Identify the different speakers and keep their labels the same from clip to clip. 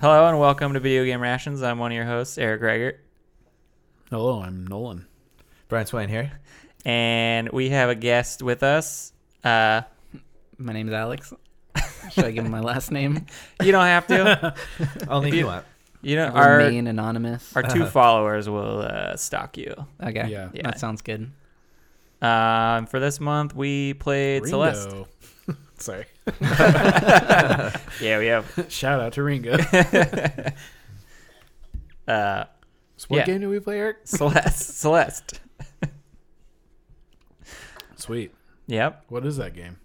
Speaker 1: Hello and welcome to Video Game Rations. I'm one of your hosts, Eric Greger,
Speaker 2: Hello, I'm Nolan.
Speaker 3: Brian Swain here.
Speaker 1: and we have a guest with us. Uh,
Speaker 4: My name's Alex. Should I give him my last name?
Speaker 1: you don't have to.
Speaker 3: Only if you want.
Speaker 1: You know, our
Speaker 4: Remain anonymous.
Speaker 1: our two followers will uh, stalk you.
Speaker 4: Okay.
Speaker 2: Yeah.
Speaker 1: Yeah.
Speaker 4: That sounds good.
Speaker 1: Um, for this month, we played Celeste.
Speaker 2: Ringo. Sorry.
Speaker 1: Yeah, we have.
Speaker 2: Shout out to Ringo.
Speaker 1: Uh,
Speaker 2: So what
Speaker 1: Yeah.
Speaker 2: game do we play, Eric?
Speaker 1: Celeste. Celeste.
Speaker 2: Sweet.
Speaker 1: Yep.
Speaker 2: What is that game?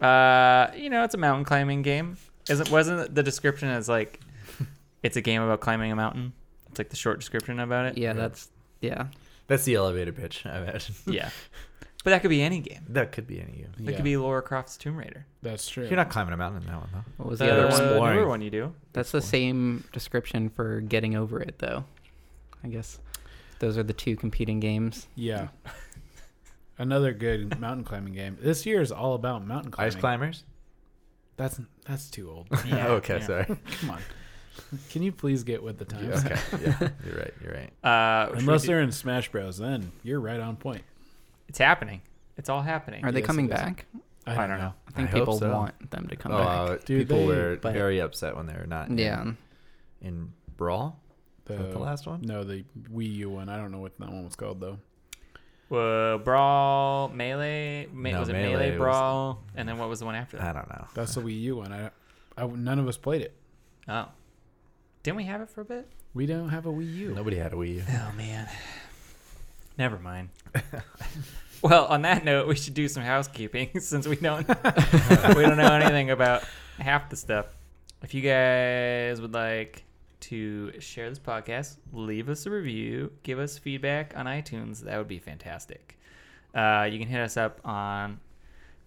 Speaker 1: Uh, you know, it's a mountain climbing game. Isn't wasn't the description as like it's a game about climbing a mountain? It's like the short description about it.
Speaker 4: Yeah, that's yeah.
Speaker 3: That's the elevator pitch, I imagine.
Speaker 1: Yeah. But that could be any game.
Speaker 3: That could be any of you.
Speaker 1: It could be Laura Croft's Tomb Raider.
Speaker 2: That's true.
Speaker 3: You're not climbing a mountain in that one, though.
Speaker 4: What was
Speaker 1: The,
Speaker 4: the, other
Speaker 3: Uh,
Speaker 4: one?
Speaker 3: Exploring.
Speaker 1: newer one you do.
Speaker 4: That's the same description for getting over it though. I guess those are the two competing games.
Speaker 2: Yeah. Another good mountain climbing game. This year is all about mountain climbing.
Speaker 3: Ice climbers?
Speaker 2: That's that's too old.
Speaker 1: Yeah,
Speaker 3: okay,
Speaker 1: yeah.
Speaker 3: sorry.
Speaker 2: Come on. Can you please get with the times?
Speaker 3: okay, yeah, you're right. You're right.
Speaker 1: Uh, should we
Speaker 2: Unless
Speaker 1: do-
Speaker 2: they're in Smash Bros, then you're right on point.
Speaker 1: it's happening. It's all happening.
Speaker 4: Are they
Speaker 2: Yes,
Speaker 4: coming
Speaker 2: it is.
Speaker 4: back?
Speaker 2: I
Speaker 1: don't
Speaker 2: don't,
Speaker 1: know.
Speaker 2: know.
Speaker 4: I think
Speaker 3: I hope
Speaker 4: people
Speaker 3: so.
Speaker 4: want them to come
Speaker 3: Oh,
Speaker 4: back.
Speaker 3: uh,
Speaker 2: Do
Speaker 3: people
Speaker 2: they-
Speaker 3: were
Speaker 4: but-
Speaker 3: very upset when they were not. in-
Speaker 4: Yeah.
Speaker 3: In, brawl.
Speaker 2: The,
Speaker 1: Uh,
Speaker 3: Is that the last one.
Speaker 2: No, the Wii U one. I don't know what that one was called though.
Speaker 1: Whoa, Uh, brawl, melee, me-
Speaker 3: No,
Speaker 1: was it melee,
Speaker 3: Melee was-
Speaker 1: brawl, and then what was the one after
Speaker 3: I
Speaker 1: that?
Speaker 3: don't know.
Speaker 2: That's the Wii U one. I, I none of us played it.
Speaker 1: Oh, didn't we have it for a bit?
Speaker 2: We don't have a Wii U.
Speaker 3: Nobody had a Wii U.
Speaker 1: Oh man, never mind. well, on that note, we should do some housekeeping since we don't we don't know anything about half the stuff. If you guys would like to share this podcast, leave us a review, give us feedback on iTunes, that would be fantastic. Uh, you can hit us up on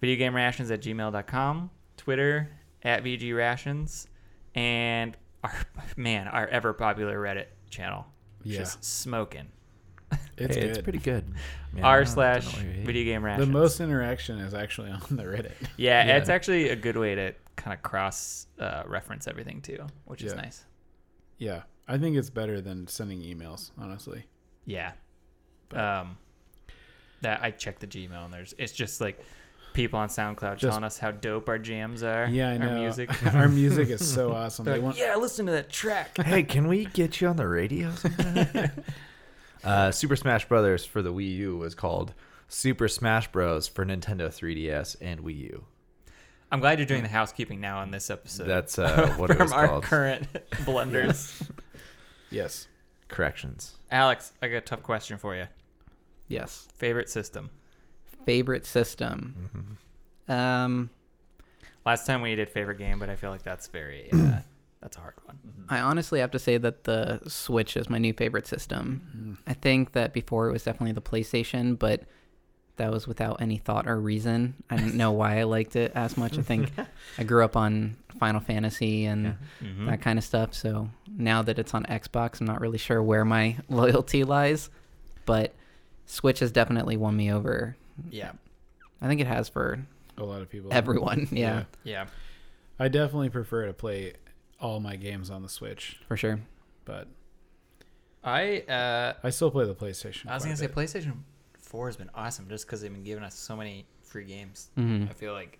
Speaker 1: videogamerations at gmail.com, Twitter at VGRations, and our man, our ever popular Reddit channel.
Speaker 2: Yeah.
Speaker 1: Just smoking.
Speaker 2: It's
Speaker 3: Hey,
Speaker 2: good.
Speaker 3: it's pretty good. Man, I
Speaker 1: R
Speaker 3: don't-
Speaker 1: slash
Speaker 3: don't know what you
Speaker 1: video game
Speaker 2: the
Speaker 1: rations.
Speaker 2: most interaction is actually on the Reddit.
Speaker 1: yeah,
Speaker 3: Yeah.
Speaker 1: it's actually a good way to kind of cross uh, reference everything too, which is
Speaker 2: Yeah.
Speaker 1: nice.
Speaker 2: Yeah, I think it's better than sending emails. Honestly,
Speaker 1: Yeah. Um, that I checked the Gmail and there's it's just like people on SoundCloud
Speaker 2: Just-
Speaker 1: telling us how dope our jams are.
Speaker 2: yeah, I know.
Speaker 1: Our music.
Speaker 2: Our music is so awesome.
Speaker 1: They're
Speaker 2: They
Speaker 1: like,
Speaker 2: want-
Speaker 1: yeah, listen to that track.
Speaker 3: eat. Hey, can we get you on the radio? sometime?" uh, Super Smash Brothers for the Wii U was called Super Smash Bros for Nintendo 3DS and Wii U.
Speaker 1: I'm glad you're doing the housekeeping now on this episode.
Speaker 3: That's uh, what it
Speaker 1: from
Speaker 3: was
Speaker 1: our
Speaker 3: called.
Speaker 1: current blunders.
Speaker 2: Yes,
Speaker 3: Corrections.
Speaker 1: Alex, I got a tough question for you.
Speaker 4: Yes.
Speaker 1: Favorite system.
Speaker 4: Favorite system. Um
Speaker 1: Last time we did favorite game, but I feel like that's very uh, that's a hard one.
Speaker 4: I honestly have to say that the Switch is my new favorite system. I think that before it was definitely the PlayStation, but that was without any thought or reason. I didn't know why I liked it as much. I think I grew up on Final Fantasy and that kind of stuff. So now that it's on Xbox, I'm not really sure where my loyalty lies, but Switch has definitely won me over.
Speaker 1: Yeah,
Speaker 4: I think it has for
Speaker 2: a lot of people.
Speaker 4: everyone. Yeah,
Speaker 2: Yeah.
Speaker 1: yeah.
Speaker 2: I definitely prefer to play all my games on the Switch,
Speaker 4: for sure.
Speaker 2: but
Speaker 1: I uh,
Speaker 2: I still play the PlayStation.
Speaker 1: I was
Speaker 2: quite
Speaker 1: gonna
Speaker 2: a
Speaker 1: say
Speaker 2: bit.
Speaker 1: PlayStation Four has been awesome just because they've been giving us so many free games.
Speaker 4: Mhm.
Speaker 1: I feel like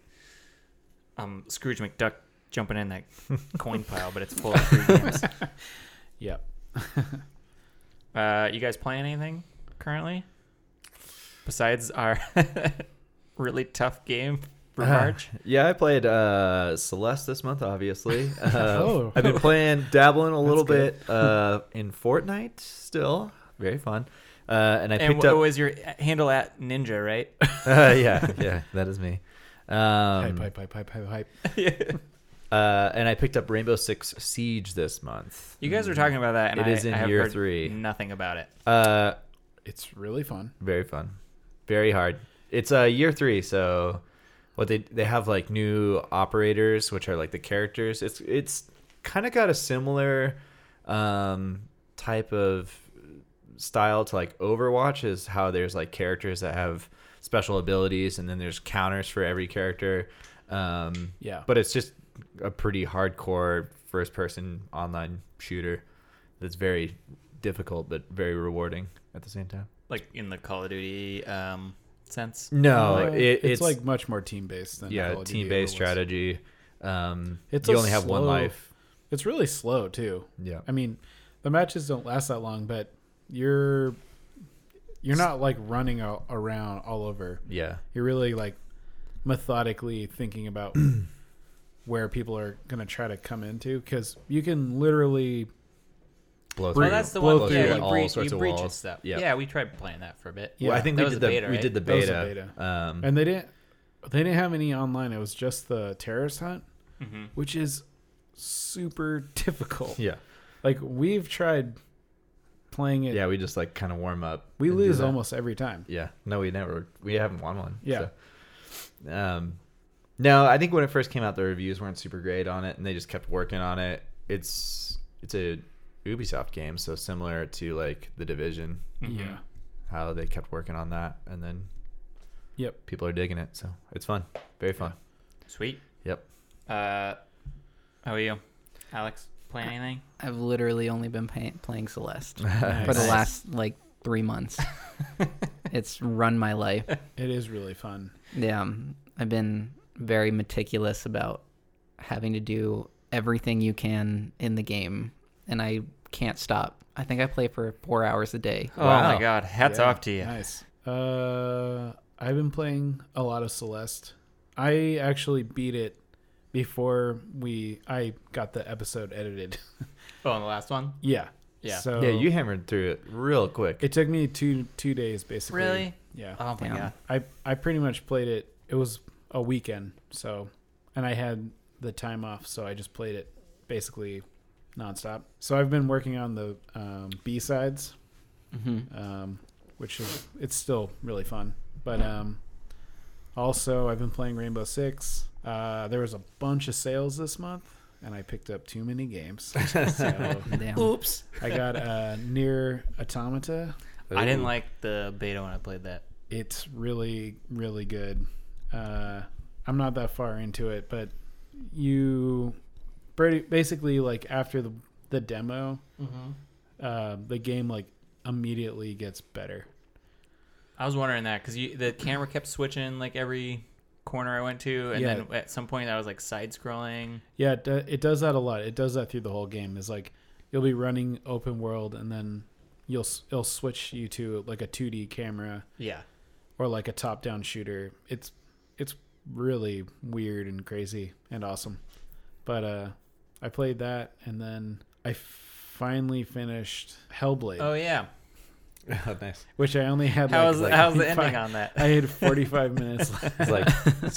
Speaker 1: um Scrooge McDuck jumping in that coin pile, but it's full of free games.
Speaker 2: yeah.
Speaker 1: Uh, you guys playing anything currently besides our really tough game for March?
Speaker 3: Yeah, I played uh, Celeste this month, obviously. Uh,
Speaker 2: Oh.
Speaker 3: I've been playing, dabbling a little
Speaker 2: good.
Speaker 3: bit uh, in Fortnite still. Very fun. Uh, and I
Speaker 1: and
Speaker 3: picked
Speaker 1: what
Speaker 3: up.
Speaker 1: was your handle at Ninja, right?
Speaker 3: uh, yeah, yeah, that is me.
Speaker 2: Hype,
Speaker 3: Um,
Speaker 2: hype, hype, hype, hype, hype.
Speaker 3: uh, and I picked up Rainbow Six Siege this month.
Speaker 1: You guys were talking about that, and
Speaker 3: It
Speaker 1: I,
Speaker 3: is in
Speaker 1: I have
Speaker 3: year
Speaker 1: heard
Speaker 3: three.
Speaker 1: Nothing about it.
Speaker 3: Uh,
Speaker 2: It's really fun.
Speaker 3: very fun, very hard. It's uh, year three, so what they they have like new operators, which are like the characters. It's it's kind of got a similar um, type of style to like Overwatch is how there's like characters that have special abilities, and then there's counters for every character. Um,
Speaker 2: Yeah.
Speaker 3: but it's just a pretty hardcore first person online shooter that's very difficult but very rewarding at the same time.
Speaker 1: like in the Call of Duty um, sense.
Speaker 3: No,
Speaker 2: Like,
Speaker 3: it, it's,
Speaker 2: it's, like much more team based than Call
Speaker 3: yeah,
Speaker 2: of Duty
Speaker 3: team based
Speaker 2: ever was.
Speaker 3: strategy. Um,
Speaker 2: It's
Speaker 3: you
Speaker 2: a
Speaker 3: only have one
Speaker 2: slow-
Speaker 3: life.
Speaker 2: It's really slow too.
Speaker 3: Yeah,
Speaker 2: I mean, the matches don't last that long, but you're you're not like running a, around all over.
Speaker 3: yeah,
Speaker 2: You're really like methodically thinking about where people are gonna try to come into because you can literally
Speaker 3: blow
Speaker 1: Well,
Speaker 3: through-
Speaker 1: that's the
Speaker 2: blow
Speaker 1: one.
Speaker 2: through
Speaker 1: Yeah,
Speaker 2: like
Speaker 1: you,
Speaker 3: all
Speaker 1: breach,
Speaker 3: sorts
Speaker 1: you
Speaker 3: of
Speaker 1: breach
Speaker 3: walls.
Speaker 1: and stuff.
Speaker 3: Yeah.
Speaker 1: yeah, we tried playing that for a bit.
Speaker 2: Yeah.
Speaker 3: Well, I
Speaker 2: yeah,
Speaker 3: think
Speaker 1: that
Speaker 3: we
Speaker 1: was
Speaker 3: did
Speaker 1: the
Speaker 3: the
Speaker 1: beta,
Speaker 3: we
Speaker 1: right?
Speaker 3: did the
Speaker 2: That was the
Speaker 3: beta. Um,
Speaker 2: and they didn't they didn't have any online. It was just the terrorist hunt,
Speaker 1: Mhm.
Speaker 2: which is super difficult.
Speaker 3: yeah,
Speaker 2: Like we've tried playing it.
Speaker 3: yeah, we just like kind of warm up.
Speaker 2: we
Speaker 3: and do
Speaker 2: lose
Speaker 3: that.
Speaker 2: almost every time.
Speaker 3: Yeah, no, we never. We haven't won one.
Speaker 2: Yeah.
Speaker 3: so. Um, no, I think when it first came out, the reviews weren't super great on it, and they just kept working on it. It's it's a Ubisoft game, so similar to like the Division,
Speaker 1: Mhm.
Speaker 2: Yeah.
Speaker 3: how they kept working on that, and then
Speaker 2: Yep.
Speaker 3: people are digging it, so it's fun, very fun.
Speaker 1: Sweet.
Speaker 3: Yep.
Speaker 1: Uh, how are you, Alex?
Speaker 3: Uh,
Speaker 1: Playing anything?
Speaker 4: I've literally only been pay- playing Celeste
Speaker 2: Nice.
Speaker 4: for the
Speaker 1: Nice.
Speaker 4: last like three months. it's run my life.
Speaker 2: It is really fun.
Speaker 4: Yeah, um, I've been very meticulous about having to do everything you can in the game, and I can't stop. I think I play for four hours a day.
Speaker 1: Oh
Speaker 3: Wow.
Speaker 1: my God! Hats
Speaker 2: Yeah,
Speaker 1: off to you.
Speaker 2: Nice. Uh, I've been playing a lot of Celeste. I actually beat it before we I got the episode edited.
Speaker 1: Oh, and the last one.
Speaker 2: yeah.
Speaker 1: Yeah.
Speaker 2: So
Speaker 3: yeah, you hammered through it real quick.
Speaker 2: It took me two two days basically.
Speaker 1: Really?
Speaker 2: Yeah.
Speaker 1: Oh my
Speaker 4: Damn.
Speaker 1: God!
Speaker 2: I I pretty much played it. It was a weekend, so and I had the time off, so I just played it basically nonstop. So I've been working on the um, B sides.
Speaker 4: hmm
Speaker 2: um, which is it's still really fun. But um, also, I've been playing Rainbow Six. Uh, there was a bunch of sales this month, and I picked up too many games. so
Speaker 4: Damn.
Speaker 1: Oops.
Speaker 2: I got uh, Near Automata.
Speaker 1: I didn't
Speaker 3: Ooh.
Speaker 1: like the beta when I played that.
Speaker 2: It's really, really good. Uh, I'm not that far into it, but you pretty- basically like after the the demo,
Speaker 1: Mm-hmm.
Speaker 2: uh, the game like immediately gets better.
Speaker 1: I was wondering that because the camera kept switching like every corner I went to, and
Speaker 2: Yeah.
Speaker 1: then at some point I was like side scrolling.
Speaker 2: Yeah, it, do- it does that a lot. It does that through the whole game. Is like you'll be running open world, and then you'll s- it'll switch you to like a 2D camera
Speaker 1: Yeah.
Speaker 2: or like a top-down shooter. It's it's really weird and crazy and awesome. But uh, I played that, and then I finally finished Hellblade,
Speaker 1: Oh yeah.
Speaker 3: Oh, nice.
Speaker 2: which I only had.
Speaker 1: How
Speaker 2: like,
Speaker 1: was
Speaker 3: like-
Speaker 1: how's the
Speaker 2: 45
Speaker 1: ending on that?
Speaker 2: I had 45 minutes. left.
Speaker 3: It was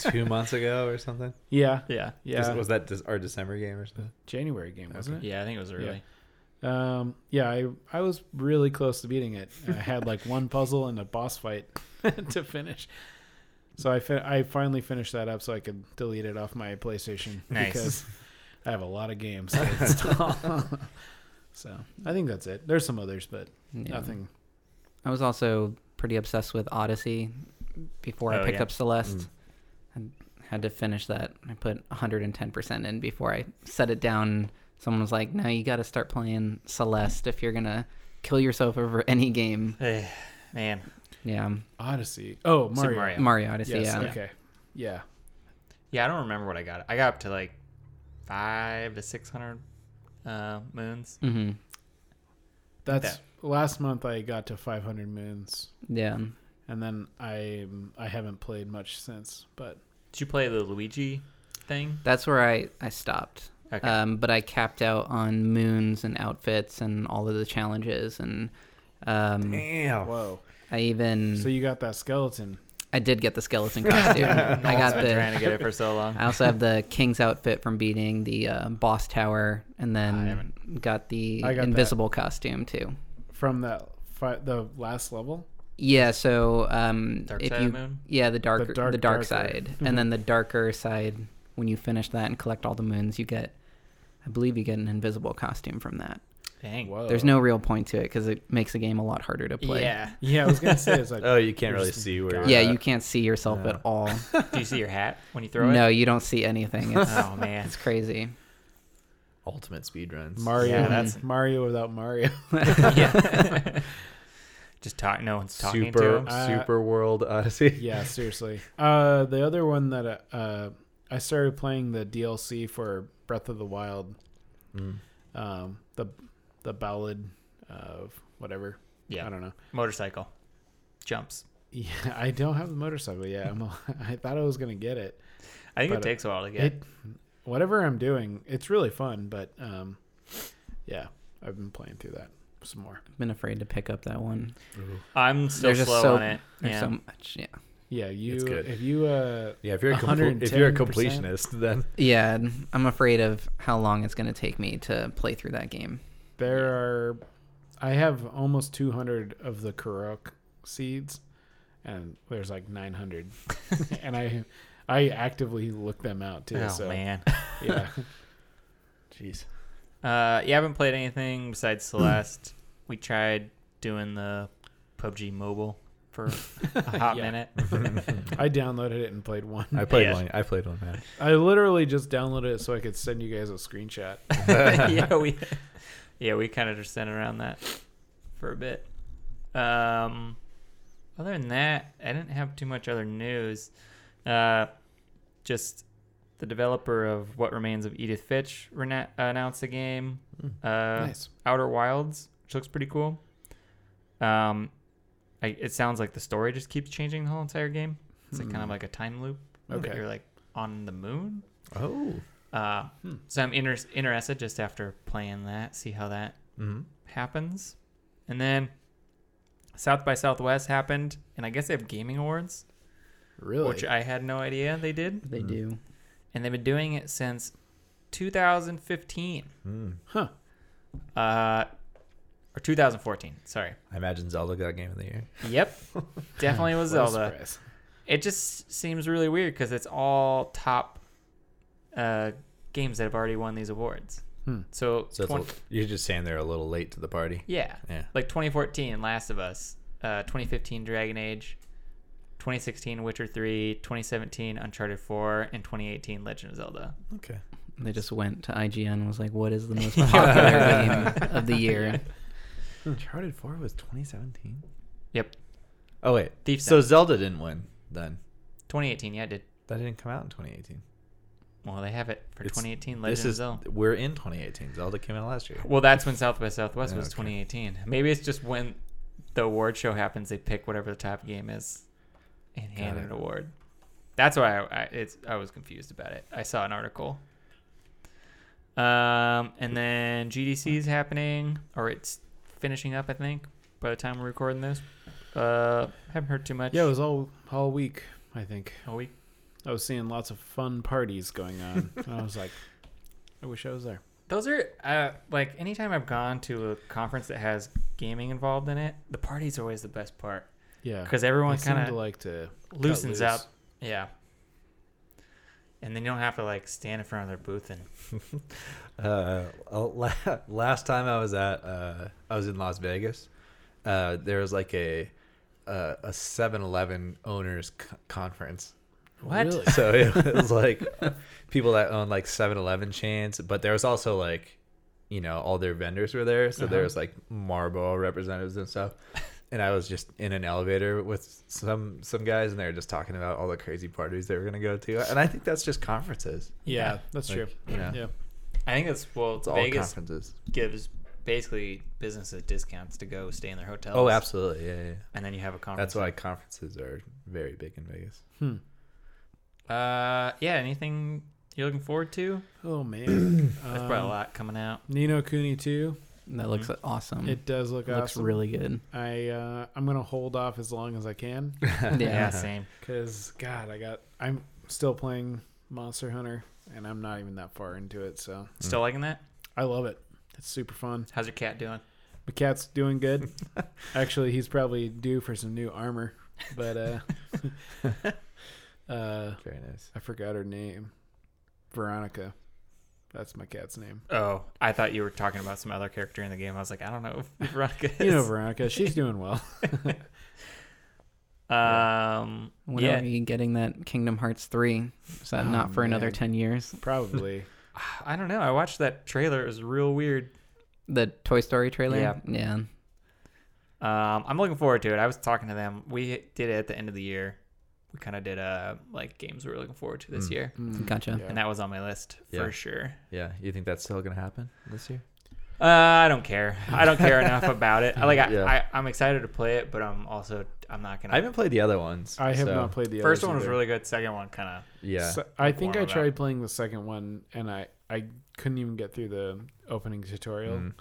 Speaker 3: like two months ago or something.
Speaker 2: Yeah,
Speaker 1: yeah.
Speaker 2: yeah.
Speaker 3: Was that des- our December game or something?
Speaker 2: January game, wasn't it?
Speaker 1: Yeah, I think it was early.
Speaker 2: Um, yeah, I I was really close to beating it. I had like one puzzle and a boss fight to finish. So I fin- I finally finished that up so I could delete it off my PlayStation
Speaker 1: Nice.
Speaker 2: because I have a lot of games to install. so I think that's it. There's some others, but
Speaker 4: Yeah.
Speaker 2: nothing.
Speaker 4: I was also pretty obsessed with Odyssey before
Speaker 1: Oh,
Speaker 4: I picked
Speaker 1: yeah.
Speaker 4: up Celeste. and had to finish that. I put 110% in before I set it down. Someone was like, "No, you got to start playing Celeste if you're going to kill yourself over any game."
Speaker 1: Eh, Man,
Speaker 4: Yeah.
Speaker 2: Odyssey. Oh,
Speaker 1: Super
Speaker 2: Mario.
Speaker 1: Mario.
Speaker 4: Mario Odyssey,
Speaker 2: Yes.
Speaker 4: yeah.
Speaker 2: Okay. Yeah.
Speaker 1: yeah, I don't remember what I got. I got up to like five to six hundred uh, moons.
Speaker 4: hmm
Speaker 2: That's last month I got to 500 moons,
Speaker 4: Yeah.
Speaker 2: and then I I haven't played much since. But
Speaker 1: Did you play the Luigi thing?
Speaker 4: That's where I I stopped.
Speaker 1: Okay.
Speaker 4: Um, but I capped out on moons and outfits and all of the challenges and um,
Speaker 3: Damn.
Speaker 2: whoa!
Speaker 4: I even
Speaker 2: So you got that skeleton.
Speaker 4: I did get the skeleton costume. I
Speaker 1: I've
Speaker 4: got
Speaker 1: been
Speaker 4: the
Speaker 1: trying to get it for so long.
Speaker 4: I also have the king's outfit from beating the uh, boss tower, and then got the
Speaker 2: I got that.
Speaker 4: invisible costume too.
Speaker 2: from that fi- the last level.
Speaker 4: Yeah, so um,
Speaker 1: Dark
Speaker 4: if
Speaker 1: Side of
Speaker 4: you
Speaker 1: the Moon?
Speaker 4: yeah the dark the
Speaker 2: dark-
Speaker 4: dark,
Speaker 2: darker. Mm-hmm.
Speaker 4: side, and then the darker side when you finish that and collect all the moons, you get I believe you get an invisible costume from that.
Speaker 1: Dang.
Speaker 2: Whoa.
Speaker 4: There's no real point to it because it makes the game a lot harder to play.
Speaker 1: Oh. Yeah.
Speaker 2: Yeah, I was gonna say it's like.
Speaker 1: Uh,
Speaker 3: Oh, you can't
Speaker 2: You're
Speaker 3: really
Speaker 2: just-
Speaker 3: see where.
Speaker 4: Yeah,
Speaker 3: you're
Speaker 4: you
Speaker 3: at.
Speaker 4: can't see yourself
Speaker 3: Yeah.
Speaker 4: at all.
Speaker 1: Do you see your hat when you throw
Speaker 4: no,
Speaker 1: it?
Speaker 4: you don't see anything. It's,
Speaker 1: Oh man.
Speaker 4: it's crazy.
Speaker 3: ultimate speedruns.
Speaker 2: Mario,
Speaker 1: Yeah,
Speaker 2: that's
Speaker 1: that's-
Speaker 2: Mario without Mario.
Speaker 1: yeah. Just talk. No one's talking to
Speaker 3: Super
Speaker 1: him.
Speaker 2: Uh,
Speaker 3: Super World Odyssey.
Speaker 2: yeah, seriously. Uh, the other one that uh, I started playing the DLC for Breath of the Wild,
Speaker 3: Mm.
Speaker 2: um, the the ballad of whatever.
Speaker 1: Yeah.
Speaker 2: I don't know.
Speaker 1: Motorcycle. Jumps.
Speaker 2: Yeah, I don't have the motorcycle yet. I'm a, I thought I was gonna get it.
Speaker 1: I think
Speaker 4: uh,
Speaker 2: But,
Speaker 1: it takes a while to get.
Speaker 2: It, whatever I'm doing, it's really fun. But um, yeah, I've been playing through that some more.
Speaker 4: I've been afraid to pick up that one.
Speaker 1: I'm still
Speaker 4: There's just
Speaker 1: slow
Speaker 4: so-
Speaker 1: on it.
Speaker 4: There's
Speaker 1: Yeah.
Speaker 4: so much. Yeah.
Speaker 2: Yeah, you
Speaker 3: It's good.
Speaker 2: if you uh,
Speaker 3: Yeah, if you're a compl- if you're a
Speaker 2: 110%.
Speaker 3: completionist, then
Speaker 4: Yeah, and I'm afraid of how long it's going to take me to play through that game.
Speaker 2: There are, I have almost 200 of the Kurok seeds, and there's like 900, and I, I actively look them out too.
Speaker 1: oh
Speaker 2: so
Speaker 1: man.
Speaker 2: yeah,
Speaker 3: jeez.
Speaker 1: Uh, yeah, I haven't played anything besides Celeste. we tried doing the PUBG Mobile for a hot
Speaker 2: Yeah.
Speaker 1: minute.
Speaker 2: I downloaded it and played one.
Speaker 3: I played
Speaker 1: Yeah.
Speaker 3: one. I played one match.
Speaker 2: I literally just downloaded it so I could send you guys a screenshot.
Speaker 1: Uh, yeah, we yeah we kind of just sat around that for a bit. Um, other than that, I didn't have too much other news. Uh, just the developer of What Remains of Edith Fitch rena- announced a game,
Speaker 3: Mm,
Speaker 1: uh,
Speaker 2: nice.
Speaker 1: Outer Wilds, which looks pretty cool. Um, I, it sounds like the story just keeps changing the whole entire game. It's like kind of
Speaker 2: Hmm.
Speaker 1: like a time loop. Okay.
Speaker 2: Okay.
Speaker 1: you're like on the moon.
Speaker 3: Oh.
Speaker 1: Uh,
Speaker 2: Hmm.
Speaker 1: so I'm inter- interested just after playing that, see how that
Speaker 3: hmm
Speaker 1: happens. And then South by Southwest happened, and I guess they have gaming awards,
Speaker 2: Really?
Speaker 1: which I had no idea they did.
Speaker 4: They
Speaker 3: Mm.
Speaker 4: do.
Speaker 1: And they've been doing it since 2015,
Speaker 3: Mm.
Speaker 2: huh?
Speaker 1: uh, or 2014. Sorry.
Speaker 3: I imagine Zelda got Game of the Year.
Speaker 1: Yep, definitely was
Speaker 2: What
Speaker 1: Zelda.
Speaker 2: a surprise.
Speaker 1: It just seems really weird because it's all top uh, games that have already won these awards.
Speaker 2: Hmm.
Speaker 1: So,
Speaker 3: So it's a-
Speaker 1: 20
Speaker 3: you're just saying they're a little late to the party.
Speaker 1: yeah,
Speaker 3: Yeah.
Speaker 1: like 2014 last of us uh, 2015 dragon age 2016 witcher 3 2017 uncharted 4 and 2018 legend of zelda
Speaker 3: Okay.
Speaker 4: They just went to IGN and was like, "What is the most popular game of the year?"
Speaker 3: Hmm, Uncharted Four was 2017.
Speaker 1: yep
Speaker 3: Oh wait.
Speaker 1: Thief's
Speaker 3: so
Speaker 1: End.
Speaker 3: Zelda didn't win then.
Speaker 1: 2018 yeah it did
Speaker 3: That didn't come out in 2018.
Speaker 1: well they have it for
Speaker 3: It's-
Speaker 1: 2018 legend
Speaker 3: This
Speaker 1: of
Speaker 3: is
Speaker 1: zelda
Speaker 3: we're in 2018. Zelda came out last year.
Speaker 1: well that's when south by southwest
Speaker 3: Yeah,
Speaker 1: was
Speaker 3: okay.
Speaker 1: 2018 maybe it's just when the award show happens they pick whatever the top game is and hand
Speaker 3: Got
Speaker 1: it
Speaker 3: it.
Speaker 1: an award that's why I, I it's I was confused about it. I saw an article. Um, and then GDC is happening, or it's finishing up, I think, by the time we're recording this. Uh, haven't heard too much.
Speaker 2: Yeah, it was all all week. I think
Speaker 1: a week.
Speaker 2: I was seeing lots of fun parties going on, and I was like, I wish I was there.
Speaker 1: Those are uh, like anytime I've gone to a conference that has gaming involved in it, the party's always the best part
Speaker 2: Yeah,
Speaker 1: because
Speaker 2: they
Speaker 1: everyone
Speaker 2: seem
Speaker 1: kind
Speaker 2: to
Speaker 1: of
Speaker 2: like to cut
Speaker 1: loosens
Speaker 2: loose.
Speaker 1: up. Yeah. And then you don't have to like stand in front of their booth and
Speaker 3: Uh, uh, la- last time I was at, uh, I was in Las Vegas. Uh, there was like a uh, a 7-Eleven owners co- conference.
Speaker 1: What?
Speaker 2: Really?
Speaker 3: So it was like people that own like 7-Eleven chains, but there was also like, you know, all their vendors were there. So there
Speaker 2: Uh-huh.
Speaker 3: was like Marlboro representatives and stuff. And I was just in an elevator with some some guys, and they were just talking about all the crazy parties they were gonna go to. And I think that's just conferences.
Speaker 2: Yeah, that's
Speaker 3: Like,
Speaker 2: true.
Speaker 3: You know,
Speaker 2: Yeah.
Speaker 1: I think it's well
Speaker 3: it's all
Speaker 1: Vegas
Speaker 3: conferences.
Speaker 1: gives basically businesses discounts to go stay in their hotels.
Speaker 3: Oh, absolutely. Yeah, yeah.
Speaker 1: And then you have a conference.
Speaker 3: That's why conferences are very big in Vegas.
Speaker 2: Hmm.
Speaker 1: Uh, yeah. Anything you're looking forward to?
Speaker 2: Oh man,
Speaker 1: There's
Speaker 2: um,
Speaker 1: probably a lot coming out.
Speaker 2: Nino Cooney too.
Speaker 4: That looks awesome.
Speaker 2: It does look
Speaker 4: Mm-hmm. looks
Speaker 2: awesome.
Speaker 4: really good.
Speaker 2: I uh, I'm gonna hold off as long as I can
Speaker 4: Yeah.
Speaker 1: Yeah, same.
Speaker 3: Hmm.
Speaker 2: because God, I got I'm still playing Monster Hunter and I'm not even that far into it. So
Speaker 1: Still liking that?
Speaker 2: I love it. It's super fun.
Speaker 1: How's your cat doing?
Speaker 2: My cat's doing good. Actually, he's probably due for some new armor, but uh, uh,
Speaker 3: Very nice.
Speaker 2: I forgot her name. Veronica. That's my cat's name.
Speaker 1: Oh, I thought you were talking about some other character in the game. I was like, I don't know if Veronica. Is.
Speaker 2: You know Veronica. She's doing well.
Speaker 1: um,
Speaker 4: When
Speaker 1: yeah,
Speaker 4: are you getting that Kingdom Hearts 3? Is that
Speaker 2: Oh,
Speaker 4: not for another
Speaker 2: man.
Speaker 4: 10 years?
Speaker 2: Probably.
Speaker 1: I don't know. I watched that trailer. It was real weird.
Speaker 4: The Toy Story trailer?
Speaker 1: Yeah.
Speaker 4: Yeah.
Speaker 1: Um, I'm looking forward to it. I was talking to them. We did it at the end of the year. We kind of did uh like games we were looking forward to this
Speaker 3: Mm.
Speaker 1: year,
Speaker 2: Mm,
Speaker 4: Gotcha.
Speaker 2: yeah.
Speaker 1: and that was on my list
Speaker 3: Yeah.
Speaker 1: for sure.
Speaker 3: Yeah, you think that's still gonna happen this year?
Speaker 1: Uh, I don't care. I don't care enough about it. Like I,
Speaker 3: Yeah.
Speaker 1: I, I'm excited to play it, but I'm also I'm not gonna.
Speaker 3: I haven't played the other ones.
Speaker 2: I have
Speaker 3: so-
Speaker 2: not played the
Speaker 1: First
Speaker 2: others
Speaker 1: one was
Speaker 2: either.
Speaker 1: really good. Second one kind of.
Speaker 3: Yeah,
Speaker 2: So- I think
Speaker 1: warm
Speaker 2: I
Speaker 1: about.
Speaker 2: tried playing the second one and I I couldn't even get through the opening tutorial.
Speaker 3: Mm.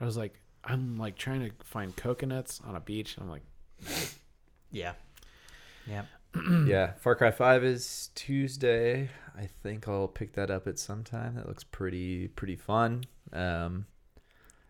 Speaker 2: I was like, I'm like trying to find coconuts on a beach. I'm like,
Speaker 1: Yeah. Yeah. Hmm.
Speaker 3: yeah. Far Cry Five is Tuesday. I think I'll pick that up at some time. That looks pretty pretty fun. Um,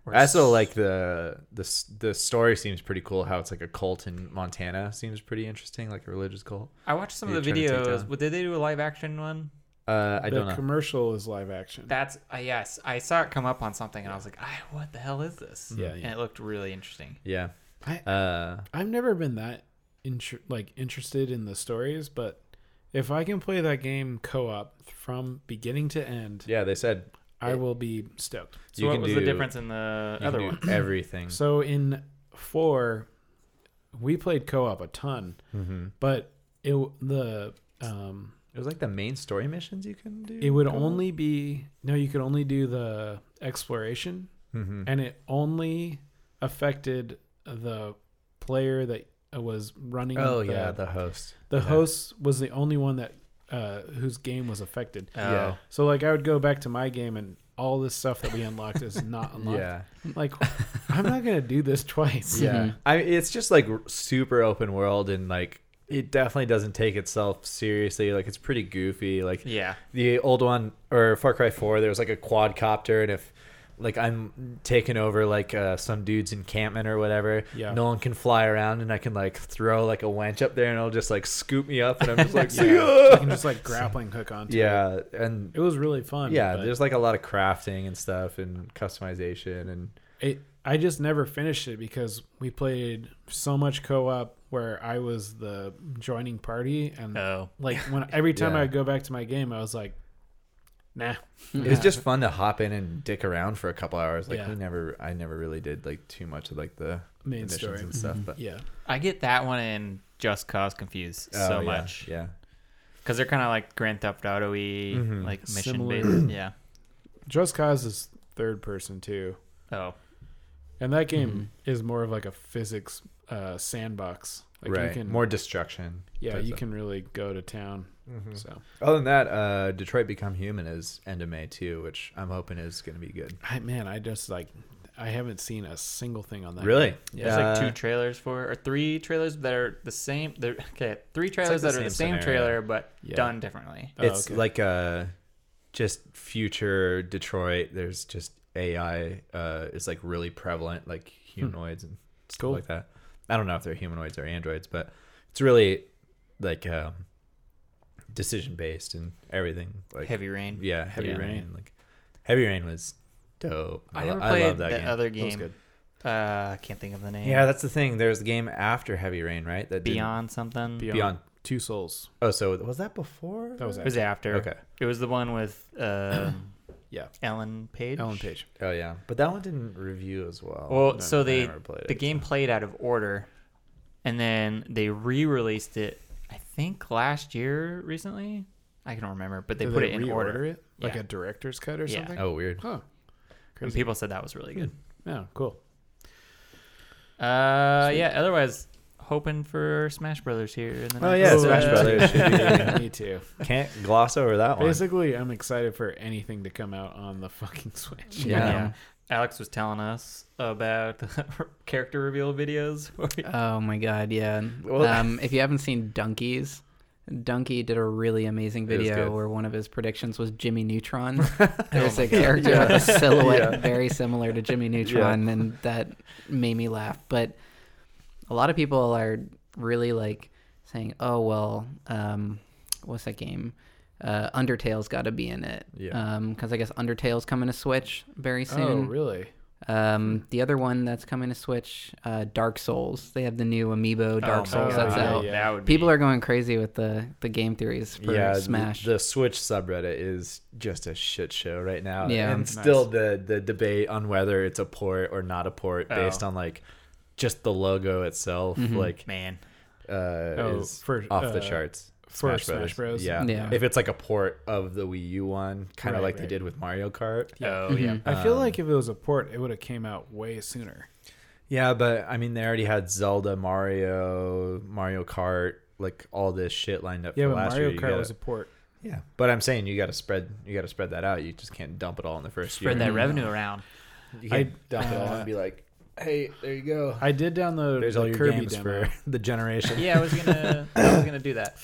Speaker 1: We're
Speaker 3: I also
Speaker 1: s-
Speaker 3: like the the s- the story seems pretty cool. How it's like a cult in Montana seems pretty interesting, like a religious cult.
Speaker 1: I watched some
Speaker 3: You're
Speaker 1: of the
Speaker 3: trying to take
Speaker 1: videos.
Speaker 3: down-
Speaker 1: What did they do a live action one?
Speaker 3: Uh, I
Speaker 2: the
Speaker 3: don't know.
Speaker 2: commercial is live action.
Speaker 1: That's uh, yes. I saw it come up on something, and I was like, I, "What the hell is this?"
Speaker 2: yeah,
Speaker 1: And
Speaker 2: yeah.
Speaker 1: it looked really interesting.
Speaker 3: Hmm. yeah.
Speaker 2: I-
Speaker 3: uh,
Speaker 2: I've never been that inter- like interested in the stories, but if I can play that game co-op from beginning to end,
Speaker 3: yeah. They said
Speaker 2: I will be stoked.
Speaker 1: So
Speaker 3: you
Speaker 1: what
Speaker 3: can
Speaker 1: was
Speaker 3: do
Speaker 1: the difference in the
Speaker 3: you can
Speaker 1: other
Speaker 3: do
Speaker 1: one?
Speaker 3: everything.
Speaker 2: So in 4, we played co-op a ton,
Speaker 3: mm-hmm.
Speaker 2: but it w- the um
Speaker 3: It was like the main story missions you can do.
Speaker 2: it would only be no you could only do the exploration
Speaker 3: Mm-hmm.
Speaker 2: and it only affected the player that was running
Speaker 3: Oh
Speaker 2: the,
Speaker 3: yeah, the host.
Speaker 2: the
Speaker 3: yeah.
Speaker 2: host was the only one that uh, whose game was affected
Speaker 1: Oh,
Speaker 3: Yeah.
Speaker 2: so like i would go back to my game and all this stuff that we unlocked is not unlocked
Speaker 3: Yeah,
Speaker 2: like i'm not gonna do this twice
Speaker 3: yeah.
Speaker 4: Mhm.
Speaker 3: I it's just like r- super open world and like it definitely doesn't take itself seriously. Like it's pretty goofy. Like
Speaker 1: yeah.
Speaker 3: the old one or Far Cry Four, there was like a quadcopter, and if like I'm taking over like uh, some dude's encampment or whatever,
Speaker 2: Yeah.
Speaker 3: no one can fly around, and I can like throw like a wench up there, and it'll just like scoop me up, and I'm just like,
Speaker 2: Yeah.
Speaker 3: "See
Speaker 2: you
Speaker 3: ya!"
Speaker 2: can just like grappling hook onto it
Speaker 3: yeah, and
Speaker 2: it was really fun
Speaker 3: yeah,
Speaker 2: but-
Speaker 3: there's like a lot of crafting and stuff and customization and
Speaker 2: it I just never finished it because we played so much co-op where I was the joining party and
Speaker 1: Oh.
Speaker 2: like when every time
Speaker 3: Uh, Yeah.
Speaker 2: I would go back to my game I was like nah
Speaker 3: it was just fun to hop in and dick around for a couple hours. Like
Speaker 2: Yeah.
Speaker 3: we never, I never really did like too much of like the
Speaker 2: main
Speaker 3: missions
Speaker 2: story
Speaker 3: and stuff, but
Speaker 2: yeah
Speaker 1: I get that one and Just Cause confused so
Speaker 3: Oh, yeah,
Speaker 1: much
Speaker 3: yeah.
Speaker 1: because they're kind of like Grand Theft Auto y,
Speaker 3: Mhm.
Speaker 1: like mission
Speaker 2: Similar.
Speaker 1: based. yeah.
Speaker 2: Just Cause is third person too
Speaker 1: Oh.
Speaker 2: and that game
Speaker 3: Mm-hmm.
Speaker 2: is more of like a physics uh, sandbox like
Speaker 3: right,
Speaker 2: you can
Speaker 3: more destruction.
Speaker 2: yeah
Speaker 3: type
Speaker 2: you
Speaker 3: stuff.
Speaker 2: can really go to town
Speaker 3: Mhm.
Speaker 2: so
Speaker 3: Other than that, uh, Detroit Become Human is end of May too, which I'm hoping is going to be good.
Speaker 2: I man I just like I haven't seen a single thing on that game.
Speaker 1: There's
Speaker 3: Yeah. Uh,
Speaker 1: like two trailers for or three trailers that are the same. They're okay. Three trailers
Speaker 3: the
Speaker 1: that are the
Speaker 3: same
Speaker 1: same
Speaker 3: scenario.
Speaker 1: trailer but
Speaker 2: Yeah.
Speaker 1: done differently.
Speaker 2: Oh,
Speaker 3: it's
Speaker 2: okay.
Speaker 3: like uh, just future Detroit. There's just AI uh, is like really prevalent, like
Speaker 2: Hmm.
Speaker 3: humanoids and stuff
Speaker 2: Cool.
Speaker 3: like that. I don't know if they're humanoids or androids, but it's really like um, decision based and everything. Like
Speaker 1: Heavy Rain.
Speaker 3: yeah, heavy
Speaker 1: Yeah.
Speaker 3: rain. Like heavy rain was dope.
Speaker 1: I
Speaker 3: lo-
Speaker 1: haven't played
Speaker 3: love
Speaker 1: the
Speaker 3: game.
Speaker 1: other
Speaker 2: That was
Speaker 1: game.
Speaker 2: good.
Speaker 1: Uh, I can't think of the name.
Speaker 3: Yeah, that's the thing. There's a game after Heavy Rain, right? That didn't-
Speaker 1: Beyond something.
Speaker 2: Beyond.
Speaker 3: Beyond.
Speaker 2: Two Souls
Speaker 3: Oh, so was that before?
Speaker 2: that was
Speaker 1: It was after.
Speaker 3: Okay.
Speaker 1: It was the one with um
Speaker 2: Yeah.
Speaker 1: Ellen Page.
Speaker 2: Ellen Page
Speaker 3: Oh yeah, but that one didn't review as well.
Speaker 1: Well,
Speaker 2: No,
Speaker 1: so
Speaker 3: I
Speaker 1: they
Speaker 3: never played
Speaker 1: the
Speaker 3: it,
Speaker 1: game
Speaker 3: so.
Speaker 1: played out of order, and then they re-released it. I think last year, recently. I can not remember, but they
Speaker 2: Did
Speaker 1: put it in order.
Speaker 2: reorder It? Like
Speaker 1: Yeah.
Speaker 2: a director's cut or
Speaker 1: Yeah.
Speaker 2: something?
Speaker 3: Oh weird.
Speaker 2: Huh.
Speaker 1: And
Speaker 2: Crazy.
Speaker 1: people said that was really good.
Speaker 2: yeah, cool.
Speaker 1: Uh,
Speaker 2: Hmm. Sweet.
Speaker 1: yeah. Otherwise, hoping for Smash Brothers here. In the next,
Speaker 3: Oh, yeah, Smash
Speaker 1: uh,
Speaker 3: Brothers. should
Speaker 2: Me too.
Speaker 3: Can't gloss over that one.
Speaker 2: Basically, I'm excited for anything to come out on the fucking Switch.
Speaker 3: Yeah.
Speaker 1: yeah. Alex was telling us about the character reveal videos.
Speaker 4: Oh my god, yeah.
Speaker 3: Well-
Speaker 4: um, if you haven't seen Donkeys, Donkey did a really amazing
Speaker 3: It was good. Oh
Speaker 4: video where one of his predictions was Jimmy Neutron. There's
Speaker 1: my
Speaker 4: a character with a silhouette
Speaker 3: Yeah.
Speaker 4: very similar to Jimmy Neutron, and that made me laugh. But a lot of people are really like saying, "Oh well, um, what's that game? Uh, Undertale's got to be in it.
Speaker 3: Yeah.
Speaker 4: Because I guess Undertale's coming to Switch very soon.
Speaker 2: Oh, really? Hmm.
Speaker 4: Um, the other one that's coming to Switch, uh, Dark Souls. They have the new Amiibo Dark
Speaker 1: Oh my
Speaker 4: Souls
Speaker 2: God.
Speaker 4: that's
Speaker 1: God,
Speaker 4: out.
Speaker 2: Yeah.
Speaker 1: That would be,
Speaker 4: People are going crazy with the the game theories for
Speaker 3: yeah, th-
Speaker 4: Smash.
Speaker 3: The, Switch subreddit is just a shit show right now.
Speaker 4: Yeah.
Speaker 3: and
Speaker 4: Nice.
Speaker 3: still the the debate on whether it's a port or not a port based
Speaker 1: Oh.
Speaker 3: on like just the logo itself, like
Speaker 1: man.
Speaker 3: uh, is
Speaker 2: for,
Speaker 3: off the
Speaker 2: Mm-hmm. uh,
Speaker 3: charts.
Speaker 2: for Smash Bros.
Speaker 3: Yeah.
Speaker 4: Yeah.
Speaker 3: if it's like a port of the Wii U one, kind of
Speaker 2: Right,
Speaker 3: like they
Speaker 2: right.
Speaker 3: did with Mario Kart.
Speaker 1: Oh yeah.
Speaker 4: Mhm.
Speaker 2: I feel
Speaker 3: Um,
Speaker 2: like if it was a port, it would have came out way sooner.
Speaker 3: Yeah, but I mean, they already had Zelda, Mario, Mario Kart, like all this shit lined up
Speaker 2: Yeah,
Speaker 3: for
Speaker 2: but
Speaker 3: last
Speaker 2: Mario
Speaker 3: year. You
Speaker 2: Kart
Speaker 3: gotta-
Speaker 2: was a port.
Speaker 3: yeah, but I'm saying you got to spread, you got to spread that out. You just can't dump it all in the first year.
Speaker 1: Spread that revenue around.
Speaker 3: You
Speaker 2: I-
Speaker 3: can't dump it all
Speaker 2: uh,
Speaker 3: and be like, "Hey, there you go."
Speaker 2: I did download
Speaker 3: There's
Speaker 2: the
Speaker 3: all your
Speaker 2: Kirby
Speaker 3: games
Speaker 2: demo.
Speaker 3: for the generation.
Speaker 1: Yeah, I was gonna. I was gonna do that.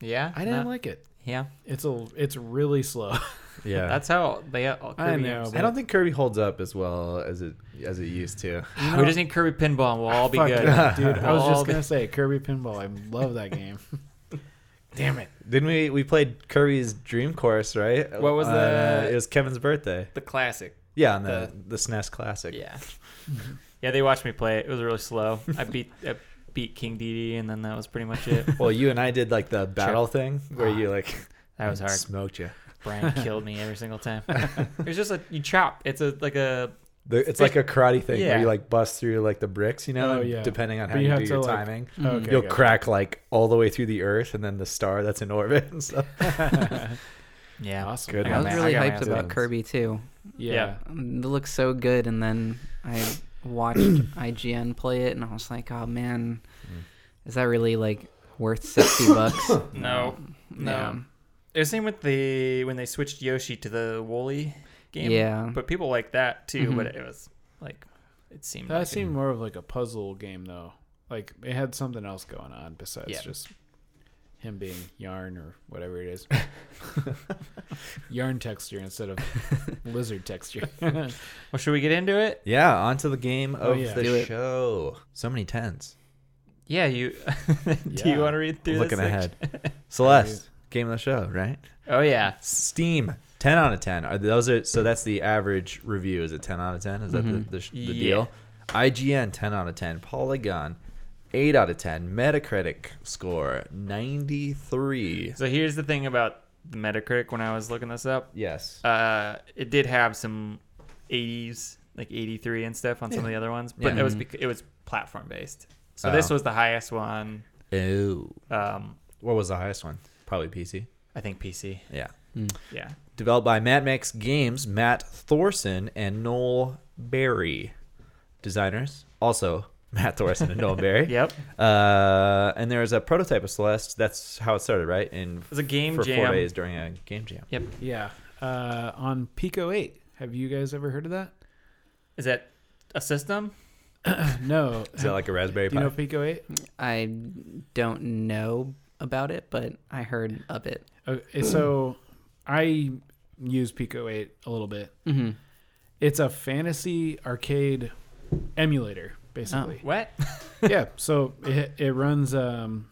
Speaker 1: Yeah.
Speaker 2: I didn't
Speaker 1: no,
Speaker 2: like it.
Speaker 1: Yeah.
Speaker 2: It's a it's really slow.
Speaker 3: yeah,
Speaker 1: That's how they. All
Speaker 2: I
Speaker 1: Kirby
Speaker 2: know,
Speaker 1: games.
Speaker 2: but-
Speaker 3: I don't think Kirby holds up as well as it as it used to.
Speaker 1: We just need Kirby pinball. and We'll all be
Speaker 2: Fuck
Speaker 1: good.
Speaker 2: yeah, dude. I
Speaker 1: We'll
Speaker 2: was
Speaker 1: all
Speaker 2: just
Speaker 1: be-
Speaker 2: gonna say Kirby Pinball. I love that game. Damn it!
Speaker 3: Didn't we? We played Kirby's Dream Course, right?
Speaker 1: What was
Speaker 3: Uh,
Speaker 1: the-
Speaker 3: It was Kevin's birthday.
Speaker 1: the classic.
Speaker 3: Yeah, on the the, SNES Classic.
Speaker 1: Yeah. yeah, they watched me play it. It was really slow. I beat I beat King Dedede, and then that was pretty much it.
Speaker 3: Well, you and I did like the battle thing where you like
Speaker 1: That was hard.
Speaker 3: smoked you.
Speaker 1: Brian killed me every single time. It was just like you chop. It's a like a
Speaker 3: The, it's like a karate thing where
Speaker 1: Yeah.
Speaker 3: you like bust through like the bricks, you know,
Speaker 2: Oh,
Speaker 3: and
Speaker 2: yeah.
Speaker 3: depending on
Speaker 2: But
Speaker 3: how
Speaker 2: you
Speaker 3: you,
Speaker 2: have
Speaker 3: do
Speaker 2: to,
Speaker 3: your
Speaker 2: like-
Speaker 3: timing.
Speaker 2: Okay,
Speaker 3: You'll
Speaker 2: got it.
Speaker 3: crack like all the way through the earth and then the star that's in orbit and stuff.
Speaker 1: yeah.
Speaker 2: Awesome.
Speaker 3: Good
Speaker 1: I
Speaker 4: I
Speaker 1: got
Speaker 4: was
Speaker 1: my-
Speaker 4: really
Speaker 1: I got my
Speaker 4: hyped
Speaker 1: ass
Speaker 4: about
Speaker 3: beat.
Speaker 4: Kirby too.
Speaker 2: Yeah.
Speaker 1: Yeah.
Speaker 4: Um, It looks so good, and then I watched IGN play it, and I was like, oh man, is that really like worth sixty bucks?
Speaker 1: No.
Speaker 4: Yeah.
Speaker 1: No. It's same with the when they switched Yoshi to the Wooly game.
Speaker 4: Yeah.
Speaker 1: But people like that too,
Speaker 4: Mhm.
Speaker 1: but it was like it seemed
Speaker 2: That
Speaker 1: like
Speaker 2: seemed more of like a puzzle game though. Like it had something else going on besides
Speaker 1: Yeah.
Speaker 2: just him being yarn or whatever it is. yarn texture instead of lizard texture.
Speaker 1: Well, should we get into it?
Speaker 3: Yeah, onto the game of
Speaker 2: Oh, yeah.
Speaker 3: the
Speaker 4: Do it.
Speaker 3: show. So many tens.
Speaker 1: Yeah, you do
Speaker 2: Yeah.
Speaker 1: you want to read through
Speaker 3: Looking
Speaker 1: this section?
Speaker 3: ahead. Celeste, game of the show, right?
Speaker 1: Oh yeah.
Speaker 3: Steam, ten out of ten. Are those are so that's the average review. Is it ten out of ten? Is that the, the, sh- the
Speaker 1: Yeah.
Speaker 3: deal? IGN ten out of ten. Polygon eight out of ten. Metacritic score ninety three.
Speaker 1: So here's the thing about the Metacritic when I was looking this up.
Speaker 3: Yes.
Speaker 1: uh, it did have some 80s like 83 and stuff on some of the other ones but
Speaker 3: Yeah. Mm-hmm.
Speaker 1: it was bec- it was platform based so this
Speaker 3: Oh.
Speaker 1: was the highest one
Speaker 3: Ooh.
Speaker 1: um,
Speaker 3: Oh. What was the highest one? Probably PC.
Speaker 1: i think pc
Speaker 3: Yeah.
Speaker 1: yeah
Speaker 3: Developed by Matt Max Games, Matt Thorson and Noel Berry. Designers also Matt Thorson and Noel Berry.
Speaker 1: yep
Speaker 3: Uh, and there was a prototype of Celeste. That's how it started, right? In
Speaker 1: it was a game
Speaker 3: for four
Speaker 1: jam
Speaker 3: days during a game jam.
Speaker 1: yep
Speaker 2: yeah. Uh, on Pico 8. Have you guys ever heard of that?
Speaker 1: is that a system
Speaker 2: No.
Speaker 3: Is that like a Raspberry
Speaker 2: Do
Speaker 3: Pi?
Speaker 2: you know Pico 8?
Speaker 4: I don't know about it, but I heard of it.
Speaker 2: Okay, so I use Pico 8 a little bit.
Speaker 4: Mm-hmm.
Speaker 2: It's a fantasy arcade emulator, basically.
Speaker 1: what
Speaker 4: Oh.
Speaker 2: yeah so it, it runs um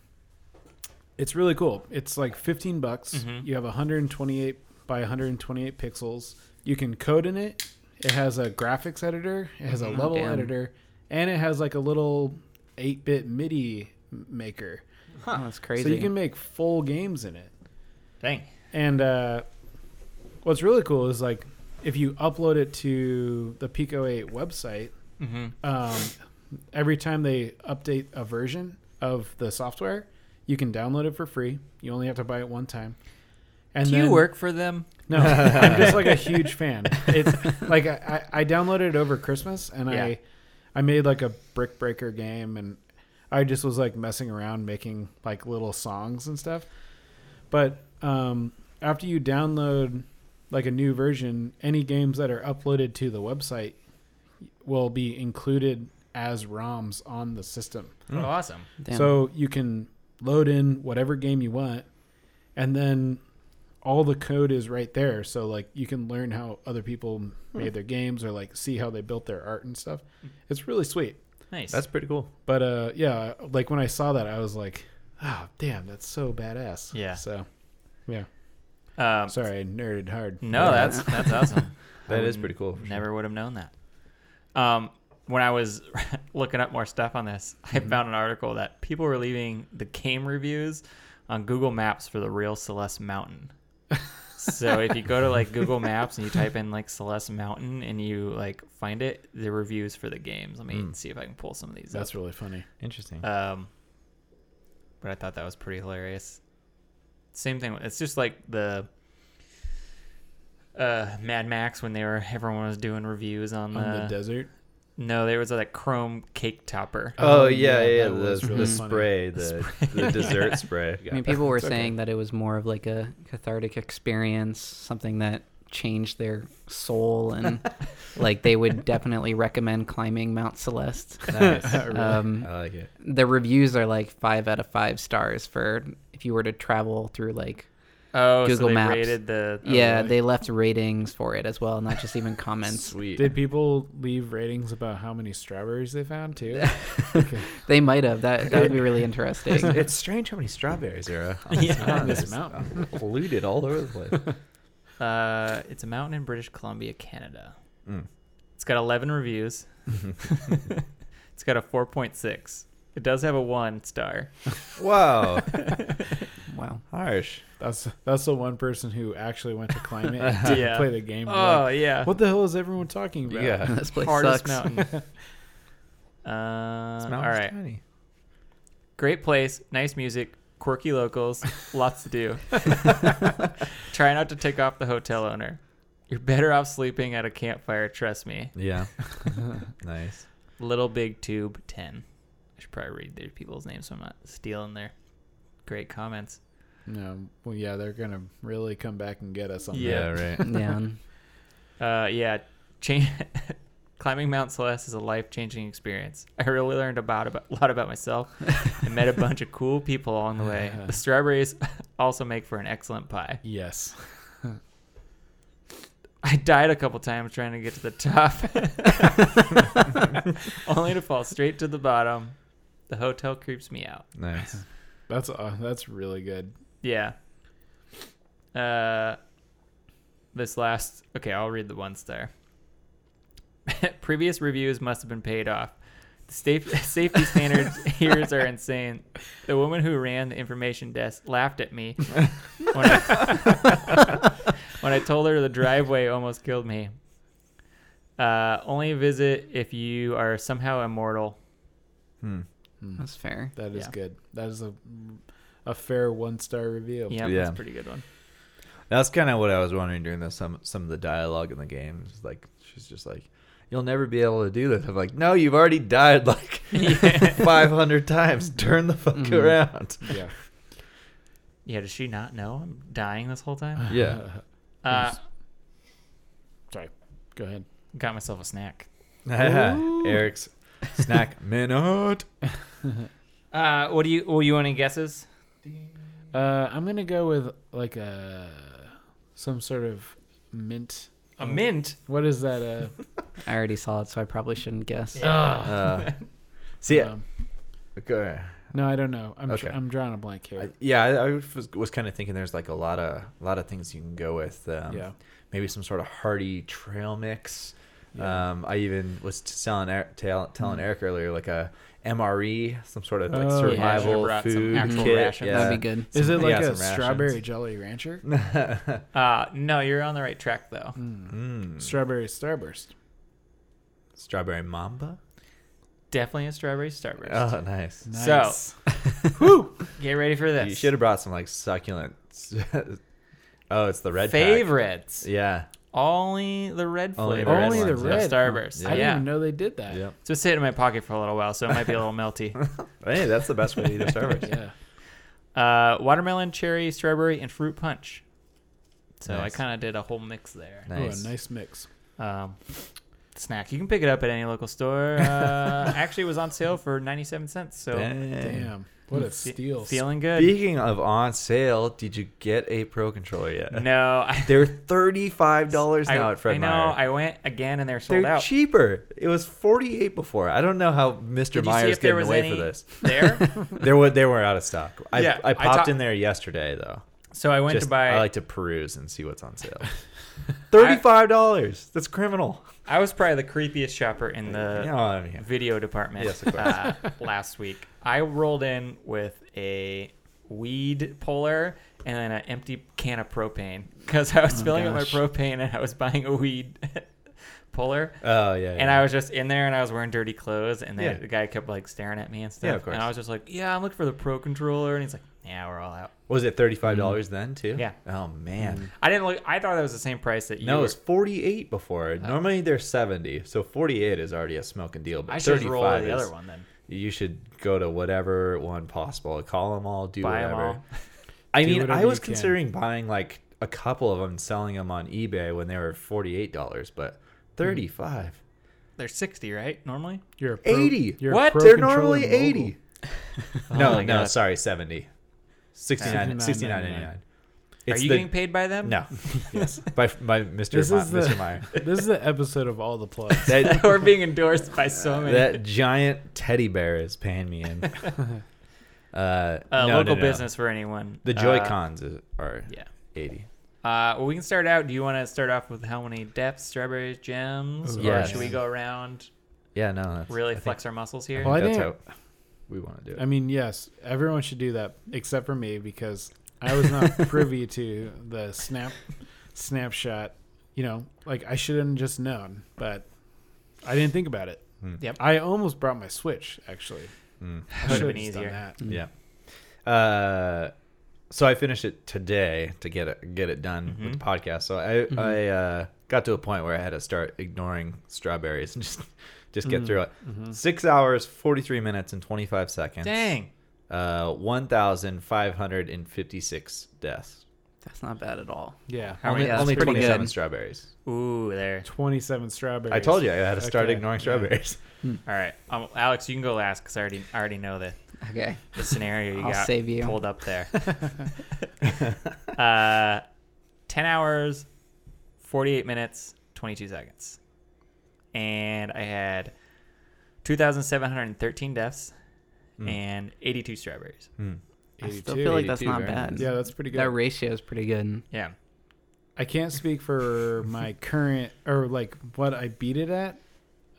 Speaker 2: it's really cool it's like 15 bucks
Speaker 4: Mm-hmm.
Speaker 2: you have 128 by 128 pixels you can code in it it has a graphics editor it has a level
Speaker 4: Mm-hmm. damn.
Speaker 2: editor and it has like a little 8-bit midi maker
Speaker 4: Oh, that's crazy.
Speaker 2: so you can make full games in it
Speaker 1: dang
Speaker 2: and uh, what's really cool is like if you upload it to the Pico 8 website,
Speaker 3: Mm-hmm.
Speaker 2: um, every time they update a version of the software, you can download it for free. You only have to buy it one time. And
Speaker 1: do you work for them
Speaker 2: No, I'm just like a huge fan. It's like I, I I downloaded it over Christmas and
Speaker 1: Yeah.
Speaker 2: I I made like a brick breaker game and I just was like messing around making like little songs and stuff. But um, after you download like a new version, any games that are uploaded to the website will be included as ROMs on the system.
Speaker 3: Mm.
Speaker 1: awesome
Speaker 4: Damn.
Speaker 2: So you can load in whatever game you want, and then all the code is right there. So like you can learn how other people made their games or like see how they built their art and stuff. It's really sweet.
Speaker 1: nice
Speaker 3: That's pretty cool.
Speaker 2: But uh, yeah, "Ah, like when I saw that, I was like, "Oh, damn, that's so badass."
Speaker 1: Yeah.
Speaker 2: So, yeah,
Speaker 1: Um,
Speaker 2: Sorry, I nerded hard. uh,
Speaker 1: No, that's that's awesome.
Speaker 3: That is
Speaker 1: wouldn't-
Speaker 3: pretty cool. for sure.
Speaker 1: Never would have known that. Um, when I was looking up more stuff on this, I
Speaker 3: Mm-hmm.
Speaker 1: found an article that people were leaving the game reviews on Google Maps for the real Celeste Mountain. so if you go to like Google Maps and you type in like Celeste Mountain and you like find it, the reviews for the games. Let me
Speaker 3: Mm.
Speaker 1: see if I can pull some of these.
Speaker 2: That's really funny.
Speaker 3: Interesting.
Speaker 1: Um, but I thought that was pretty hilarious. Same thing. It's just like the uh, Mad Max when they were everyone was doing reviews on the,
Speaker 2: On the desert.
Speaker 1: no, there was uh, that chrome cake topper.
Speaker 3: oh yeah, yeah,
Speaker 2: Um, that
Speaker 3: the,
Speaker 2: was
Speaker 3: the
Speaker 2: really funny.
Speaker 3: spray, the the dessert spray.
Speaker 4: I mean, people were saying that it was more of like a cathartic experience, something that changed their soul, and like they would definitely recommend climbing Mount Celeste.
Speaker 3: nice.
Speaker 4: Um,
Speaker 3: I like it.
Speaker 4: the reviews are like five out of five stars for if you were to travel through like
Speaker 1: Oh, so
Speaker 4: Google
Speaker 1: they
Speaker 4: Maps.
Speaker 1: rated the oh,
Speaker 3: Oh,
Speaker 4: yeah
Speaker 2: really?
Speaker 4: they left ratings for it as well not just even comments
Speaker 3: Sweet.
Speaker 2: Did people leave ratings about how many strawberries they found too? okay.
Speaker 4: they might have that that would be really interesting
Speaker 3: it's strange how many strawberries are uh,
Speaker 1: Yeah.
Speaker 2: On this
Speaker 3: It's
Speaker 2: mountain.
Speaker 3: polluted all over the place.
Speaker 1: Uh, it's a mountain in British Columbia, Canada.
Speaker 3: Mm.
Speaker 1: It's got 11 reviews. it's got a 4.6. It does have a one star.
Speaker 3: Wow,
Speaker 4: wow
Speaker 3: harsh.
Speaker 2: That's that's the one person who actually went to climb it and
Speaker 1: Yeah.
Speaker 2: didn't play the game. They're
Speaker 1: Oh
Speaker 2: like,
Speaker 1: yeah,
Speaker 2: what the hell is everyone talking about?
Speaker 3: Yeah.
Speaker 4: this place
Speaker 1: hardest
Speaker 4: sucks
Speaker 1: mountain. Uh, all right. Great place, nice music, quirky locals, lots to do. Try not to take off the hotel owner. You're better off sleeping at a campfire, trust me.
Speaker 3: Yeah. nice.
Speaker 1: Little Big Tube 10. I should probably read their people's names so I'm not stealing their great comments.
Speaker 2: No. Well, yeah, they're gonna really come back and get us on
Speaker 1: Yeah.
Speaker 3: right.
Speaker 4: yeah
Speaker 1: Uh, yeah, change. Climbing Mount Celeste is a life-changing experience. I really learned about, about a lot about myself and met a bunch of cool people along the way. The strawberries also make for an excellent pie.
Speaker 2: that. Yes.
Speaker 1: I died a couple times trying to get to the top, only to fall straight to the bottom. The hotel creeps me out.
Speaker 3: Nice.
Speaker 2: That's uh, that's really good.
Speaker 1: Yeah. Uh, this last. Okay, I'll read the one star. Previous reviews must have been paid off. The sta- safety standards here are insane. The woman who ran the information desk laughed at me when I, when I told her the driveway almost killed me. Uh, only visit if you are somehow immortal.
Speaker 3: Hmm.
Speaker 2: Mm,
Speaker 4: that's fair
Speaker 2: That is
Speaker 1: Yeah.
Speaker 2: good. That is a a fair one star review.
Speaker 1: Yeah,
Speaker 3: Yeah.
Speaker 1: that's a pretty good one.
Speaker 3: That's kind of what I was wondering during the, some some of the dialogue in the game. It's like she's just like, "You'll never be able to do this." I'm like, "No, you've already died like 500 times. Turn the fuck
Speaker 4: Mhm.
Speaker 3: around."
Speaker 2: Yeah.
Speaker 1: Yeah, does she not know I'm dying this whole time?
Speaker 3: Yeah.
Speaker 1: Uh,
Speaker 2: Sorry. Go ahead.
Speaker 1: Got myself a snack.
Speaker 3: Eric's snack minute.
Speaker 1: Uh, what do you? Well, you want any guesses?
Speaker 2: Uh, I'm gonna go with like a some sort of mint.
Speaker 1: A mint.
Speaker 2: What is that? Uh,
Speaker 4: i already saw it so i probably shouldn't guess
Speaker 2: Oh,
Speaker 1: Ugh.
Speaker 3: Uh, see,
Speaker 2: um,
Speaker 3: okay.
Speaker 2: no, I don't know. I'm tr-
Speaker 3: Okay.
Speaker 2: I'm drawing a blank
Speaker 3: I,
Speaker 2: here.
Speaker 3: yeah, I, I was, was kind of thinking there's like a lot of a lot of things you can go with. Um,
Speaker 2: yeah.
Speaker 3: maybe some sort of hearty trail mix.
Speaker 2: Yeah.
Speaker 3: Um, I even was t- telling Eric, tell, telling
Speaker 2: Mm.
Speaker 3: Eric earlier, like a MRE, some sort of like
Speaker 2: Oh, yeah.
Speaker 1: Should've
Speaker 3: survival
Speaker 1: brought some
Speaker 3: food
Speaker 1: actual
Speaker 3: kit.
Speaker 1: rations.
Speaker 3: Yeah.
Speaker 4: that'd be good
Speaker 2: Is it
Speaker 3: some-
Speaker 2: like
Speaker 3: yeah,
Speaker 2: a
Speaker 3: some rations.
Speaker 2: strawberry Jolly Rancher?
Speaker 1: Uh, no, you're on the right track though.
Speaker 2: Mm.
Speaker 3: Mm.
Speaker 2: Strawberry Starburst.
Speaker 3: Strawberry mamba.
Speaker 1: Definitely a strawberry starburst.
Speaker 3: Oh, nice.
Speaker 2: Nice.
Speaker 1: Get ready for this.
Speaker 3: You should have brought some like succulent. oh, it's the red pack.
Speaker 1: favorites.
Speaker 3: Yeah.
Speaker 1: Only the red
Speaker 3: Only the
Speaker 1: flavor.
Speaker 2: Only the
Speaker 3: ones, yeah.
Speaker 2: red.
Speaker 1: Starburst.
Speaker 2: I
Speaker 1: Yeah.
Speaker 2: didn't even know they did that.
Speaker 3: Yeah.
Speaker 1: It's been sitting in my pocket for a little while, so it might be a little melty.
Speaker 3: Hey, that's the best way to eat a Starburst.
Speaker 2: Yeah.
Speaker 1: Uh, watermelon, cherry, strawberry, and fruit punch. So
Speaker 3: Nice.
Speaker 1: I kind of did a whole mix there.
Speaker 3: Nice.
Speaker 2: Oh, a nice mix.
Speaker 1: Um, snack. You can pick it up at any local store. Uh, actually, it was on sale for ninety-seven cents. So
Speaker 3: Dang.
Speaker 2: Damn. What a
Speaker 1: Fe-
Speaker 2: steal.
Speaker 1: Feeling good.
Speaker 3: Speaking of on sale, did you get a Pro controller yet?
Speaker 1: No, I,
Speaker 3: They're thirty-five dollars
Speaker 1: I,
Speaker 3: now at Fred
Speaker 1: I know.
Speaker 3: Meyer.
Speaker 1: I went again, and they're sold
Speaker 3: They're
Speaker 1: out.
Speaker 3: cheaper. It was forty-eight before. I don't know how Mr.
Speaker 1: Did you see
Speaker 3: Meyer's
Speaker 1: if there
Speaker 3: getting
Speaker 1: was
Speaker 3: away
Speaker 1: any
Speaker 3: for this.
Speaker 1: there?
Speaker 3: They were they were out of stock. I
Speaker 1: Yeah,
Speaker 3: I
Speaker 1: I
Speaker 3: popped
Speaker 1: ta-
Speaker 3: in there yesterday though.
Speaker 1: So I went
Speaker 3: Just-
Speaker 1: to buy.
Speaker 3: I like to peruse and see what's on sale. Thirty-five dollars. That's criminal.
Speaker 1: I was probably the creepiest shopper in the
Speaker 3: yeah, I mean,
Speaker 1: video department
Speaker 3: Yes, of course.
Speaker 1: uh, last week. I rolled in with a weed puller and then an empty can of propane because I was
Speaker 2: Oh,
Speaker 1: filling
Speaker 2: gosh.
Speaker 1: up my propane and I was buying a weed puller.
Speaker 3: Oh yeah.
Speaker 1: And I was just in there and I was wearing dirty clothes and the,
Speaker 3: Yeah.
Speaker 1: the guy kept like staring at me and stuff.
Speaker 3: Yeah, of
Speaker 1: And I
Speaker 3: course.
Speaker 1: was just like, yeah, I'm looking for the pro controller. And he's like, yeah, we're all out.
Speaker 3: was it thirty-five dollars then too?
Speaker 1: Mm-hmm. Yeah.
Speaker 3: Oh man.
Speaker 1: I didn't look. I thought that was the same price that you. Uh,
Speaker 3: No,
Speaker 1: were-
Speaker 3: it's forty-eight before. Normally they're seventy, so forty-eight is already a smoking deal. But
Speaker 1: I should
Speaker 3: thirty-five
Speaker 1: roll the
Speaker 3: is,
Speaker 1: other one then.
Speaker 3: You should go to whatever one possible. Call them all. Do
Speaker 1: Buy 'em
Speaker 3: whatever.
Speaker 1: all.
Speaker 3: I
Speaker 2: Do
Speaker 3: mean,
Speaker 2: whatever
Speaker 3: I was
Speaker 2: you can.
Speaker 3: considering buying like a couple of them, and selling them on eBay when they were forty-eight dollars,
Speaker 2: Hmm.
Speaker 3: but thirty-five.
Speaker 1: They're sixty, right? Normally.
Speaker 2: You're a pro,
Speaker 3: 80.
Speaker 2: You're a
Speaker 1: What?
Speaker 2: pro
Speaker 3: They're
Speaker 2: controller
Speaker 3: normally
Speaker 2: mogul.
Speaker 3: 80.
Speaker 1: Oh
Speaker 3: no,
Speaker 1: my
Speaker 3: no,
Speaker 1: God.
Speaker 3: sorry, 70. 69
Speaker 2: 69.99.
Speaker 3: 69.99.
Speaker 1: Are
Speaker 3: It's
Speaker 1: you
Speaker 3: the-
Speaker 1: getting paid by them?
Speaker 3: No. yes. By, by Mr.
Speaker 2: This
Speaker 3: Ma-
Speaker 2: is the-
Speaker 3: Mr. Meyer.
Speaker 2: This is the episode of all the plugs.
Speaker 3: That,
Speaker 1: We're being endorsed by so many.
Speaker 3: Uh, that giant teddy bear is paying me in. Uh,
Speaker 1: uh,
Speaker 3: no, no,
Speaker 1: local
Speaker 3: no.
Speaker 1: business for anyone.
Speaker 3: The
Speaker 1: Uh,
Speaker 3: Joy Cons is are
Speaker 1: yeah.
Speaker 3: 80.
Speaker 1: Uh, well, we can start out. Do you want to start off with how many depths, strawberries, gems,
Speaker 2: Ooh,
Speaker 1: or
Speaker 3: yes.
Speaker 1: should we go around
Speaker 3: Yeah, no. That's,
Speaker 1: really
Speaker 3: I think-
Speaker 1: flex our muscles here?
Speaker 2: Well, I
Speaker 3: that's
Speaker 2: didn't-
Speaker 3: how we want to do
Speaker 2: I
Speaker 3: it.
Speaker 2: mean, yes, everyone should do that except for me because I was not privy to the snap snapshot. You know, like I should have just known, but I didn't think about it.
Speaker 3: Hmm.
Speaker 1: Yep.
Speaker 2: I almost brought my Switch actually.
Speaker 3: Mm.
Speaker 2: I
Speaker 1: Would've
Speaker 2: should've
Speaker 1: been
Speaker 2: just done
Speaker 1: easier.
Speaker 2: that.
Speaker 4: Mm.
Speaker 3: Yeah. Uh, so I finished it today to get it get it done with the podcast. So I I uh, got to a point where I had to start ignoring strawberries and just just get through
Speaker 2: Mm-hmm.
Speaker 3: it.
Speaker 1: Mm-hmm.
Speaker 3: Six hours, forty three minutes, and twenty five seconds.
Speaker 1: Dang.
Speaker 3: Uh, one thousand five hundred and fifty six deaths.
Speaker 4: That's not bad at all.
Speaker 2: Yeah.
Speaker 1: How
Speaker 3: only
Speaker 1: many- that's
Speaker 3: only
Speaker 4: pretty
Speaker 3: twenty seven
Speaker 4: good.
Speaker 3: strawberries.
Speaker 1: Ooh, there.
Speaker 2: 27 strawberries.
Speaker 3: I told you I had to start
Speaker 2: Okay.
Speaker 3: ignoring
Speaker 2: Yeah.
Speaker 3: strawberries.
Speaker 1: All right, um, Alex, you can go last because I already I already know the,
Speaker 4: Okay.
Speaker 1: the scenario you
Speaker 4: I'll
Speaker 1: got
Speaker 4: save you.
Speaker 1: pulled up there. uh, ten hours, forty eight minutes, twenty two seconds, and I had two thousand seven hundred thirteen deaths
Speaker 3: Hmm.
Speaker 1: and eighty two strawberries.
Speaker 4: I
Speaker 2: 82.
Speaker 4: still feel like that's
Speaker 3: 82,
Speaker 4: not
Speaker 3: very
Speaker 4: bad.
Speaker 2: yeah, that's pretty good.
Speaker 4: That ratio is pretty good.
Speaker 1: Yeah.
Speaker 2: I can't speak for my current or like what I beat it at.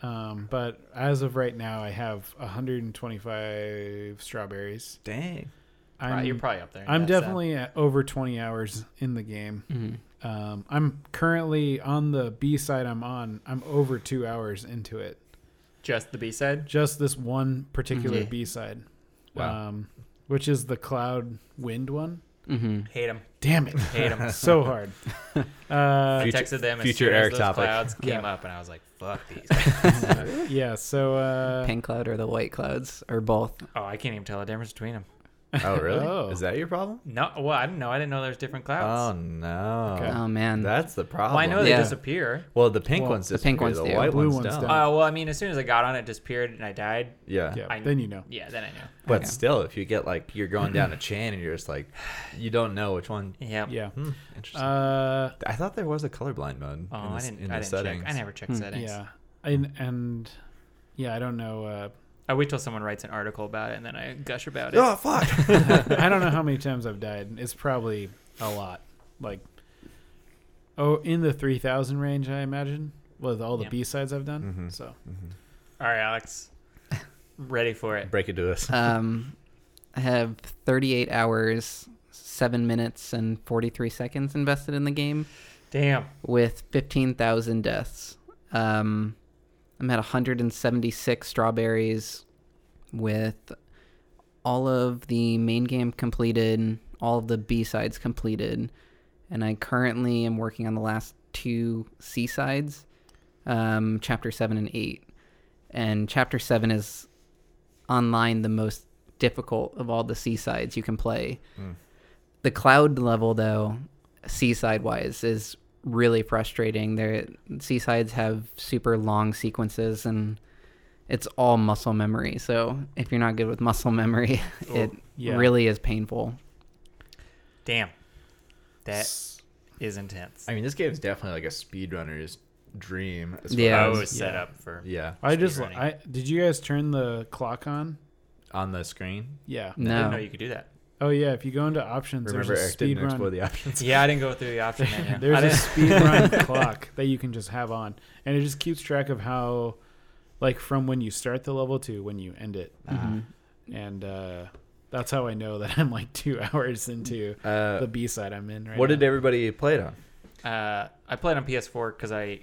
Speaker 2: Um, but as of right now, I have 125 strawberries.
Speaker 3: Dang.
Speaker 2: I'm,
Speaker 1: Right, you're probably up there. in
Speaker 2: I'm
Speaker 1: deaths, uh,
Speaker 2: definitely at over 20 hours in the game.
Speaker 4: Mhm.
Speaker 2: Um, I'm currently on the B side I'm on. I'm over two hours into it.
Speaker 1: just the B side.
Speaker 2: Just this one particular
Speaker 1: Mm-hmm.
Speaker 4: Yeah.
Speaker 2: B side.
Speaker 3: Wow.
Speaker 2: Um, which is the Cloud Wind one.
Speaker 4: Mhm.
Speaker 1: Hate them.
Speaker 2: Damn it.
Speaker 1: Hate them.
Speaker 2: so hard. Uh,
Speaker 1: I
Speaker 3: Future-
Speaker 1: texted them. As
Speaker 3: future
Speaker 1: soon as
Speaker 3: air
Speaker 1: those
Speaker 3: topic.
Speaker 1: clouds came
Speaker 2: Yeah.
Speaker 1: up, and I was like, "Fuck these."
Speaker 2: yeah, so. Uh,
Speaker 4: Pink cloud or the white clouds or both.
Speaker 1: oh, I can't even tell the difference between them.
Speaker 3: Oh really?
Speaker 2: Oh.
Speaker 3: Is that your problem?
Speaker 1: No, well, I didn't know. I didn't know there's different
Speaker 3: Oh
Speaker 1: clouds.
Speaker 3: no.
Speaker 2: Okay.
Speaker 4: Oh man.
Speaker 3: That's the problem.
Speaker 1: well, I know they
Speaker 4: Yeah.
Speaker 1: disappear.
Speaker 3: Well, the pink
Speaker 2: Well,
Speaker 3: ones
Speaker 4: the
Speaker 3: disappear.
Speaker 4: pink ones
Speaker 3: The
Speaker 4: do.
Speaker 3: white
Speaker 2: Blue
Speaker 3: ones,
Speaker 2: ones
Speaker 3: don't.
Speaker 2: don't.
Speaker 1: Uh, well, I mean, as soon as I got on it, disappeared, and I died.
Speaker 3: yeah.
Speaker 2: yeah,
Speaker 1: I-
Speaker 2: then you know.
Speaker 1: Yeah, then I know.
Speaker 3: But
Speaker 4: Okay.
Speaker 3: still, if you get like you're going down a chain and you're just like, you don't know which one.
Speaker 1: Yeah.
Speaker 2: Yeah.
Speaker 3: Hmm, interesting.
Speaker 2: Uh,
Speaker 3: I thought there was a colorblind mode.
Speaker 1: Oh,
Speaker 3: in
Speaker 1: I
Speaker 3: this,
Speaker 1: didn't.
Speaker 3: In
Speaker 1: I
Speaker 3: the
Speaker 1: didn't
Speaker 3: settings.
Speaker 1: check. I never check
Speaker 4: Hmm.
Speaker 1: settings.
Speaker 2: yeah, and and yeah, I don't know. Uh,
Speaker 1: I wait till someone writes an article about it, and then I gush about it.
Speaker 3: Oh fuck!
Speaker 2: I don't know how many times I've died. It's probably a lot. Like, oh, in the three thousand range, I imagine, with all the
Speaker 1: Yeah.
Speaker 2: B sides I've done.
Speaker 3: Mhm.
Speaker 2: So
Speaker 1: All right, Alex. Ready for it?
Speaker 3: Break it to us.
Speaker 4: um, I have 38 hours, seven minutes, and 43 seconds invested in the game
Speaker 1: Damn.
Speaker 4: with 15,000 deaths. Um, I'm at 176 strawberries with all of the main game completed, all of the B sides completed, and I currently am working on the last two C sides, um, chapter 7 and 8. And chapter 7 is online the most difficult of all the C sides you can play. The cloud level, though, seaside wise, is really frustrating. Their seasides have super long sequences, and it's all muscle memory. So if you're not good with muscle memory, it
Speaker 2: yeah.
Speaker 4: really is painful.
Speaker 1: Damn. That
Speaker 2: S-
Speaker 1: is intense.
Speaker 3: I mean, this game is definitely like a speedrunner's dream. as
Speaker 4: Yeah.
Speaker 3: far
Speaker 1: I
Speaker 3: as-
Speaker 1: Oh, was set
Speaker 2: yeah.
Speaker 1: up for.
Speaker 3: yeah.
Speaker 2: I just
Speaker 1: Speedrunning.
Speaker 2: I did you guys turn the clock on?
Speaker 3: On the screen.
Speaker 1: I
Speaker 2: Yeah.
Speaker 1: didn't know
Speaker 4: No,
Speaker 1: you could do that.
Speaker 2: Oh yeah, if you go into options,
Speaker 3: Remember,
Speaker 2: there's a
Speaker 3: Eric didn't
Speaker 2: speed
Speaker 3: explore
Speaker 2: run.
Speaker 3: the options.
Speaker 1: Yeah, I didn't go through the option menu. I
Speaker 2: There's a
Speaker 1: didn't-
Speaker 2: speed run clock that you can just have on, and it just keeps track of how, like, from when you start the level to when you end it,
Speaker 4: Mhm.
Speaker 2: and uh, that's how I know that I'm like two hours into
Speaker 3: Uh,
Speaker 2: the B side I'm in right
Speaker 3: what did
Speaker 2: now.
Speaker 3: everybody play it on?
Speaker 1: uh, I played on PS4 because I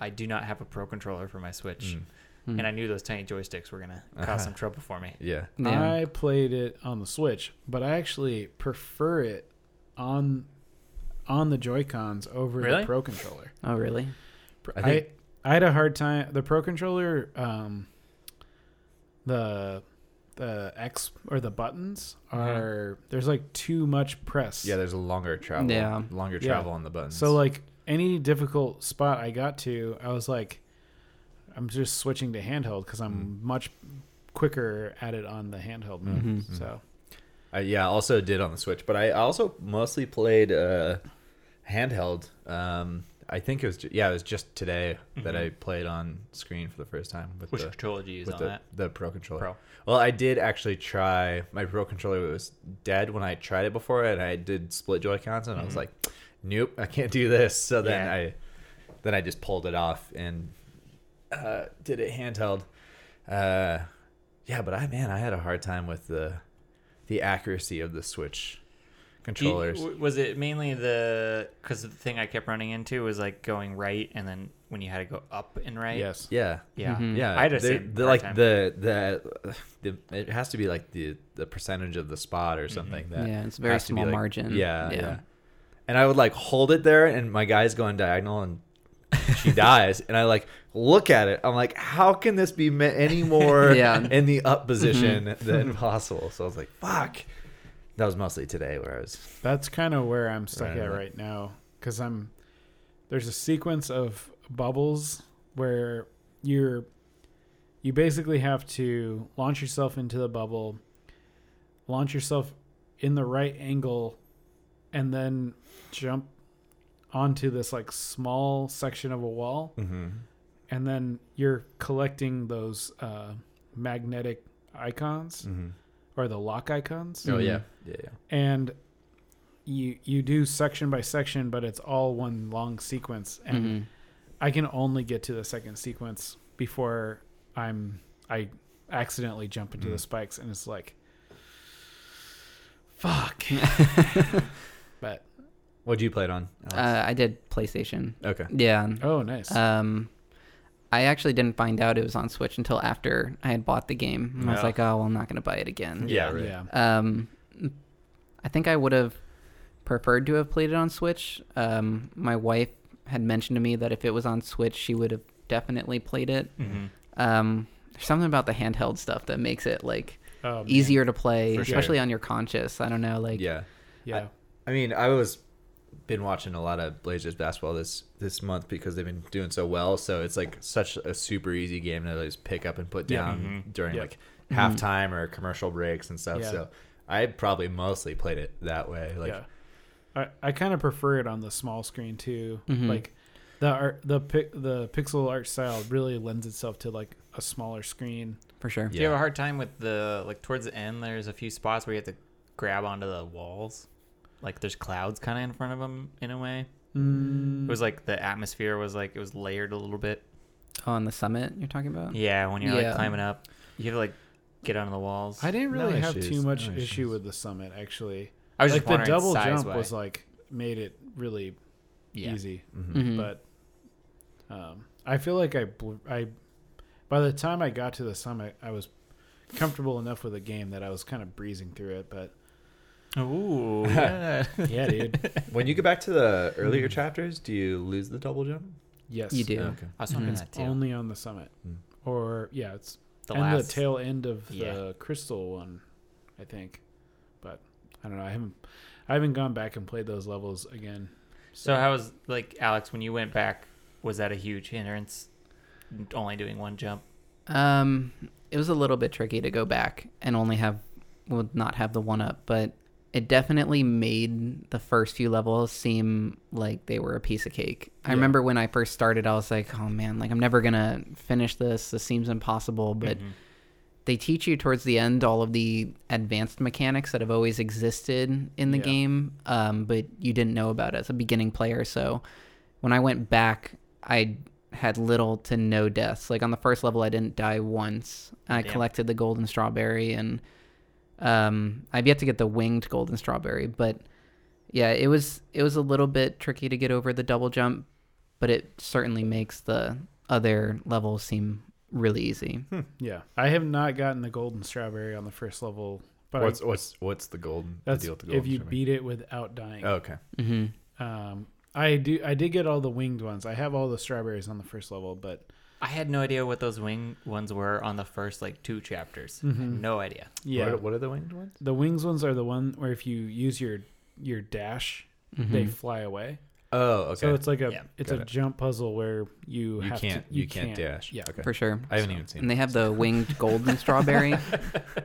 Speaker 1: I do not have a pro controller for my Switch,
Speaker 3: Mm,
Speaker 4: Mm.
Speaker 1: and I knew those tiny joysticks were gonna
Speaker 3: Uh-huh.
Speaker 1: cause some trouble for me.
Speaker 3: Yeah.
Speaker 4: Yeah.
Speaker 2: I played it on the Switch, but I actually prefer it on on the Joy Cons over
Speaker 1: Really?
Speaker 2: the Pro controller.
Speaker 4: oh, really?
Speaker 3: I
Speaker 2: I,
Speaker 3: think-
Speaker 2: I had a hard time. The Pro controller, um, the the X or the buttons are there's like too much press.
Speaker 3: Mm-hmm. Yeah, there's a longer travel.
Speaker 4: Yeah.
Speaker 3: Longer
Speaker 2: Yeah.
Speaker 3: travel on the buttons.
Speaker 2: So like any difficult spot I got to, I was like, I'm just switching to handheld because
Speaker 3: Mm.
Speaker 2: I'm much quicker at it on the handheld mode.
Speaker 3: Mm-hmm.
Speaker 4: Mhm.
Speaker 2: So
Speaker 3: I, yeah, I also did on the Switch, but I also mostly played uh, handheld. Um, I think it was ju- yeah, it was just today that I played on screen for the first time with
Speaker 1: Which
Speaker 3: the
Speaker 1: controller do you use
Speaker 3: with
Speaker 1: on
Speaker 3: the,
Speaker 1: that?
Speaker 3: the Pro controller.
Speaker 1: Pro.
Speaker 3: Well, I did actually try my Pro controller was dead when I tried it before, and I did split Joy Cons, and I was like, nope, I can't do this. So
Speaker 1: Mm-hmm.
Speaker 3: then
Speaker 1: Yeah.
Speaker 3: I then I just pulled it off and uh, did it handheld. Uh, yeah, but I man, I had a hard time with the the accuracy of the Switch
Speaker 1: Do you-
Speaker 3: controllers.
Speaker 1: w- was it mainly the because the thing I kept running into was like going right, and then when you had to go up and right.
Speaker 2: yes,
Speaker 3: yeah.
Speaker 1: Yeah.
Speaker 4: Mhm.
Speaker 3: Yeah,
Speaker 1: mm, I had a
Speaker 3: they're-
Speaker 1: same
Speaker 3: they're
Speaker 1: hard
Speaker 3: like
Speaker 1: time.
Speaker 3: the, the the it has to be like the the percentage of the spot
Speaker 1: Mm-hmm.
Speaker 3: or something that
Speaker 4: Yeah, it's a very
Speaker 3: has to be,
Speaker 4: small
Speaker 3: like-
Speaker 4: margin.
Speaker 3: Yeah, yeah,
Speaker 4: Yeah.
Speaker 3: And I would like hold it there, and my guy's going diagonal, and she dies, and I like look at it. I'm like, how can this be me- any more
Speaker 4: Yeah. Mm-hmm.
Speaker 3: in the up position than possible? So I was like, fuck. That was mostly today where I was.
Speaker 2: that's kind of where I'm stuck
Speaker 3: Right.
Speaker 2: at right now because I'm there's a sequence of bubbles where you're you basically have to launch yourself into the bubble, launch yourself in the right angle, and then jump onto this like small section of a wall.
Speaker 3: mm-hmm,
Speaker 2: and then you're collecting those uh, magnetic icons or the lock icons
Speaker 3: Oh
Speaker 4: Mhm.
Speaker 3: yeah, mm-hmm. yeah, yeah.
Speaker 2: and you you do section by section but it's all one long sequence and
Speaker 4: Mhm.
Speaker 2: i can only get to the second sequence before i'm i accidentally jump into the
Speaker 3: Mm.
Speaker 2: spikes and it's like fuck but
Speaker 3: What'd you play it on? Alex?
Speaker 4: Uh, I did PlayStation.
Speaker 3: okay.
Speaker 4: Yeah.
Speaker 2: oh nice
Speaker 4: Um, I actually didn't find out it was on Switch until after I had bought the game. And I was
Speaker 1: Yeah.
Speaker 4: like, oh, well, I'm not going to buy it again.
Speaker 3: Yeah, right.
Speaker 2: yeah
Speaker 4: Um, I think I would have preferred to have played it on Switch. Um, my wife had mentioned to me that if it was on Switch, she would have definitely played it.
Speaker 1: hmm
Speaker 4: Um, there's something about the handheld stuff that makes it like
Speaker 2: oh, man.
Speaker 4: easier to play,
Speaker 3: For sure.
Speaker 4: especially on your conscious. I don't know, like
Speaker 3: Yeah.
Speaker 2: yeah
Speaker 3: I mean, I was been watching a lot of Blazers basketball this this month because they've been doing so well. So it's like such a super easy game to just pick up and put
Speaker 2: Yeah.
Speaker 3: down
Speaker 1: Mhm.
Speaker 3: during
Speaker 2: Yeah.
Speaker 3: like halftime or commercial breaks and stuff.
Speaker 2: Yeah.
Speaker 3: So I probably mostly played it that way. Like
Speaker 2: yeah. I, I kind of prefer it on the small screen too.
Speaker 4: Mhm.
Speaker 2: Like the art, the pic, the pixel art style really lends itself to like a smaller screen.
Speaker 4: for sure.
Speaker 1: Do you have
Speaker 3: Yeah.
Speaker 1: a hard time with the like towards the end? There's a few spots where you have to grab onto the walls. Like there's clouds kind of in front of them in a way.
Speaker 2: Mm.
Speaker 1: It was like the atmosphere was like it was layered a little bit.
Speaker 4: Oh, on the summit you're talking about?
Speaker 1: Yeah, when you're
Speaker 4: Oh. Yeah.
Speaker 1: like climbing up, you have to like get onto the walls.
Speaker 2: I didn't
Speaker 3: No
Speaker 2: really have
Speaker 3: issues,
Speaker 2: too much
Speaker 3: no issues.
Speaker 2: issue with the summit actually.
Speaker 1: I was
Speaker 2: like
Speaker 1: just wondering
Speaker 2: the double
Speaker 1: size
Speaker 2: jump was like made it really
Speaker 1: yeah. Hmm.
Speaker 2: easy,
Speaker 3: mm-hmm.
Speaker 4: Mhm.
Speaker 2: but um, I feel like I bl- I by the time I got to the summit, I was comfortable enough with the game that I was kind of breezing through it. But
Speaker 1: Ooh, yeah.
Speaker 2: yeah, dude,
Speaker 4: Mm.
Speaker 3: when you get back to the
Speaker 2: Mm-hmm.
Speaker 3: earlier chapters, do you lose the double jump? Oh,
Speaker 2: yes,
Speaker 4: You do. Yeah.
Speaker 3: Okay.
Speaker 1: I was wondering
Speaker 4: Mhm.
Speaker 1: that too.
Speaker 2: only on the summit,
Speaker 3: Mm.
Speaker 2: or yeah, it's
Speaker 1: the
Speaker 2: and
Speaker 1: last
Speaker 2: the tail end of the
Speaker 1: Yeah.
Speaker 2: crystal one, I think. But I don't know. I haven't I haven't gone back and played those levels again.
Speaker 1: So how was like Alex when you went back? Was that a huge hindrance? Only doing one jump.
Speaker 4: Um, it was a little bit tricky to go back and only have would not have the one up, but it definitely made the first few levels seem like they were a piece of cake. I
Speaker 2: Yeah.
Speaker 4: remember when I first
Speaker 2: Mm-hmm.
Speaker 4: started, I was like, "Oh man, like I'm never gonna finish this. This seems impossible." But
Speaker 1: Mhm.
Speaker 4: they teach you towards the end all of the advanced mechanics that have always existed in the
Speaker 2: Yeah.
Speaker 4: game, um, but you didn't know about as a beginning player. So when I went back, I had little to no deaths. Like on the first level, I didn't die once. I
Speaker 1: Damn.
Speaker 4: collected the golden strawberry, and um, I've yet to get the winged golden strawberry. But yeah, it was it was a little bit tricky to get over the double jump, but it certainly makes the other levels seem really easy.
Speaker 3: Hmm.
Speaker 2: Yeah, I have not gotten the golden strawberry on the first level, but I-
Speaker 3: what's what's what's the golden the
Speaker 2: that's
Speaker 3: deal with the golden
Speaker 2: if you
Speaker 3: strawberry?
Speaker 2: beat it without dying.
Speaker 3: Oh, okay.
Speaker 4: Mm-hmm.
Speaker 2: Um, I do. I did get all the winged ones. I have all the strawberries on the first level, but
Speaker 1: I had no idea what those wing ones were on the first like two chapters. I had no idea.
Speaker 2: yeah,
Speaker 3: What, are- what are the winged ones?
Speaker 2: the wings ones are the one where if you use your your dash, they fly away.
Speaker 3: Oh, okay.
Speaker 2: So it's like a
Speaker 1: Yeah,
Speaker 2: it's
Speaker 3: got
Speaker 2: a
Speaker 3: it.
Speaker 2: jump puzzle where you
Speaker 3: you
Speaker 2: have
Speaker 3: can't
Speaker 2: to,
Speaker 3: you, can't, dash.
Speaker 2: Yeah.
Speaker 3: Okay.
Speaker 4: For sure.
Speaker 3: I haven't even seen.
Speaker 4: And
Speaker 3: it.
Speaker 4: they have the winged golden strawberry.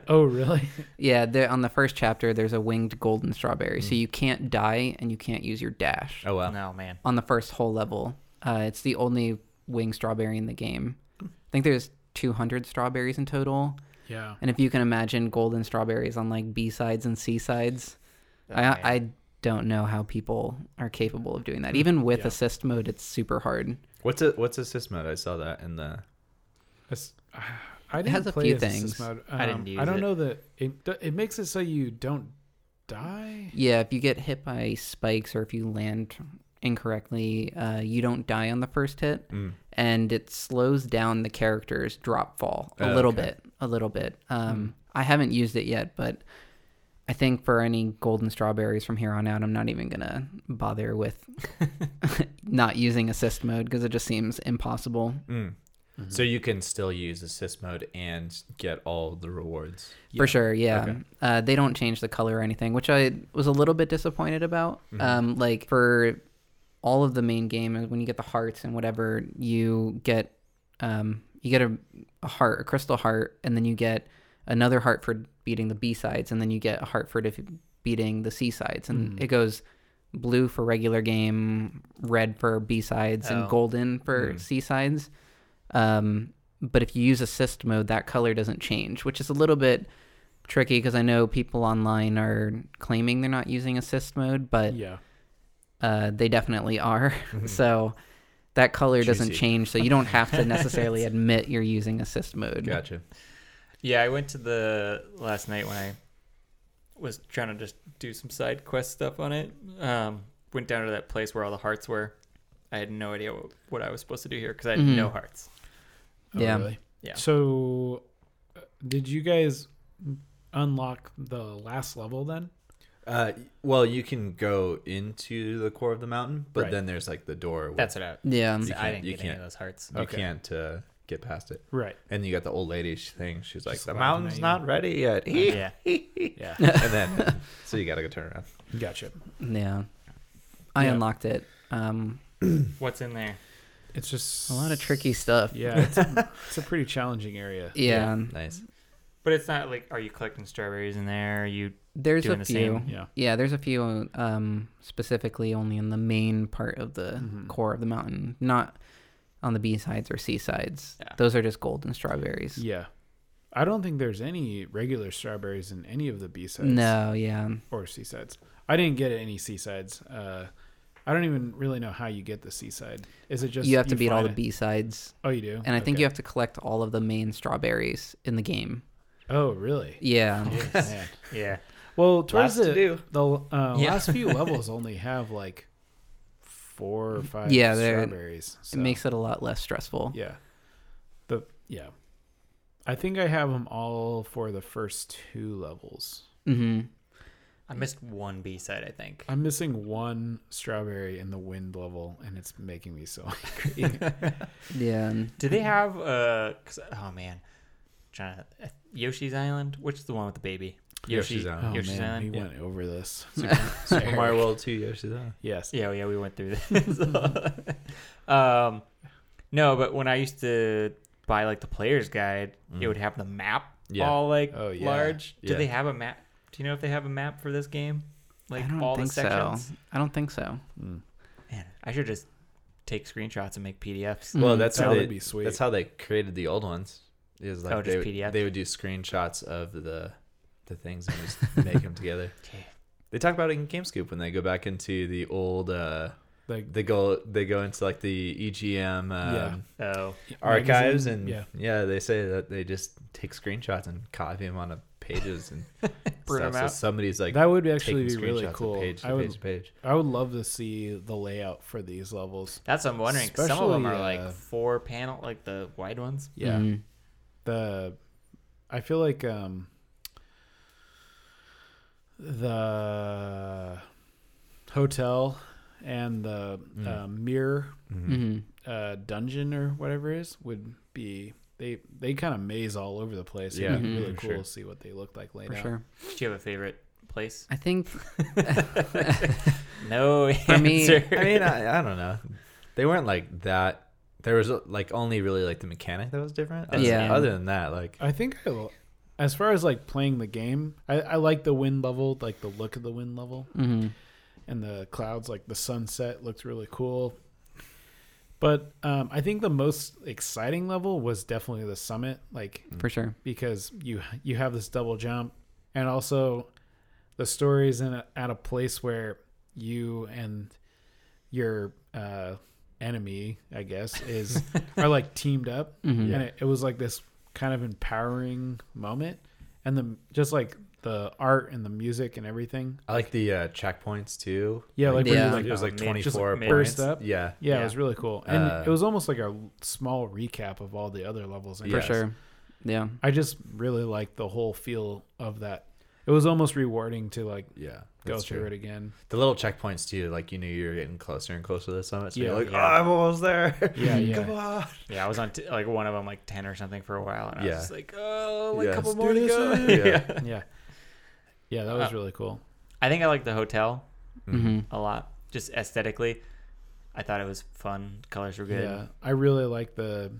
Speaker 2: Oh really?
Speaker 4: Yeah, there on the first chapter there's a winged golden strawberry.
Speaker 3: Hmm.
Speaker 4: So you can't die and you can't use your dash.
Speaker 3: Oh wow.
Speaker 1: No man.
Speaker 4: On the first whole level. Uh, it's the only winged strawberry in the game. I think there's 200 strawberries in total.
Speaker 2: Yeah.
Speaker 4: And if you can imagine golden strawberries on like B sides and C sides,
Speaker 1: Okay.
Speaker 4: I, I don't know how people are capable of doing that. Even with
Speaker 2: Yeah.
Speaker 4: assist mode, it's super hard.
Speaker 3: What's a what's assist mode? I saw that in the.
Speaker 2: That's- I didn't
Speaker 4: has a
Speaker 2: play
Speaker 4: few
Speaker 2: as assist
Speaker 4: things.
Speaker 2: mode.
Speaker 1: I didn't
Speaker 2: Um, I
Speaker 1: use
Speaker 2: don't
Speaker 1: it.
Speaker 2: know that it do- it makes it so you don't die.
Speaker 4: Yeah, if you get hit by spikes or if you land incorrectly, uh, you don't die on the first hit,
Speaker 3: Mm.
Speaker 4: and it slows down the character's drop fall a
Speaker 3: Oh,
Speaker 4: little
Speaker 3: okay. Mm.
Speaker 4: bit, a little bit. Um, I haven't used it yet, but I think for any golden strawberries from here on out, I'm not even gonna bother with not using assist mode because it just seems impossible.
Speaker 3: Mm.
Speaker 2: Mm-hmm.
Speaker 3: So you can still use assist mode and get all the rewards.
Speaker 4: For sure, yeah.
Speaker 3: Okay.
Speaker 4: Uh, they don't change the color or anything, which I was a little bit disappointed about. Um, like for all of the main game, and when you get the hearts and whatever, you get um, you get a, a heart, a crystal heart, and then you get another heart for beating the B sides, and then you get a heart for def- beating the C sides, and it goes blue for regular game, red for B sides,
Speaker 1: Oh.
Speaker 4: and golden for C sides. Um, but if you use assist mode, that color doesn't change, which is a little bit tricky because I know people online are claiming they're not using assist mode, but
Speaker 2: Yeah.
Speaker 4: uh, they definitely are. so that color doesn't
Speaker 3: Juicy.
Speaker 4: change, so you don't have to necessarily admit you're using assist mode.
Speaker 3: Gotcha.
Speaker 1: Yeah, I went to the last night when I was trying to just do some side quest stuff on it. Um, went down to that place where all the hearts were. I had no idea what, what I was supposed to do here because I had
Speaker 4: Mhm.
Speaker 1: no hearts.
Speaker 2: Oh,
Speaker 4: Yeah.
Speaker 2: really?
Speaker 1: Yeah.
Speaker 2: So, uh, did you guys unlock the last level then?
Speaker 3: Uh, well, you can go into the core of the mountain, but
Speaker 2: Right.
Speaker 3: then there's like the door. Where
Speaker 1: That's what I.
Speaker 4: Yeah.
Speaker 1: I
Speaker 3: You can't-
Speaker 1: didn't
Speaker 3: you
Speaker 1: get any of
Speaker 3: can't.
Speaker 1: those hearts.
Speaker 3: you
Speaker 2: Okay.
Speaker 3: can't uh, get past it.
Speaker 2: Right.
Speaker 3: And you got the old lady thing. She's like,
Speaker 2: Just
Speaker 3: "The
Speaker 2: laughing at
Speaker 3: mountain's
Speaker 2: you."
Speaker 3: not ready yet."
Speaker 1: Yeah.
Speaker 2: Yeah.
Speaker 3: and then, so you gotta go turn around.
Speaker 2: Gotcha.
Speaker 4: Yeah. I
Speaker 2: Yeah.
Speaker 4: unlocked it. Um,
Speaker 1: What's in there?
Speaker 2: It's just
Speaker 4: a lot of tricky stuff.
Speaker 2: Yeah, it's a, it's a pretty challenging area.
Speaker 4: Yeah.
Speaker 3: Nice.
Speaker 1: But it's not like, are you collecting strawberries in there? Are you
Speaker 4: There's
Speaker 1: Doing the
Speaker 4: a few.
Speaker 1: same.
Speaker 2: Yeah.
Speaker 4: Yeah, there's a few um, specifically only in the main part of the core of the mountain, not on the B sides or C sides.
Speaker 1: Yeah.
Speaker 4: Those are just golden strawberries.
Speaker 2: Yeah. I don't think there's any regular strawberries in any of the B sides
Speaker 4: No, yeah.
Speaker 2: or C sides. I didn't get any C sides. Uh, I don't even really know how you get the C side. Is it just
Speaker 4: you have to beat all
Speaker 2: find
Speaker 4: the
Speaker 2: it-
Speaker 4: B sides,
Speaker 2: Oh, you do.
Speaker 4: and I think
Speaker 2: Okay.
Speaker 4: you have to collect all of the main strawberries in the game.
Speaker 2: Oh, really?
Speaker 4: Yeah,
Speaker 2: Man.
Speaker 1: Yeah.
Speaker 2: Well, towards
Speaker 3: Lots to
Speaker 2: the
Speaker 3: do.
Speaker 2: the uh,
Speaker 1: Yeah.
Speaker 2: last few levels only have like four or five
Speaker 4: Yeah, they're-
Speaker 2: strawberries. So,
Speaker 4: it makes it a lot less stressful.
Speaker 2: yeah. The yeah. I think I have them all for the first two levels.
Speaker 4: hmm
Speaker 1: I missed one B side, I think.
Speaker 4: Um,
Speaker 2: I'm missing one strawberry in the wind level, and it's making me
Speaker 3: Oh,
Speaker 2: so angry.
Speaker 4: Yeah, and
Speaker 1: Do they have uh? 'cause- oh man, trying to, Yoshi's Island. Which is the one with the baby?
Speaker 3: Yoshi's
Speaker 1: Yoshi-
Speaker 3: Island.
Speaker 2: oh
Speaker 1: Yoshi's
Speaker 2: man, we
Speaker 1: Island.
Speaker 2: went over this. Oh,
Speaker 3: Super Mario World 2 Yoshi's Island.
Speaker 2: yes.
Speaker 1: Yeah, oh, yeah, we went through this. um, no, but when I used to buy like the player's guide, it would have the map
Speaker 3: Mm. Yeah.
Speaker 1: all like
Speaker 2: Oh, yeah.
Speaker 1: large. Do
Speaker 3: Yeah.
Speaker 1: they have a map? Do you know if they have a map for this game? Like
Speaker 4: I don't
Speaker 1: all
Speaker 4: think
Speaker 1: the sections.
Speaker 4: so. I don't think so.
Speaker 2: Mm.
Speaker 1: Man, I should just take screenshots and make PDFs.
Speaker 4: Mm.
Speaker 3: Well, that's
Speaker 2: That
Speaker 3: how
Speaker 2: would
Speaker 3: they,
Speaker 2: be sweet.
Speaker 3: That's how they created the old ones. is like
Speaker 1: Oh, just
Speaker 3: they, would,
Speaker 1: PDF?
Speaker 3: they would do screenshots of the the things and just make them together. They talk about it in Game Scoop when they go back into the old. Uh,
Speaker 2: Like
Speaker 3: they go they go into like the EGM um,
Speaker 2: Yeah.
Speaker 1: Oh,
Speaker 3: archives
Speaker 2: magazine,
Speaker 3: and
Speaker 2: yeah.
Speaker 3: yeah. they say that they just take screenshots and copy them onto pages and
Speaker 1: Print 'em
Speaker 3: stuff. So
Speaker 1: out.
Speaker 3: somebody's like
Speaker 2: that would
Speaker 3: taking
Speaker 2: actually be
Speaker 3: screenshots
Speaker 2: really
Speaker 3: of
Speaker 2: cool.
Speaker 3: page to
Speaker 2: I would
Speaker 3: page to page.
Speaker 2: I would love to see the layout for these levels.
Speaker 1: that's what I'm wondering. 'cause Some of them are
Speaker 2: Especially, uh,
Speaker 1: like four panel, like the wide ones.
Speaker 3: Mm-hmm.
Speaker 2: Yeah.
Speaker 4: Mm.
Speaker 2: The I feel like um the hotel and the
Speaker 3: Mm.
Speaker 2: uh, mirror
Speaker 3: Mm-hmm.
Speaker 4: Mhm.
Speaker 2: uh, dungeon or whatever it is would be they they kind of maze all over the place.
Speaker 3: Yeah,
Speaker 2: It'd be
Speaker 4: Mhm.
Speaker 2: really
Speaker 3: for
Speaker 2: cool
Speaker 3: sure.
Speaker 2: to see what they look like laid
Speaker 4: For
Speaker 2: out.
Speaker 4: sure.
Speaker 1: Do you have a favorite place?
Speaker 4: I think
Speaker 1: No
Speaker 4: For me-
Speaker 1: answer.
Speaker 3: I mean, I, I don't know. They weren't like that. There was like only really like the mechanic that was different. Other-
Speaker 4: Yeah.
Speaker 3: Other than that, like
Speaker 2: I think I, will- as far as like playing the game, I, I like the wind level, like the look of the wind level
Speaker 4: mhm.
Speaker 2: and the clouds, like the sunset looked really cool. But um, I think the most exciting level was definitely the summit, like
Speaker 4: for sure.
Speaker 2: because you you have this double jump and also the story is in a, at a place where you and your uh enemy i guess is are like teamed up
Speaker 4: Mhm.
Speaker 2: and it, it was like this kind of empowering moment and the just like the art and the music and everything
Speaker 3: I like the uh, checkpoints too.
Speaker 2: Yeah, like
Speaker 4: when you,
Speaker 3: there's
Speaker 4: like,
Speaker 3: it was like
Speaker 1: uh, mid-
Speaker 3: twenty
Speaker 1: just
Speaker 3: four
Speaker 1: mid-
Speaker 2: burst
Speaker 3: points.
Speaker 2: up.
Speaker 3: Yeah.
Speaker 2: yeah, it
Speaker 1: Yeah.
Speaker 2: was really cool and
Speaker 3: Uh,
Speaker 2: it was almost like a small recap of all the other levels I
Speaker 3: Yeah.
Speaker 4: For
Speaker 3: Yes.
Speaker 4: sure. Yeah.
Speaker 2: I just really liked the whole feel of that. It was almost rewarding to like
Speaker 3: Yeah.
Speaker 2: go
Speaker 3: that's
Speaker 2: through
Speaker 3: true.
Speaker 2: it again.
Speaker 3: The little checkpoints too, like you knew you were getting closer and closer to the summit. So
Speaker 2: Yeah.
Speaker 3: you're like,
Speaker 1: Yeah.
Speaker 3: oh, I'm almost there.
Speaker 2: Yeah, yeah.
Speaker 3: Come on.
Speaker 1: yeah, I was on t- like one of them, like ten or something, for a while, and I
Speaker 3: Yeah.
Speaker 1: was just like, oh, like
Speaker 3: Yeah.
Speaker 1: a couple
Speaker 3: Let's do
Speaker 1: more to
Speaker 3: this,
Speaker 1: go.
Speaker 3: uh, yeah.
Speaker 2: Yeah. Yeah, that was
Speaker 1: Uh,
Speaker 2: really cool.
Speaker 1: I think I like the hotel
Speaker 3: Mm-hmm.
Speaker 4: hmm
Speaker 1: a lot, just aesthetically. I thought it was fun. Colors were good.
Speaker 2: Yeah. I really like the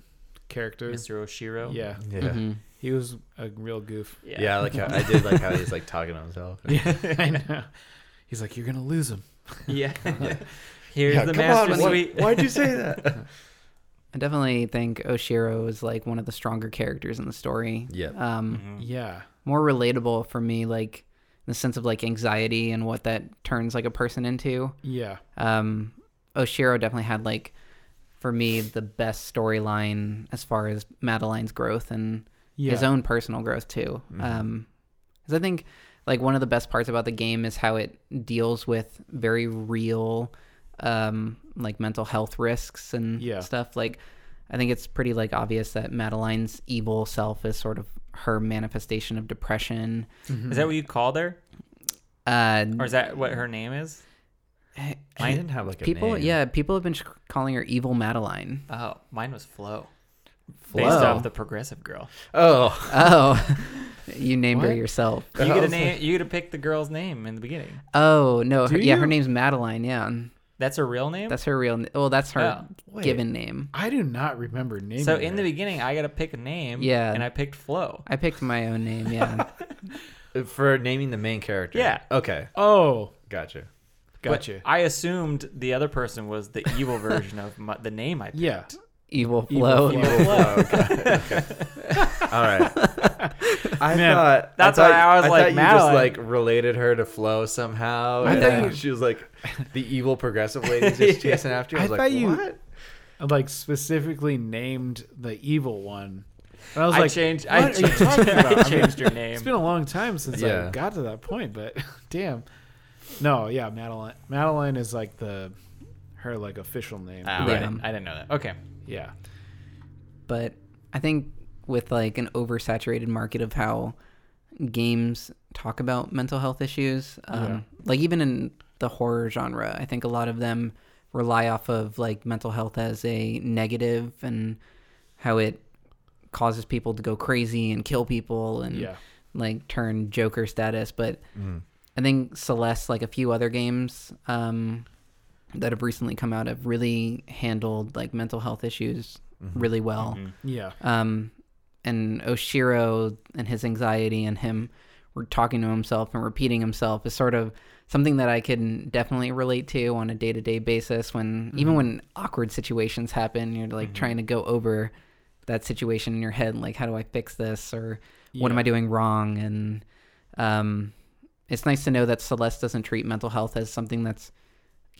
Speaker 2: character.
Speaker 1: Mr. Oshiro.
Speaker 2: Yeah.
Speaker 3: Yeah.
Speaker 4: Mhm.
Speaker 2: He was a real goof.
Speaker 3: Yeah. like how, I did like how he's like talking to himself.
Speaker 2: Yeah. I know. He's like, You're gonna lose him.
Speaker 1: Yeah. Here's
Speaker 3: Yeah,
Speaker 1: the
Speaker 3: come
Speaker 1: master
Speaker 3: on,
Speaker 1: suite.
Speaker 3: Why, why'd you say that?
Speaker 4: I definitely think Oshiro is like one of the stronger characters in the story.
Speaker 3: Yeah.
Speaker 4: Um,
Speaker 1: Mhm.
Speaker 2: Yeah.
Speaker 4: more relatable for me, like in the sense of like anxiety and what that turns like a person into.
Speaker 2: Yeah.
Speaker 4: Um, Oshiro definitely had like, for me, the best storyline as far as Madeline's growth and
Speaker 2: Yeah.
Speaker 4: his own personal growth too. Um 'cause I think like one of the best parts about the game is how it deals with very real, um, like mental health risks and
Speaker 2: Yeah.
Speaker 4: stuff. Like, I think it's pretty like obvious that Madeline's evil self is sort of her manifestation of depression.
Speaker 1: Is that what you called her,
Speaker 4: Uh,
Speaker 1: or is that what her name is?
Speaker 3: I didn't have like a
Speaker 4: people,
Speaker 3: name.
Speaker 4: yeah, people have been sh- calling her evil Madeline.
Speaker 1: Oh, mine was Flo. Based
Speaker 4: Flo?
Speaker 1: off the progressive girl.
Speaker 3: Oh,
Speaker 4: Oh, you named her
Speaker 2: What?
Speaker 4: yourself.
Speaker 1: You
Speaker 3: I
Speaker 1: get a
Speaker 3: was
Speaker 1: name. You get to pick the girl's name in the beginning.
Speaker 4: Oh no, her,
Speaker 2: Do
Speaker 4: yeah, her
Speaker 2: you?
Speaker 4: name's Madeline. Yeah,
Speaker 1: That's her real name.
Speaker 4: that's her real. n- Well, that's her
Speaker 1: Oh,
Speaker 3: wait.
Speaker 4: given name.
Speaker 2: I do not remember naming
Speaker 1: so in the
Speaker 2: her.
Speaker 1: beginning, I got to pick a name.
Speaker 4: Yeah.
Speaker 1: And I picked Flo.
Speaker 4: I picked my own name. Yeah,
Speaker 3: for naming the main character.
Speaker 1: Yeah.
Speaker 3: Okay.
Speaker 2: Oh,
Speaker 3: Gotcha.
Speaker 1: But
Speaker 2: gotcha.
Speaker 1: I assumed the other person was the evil version of my, the name I picked.
Speaker 2: yeah.
Speaker 4: evil
Speaker 2: Evil
Speaker 4: flow.
Speaker 2: Flo.
Speaker 3: Oh, okay. okay. All right. I
Speaker 2: Man,
Speaker 3: thought
Speaker 1: that's
Speaker 3: I thought,
Speaker 1: why I was
Speaker 3: I
Speaker 1: like,
Speaker 3: thought you just
Speaker 1: Madeline.
Speaker 3: like related her to Flo somehow.
Speaker 2: I
Speaker 3: and
Speaker 2: thought
Speaker 3: then
Speaker 2: you-
Speaker 3: she was like the evil progressive lady just chasing after. You. I was
Speaker 2: I
Speaker 3: like,
Speaker 2: thought you-
Speaker 3: what?
Speaker 2: I, like specifically named the evil one. And I was
Speaker 1: I
Speaker 2: like,
Speaker 1: changed.
Speaker 2: What
Speaker 1: I
Speaker 2: are you
Speaker 1: changed,
Speaker 2: talking about? I
Speaker 1: I
Speaker 2: mean,
Speaker 1: changed her
Speaker 2: It's
Speaker 1: name.
Speaker 2: been a long time since I
Speaker 3: Yeah.
Speaker 2: got to that point, but damn. No, yeah, Madeline. Madeline is like the her like official name.
Speaker 1: Ah, I,
Speaker 4: Yeah.
Speaker 1: didn't, I didn't know that. Okay.
Speaker 2: yeah.
Speaker 4: but I think with like an oversaturated market of how games talk about mental health issues, um,
Speaker 2: Yeah.
Speaker 4: like even in the horror genre, I think a lot of them rely off of like mental health as a negative and how it causes people to go crazy and kill people and
Speaker 2: Yeah. Mm.
Speaker 4: like turn Joker status, but I think Celeste, like a few other games um, that have recently come out, have really handled like mental health issues really well.
Speaker 2: Yeah.
Speaker 4: Um, and Oshiro and his anxiety and him were talking to himself and repeating himself is sort of something that I can definitely relate to on a day to day basis. When even when awkward situations happen, you're like trying to go over that situation in your head, like how do I fix this or what am I doing wrong? And um, it's nice to know that Celeste doesn't treat mental health as something that's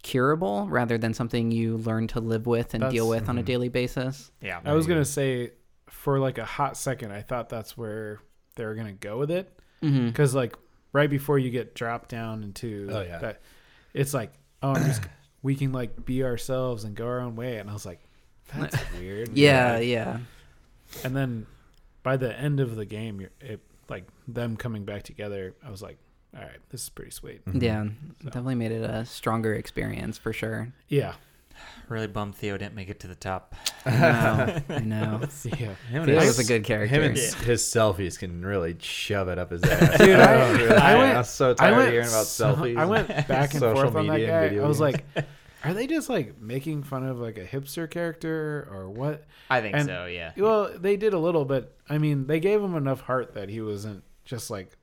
Speaker 4: curable rather than something you learn to live with and deal with
Speaker 2: That's-
Speaker 4: on a
Speaker 3: Mhm.
Speaker 4: daily basis.
Speaker 1: Yeah.
Speaker 2: I was gonna say for like a hot second, I thought that's where they were gonna go with it
Speaker 4: Mm-hmm.
Speaker 2: because like right before you get dropped down into
Speaker 3: Oh, yeah.
Speaker 2: that, it's like oh, I'm just we can like be ourselves and go our own way, and I was like, that's weird.
Speaker 4: Yeah, yeah.
Speaker 2: And then by the end of the game, you're, it like them coming back together. I was like, all right, this is pretty sweet.
Speaker 4: Yeah. Definitely made it a stronger experience for sure.
Speaker 2: Yeah,
Speaker 1: Really bummed Theo didn't make it to the top.
Speaker 4: I know. I know.
Speaker 2: yeah.
Speaker 3: Him
Speaker 4: Theo
Speaker 3: his-
Speaker 4: was a good
Speaker 3: Him
Speaker 4: character.
Speaker 3: and s- his selfies can really shove it up his ass.
Speaker 2: Dude, I-
Speaker 3: Oh, really?
Speaker 2: I went-
Speaker 3: was so tired of hearing about
Speaker 2: so-
Speaker 3: selfies.
Speaker 2: I went back and
Speaker 3: social
Speaker 2: forth on that
Speaker 3: media and
Speaker 2: guy.
Speaker 3: video
Speaker 2: I was
Speaker 3: games.
Speaker 2: like, are they just like making fun of like a hipster character or what?
Speaker 1: I think
Speaker 2: And-
Speaker 1: so. Yeah.
Speaker 2: Well, they did a little, but I mean, they gave him enough heart that he wasn't just like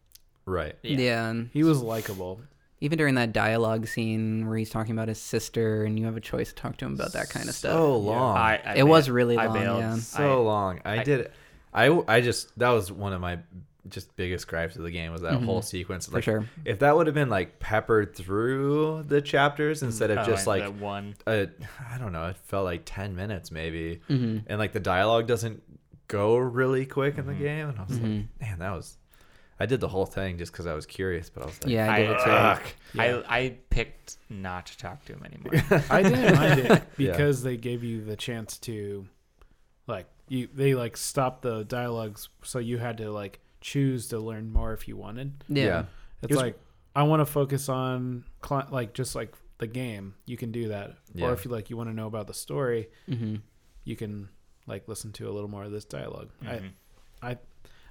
Speaker 3: right.
Speaker 1: Yeah.
Speaker 4: yeah. and
Speaker 2: he was likable.
Speaker 4: even during that dialogue scene where he's talking about his sister and you have a choice to talk to him about that kind of stuff.
Speaker 3: So long.
Speaker 1: I, I
Speaker 4: It
Speaker 1: bailed.
Speaker 4: was really
Speaker 1: I
Speaker 4: long,
Speaker 1: bailed.
Speaker 4: yeah.
Speaker 3: so
Speaker 1: I-
Speaker 3: long. I,
Speaker 1: I-
Speaker 3: did. I I just that was one of my just biggest gripes of the game was that
Speaker 2: Mm-hmm.
Speaker 3: whole sequence. Like,
Speaker 4: sure.
Speaker 3: If that would have been like peppered through the chapters instead of
Speaker 1: oh,
Speaker 3: just
Speaker 1: and
Speaker 3: like
Speaker 1: the one.
Speaker 3: I I don't know. It felt like ten minutes maybe, and like the dialogue doesn't go really quick in the game. And I was like, man, that was. I did the whole thing just because I was curious, but I was like,
Speaker 4: Yeah, I did it too.
Speaker 3: Fuck.
Speaker 1: I, I picked not to talk to him anymore.
Speaker 2: I didn't mind it because they gave you the chance to, like, you they like stopped the dialogues, so you had to like choose to learn more if you wanted.
Speaker 4: yeah.
Speaker 3: yeah.
Speaker 2: It's
Speaker 3: It was-
Speaker 2: like I want to focus on cli like just like the game. You can do that,
Speaker 3: Yeah.
Speaker 2: or if you like, you want to know about the story,
Speaker 4: hmm
Speaker 2: you can like listen to a little more of this dialog
Speaker 3: Mm-hmm.
Speaker 1: Mm-hmm.
Speaker 2: I,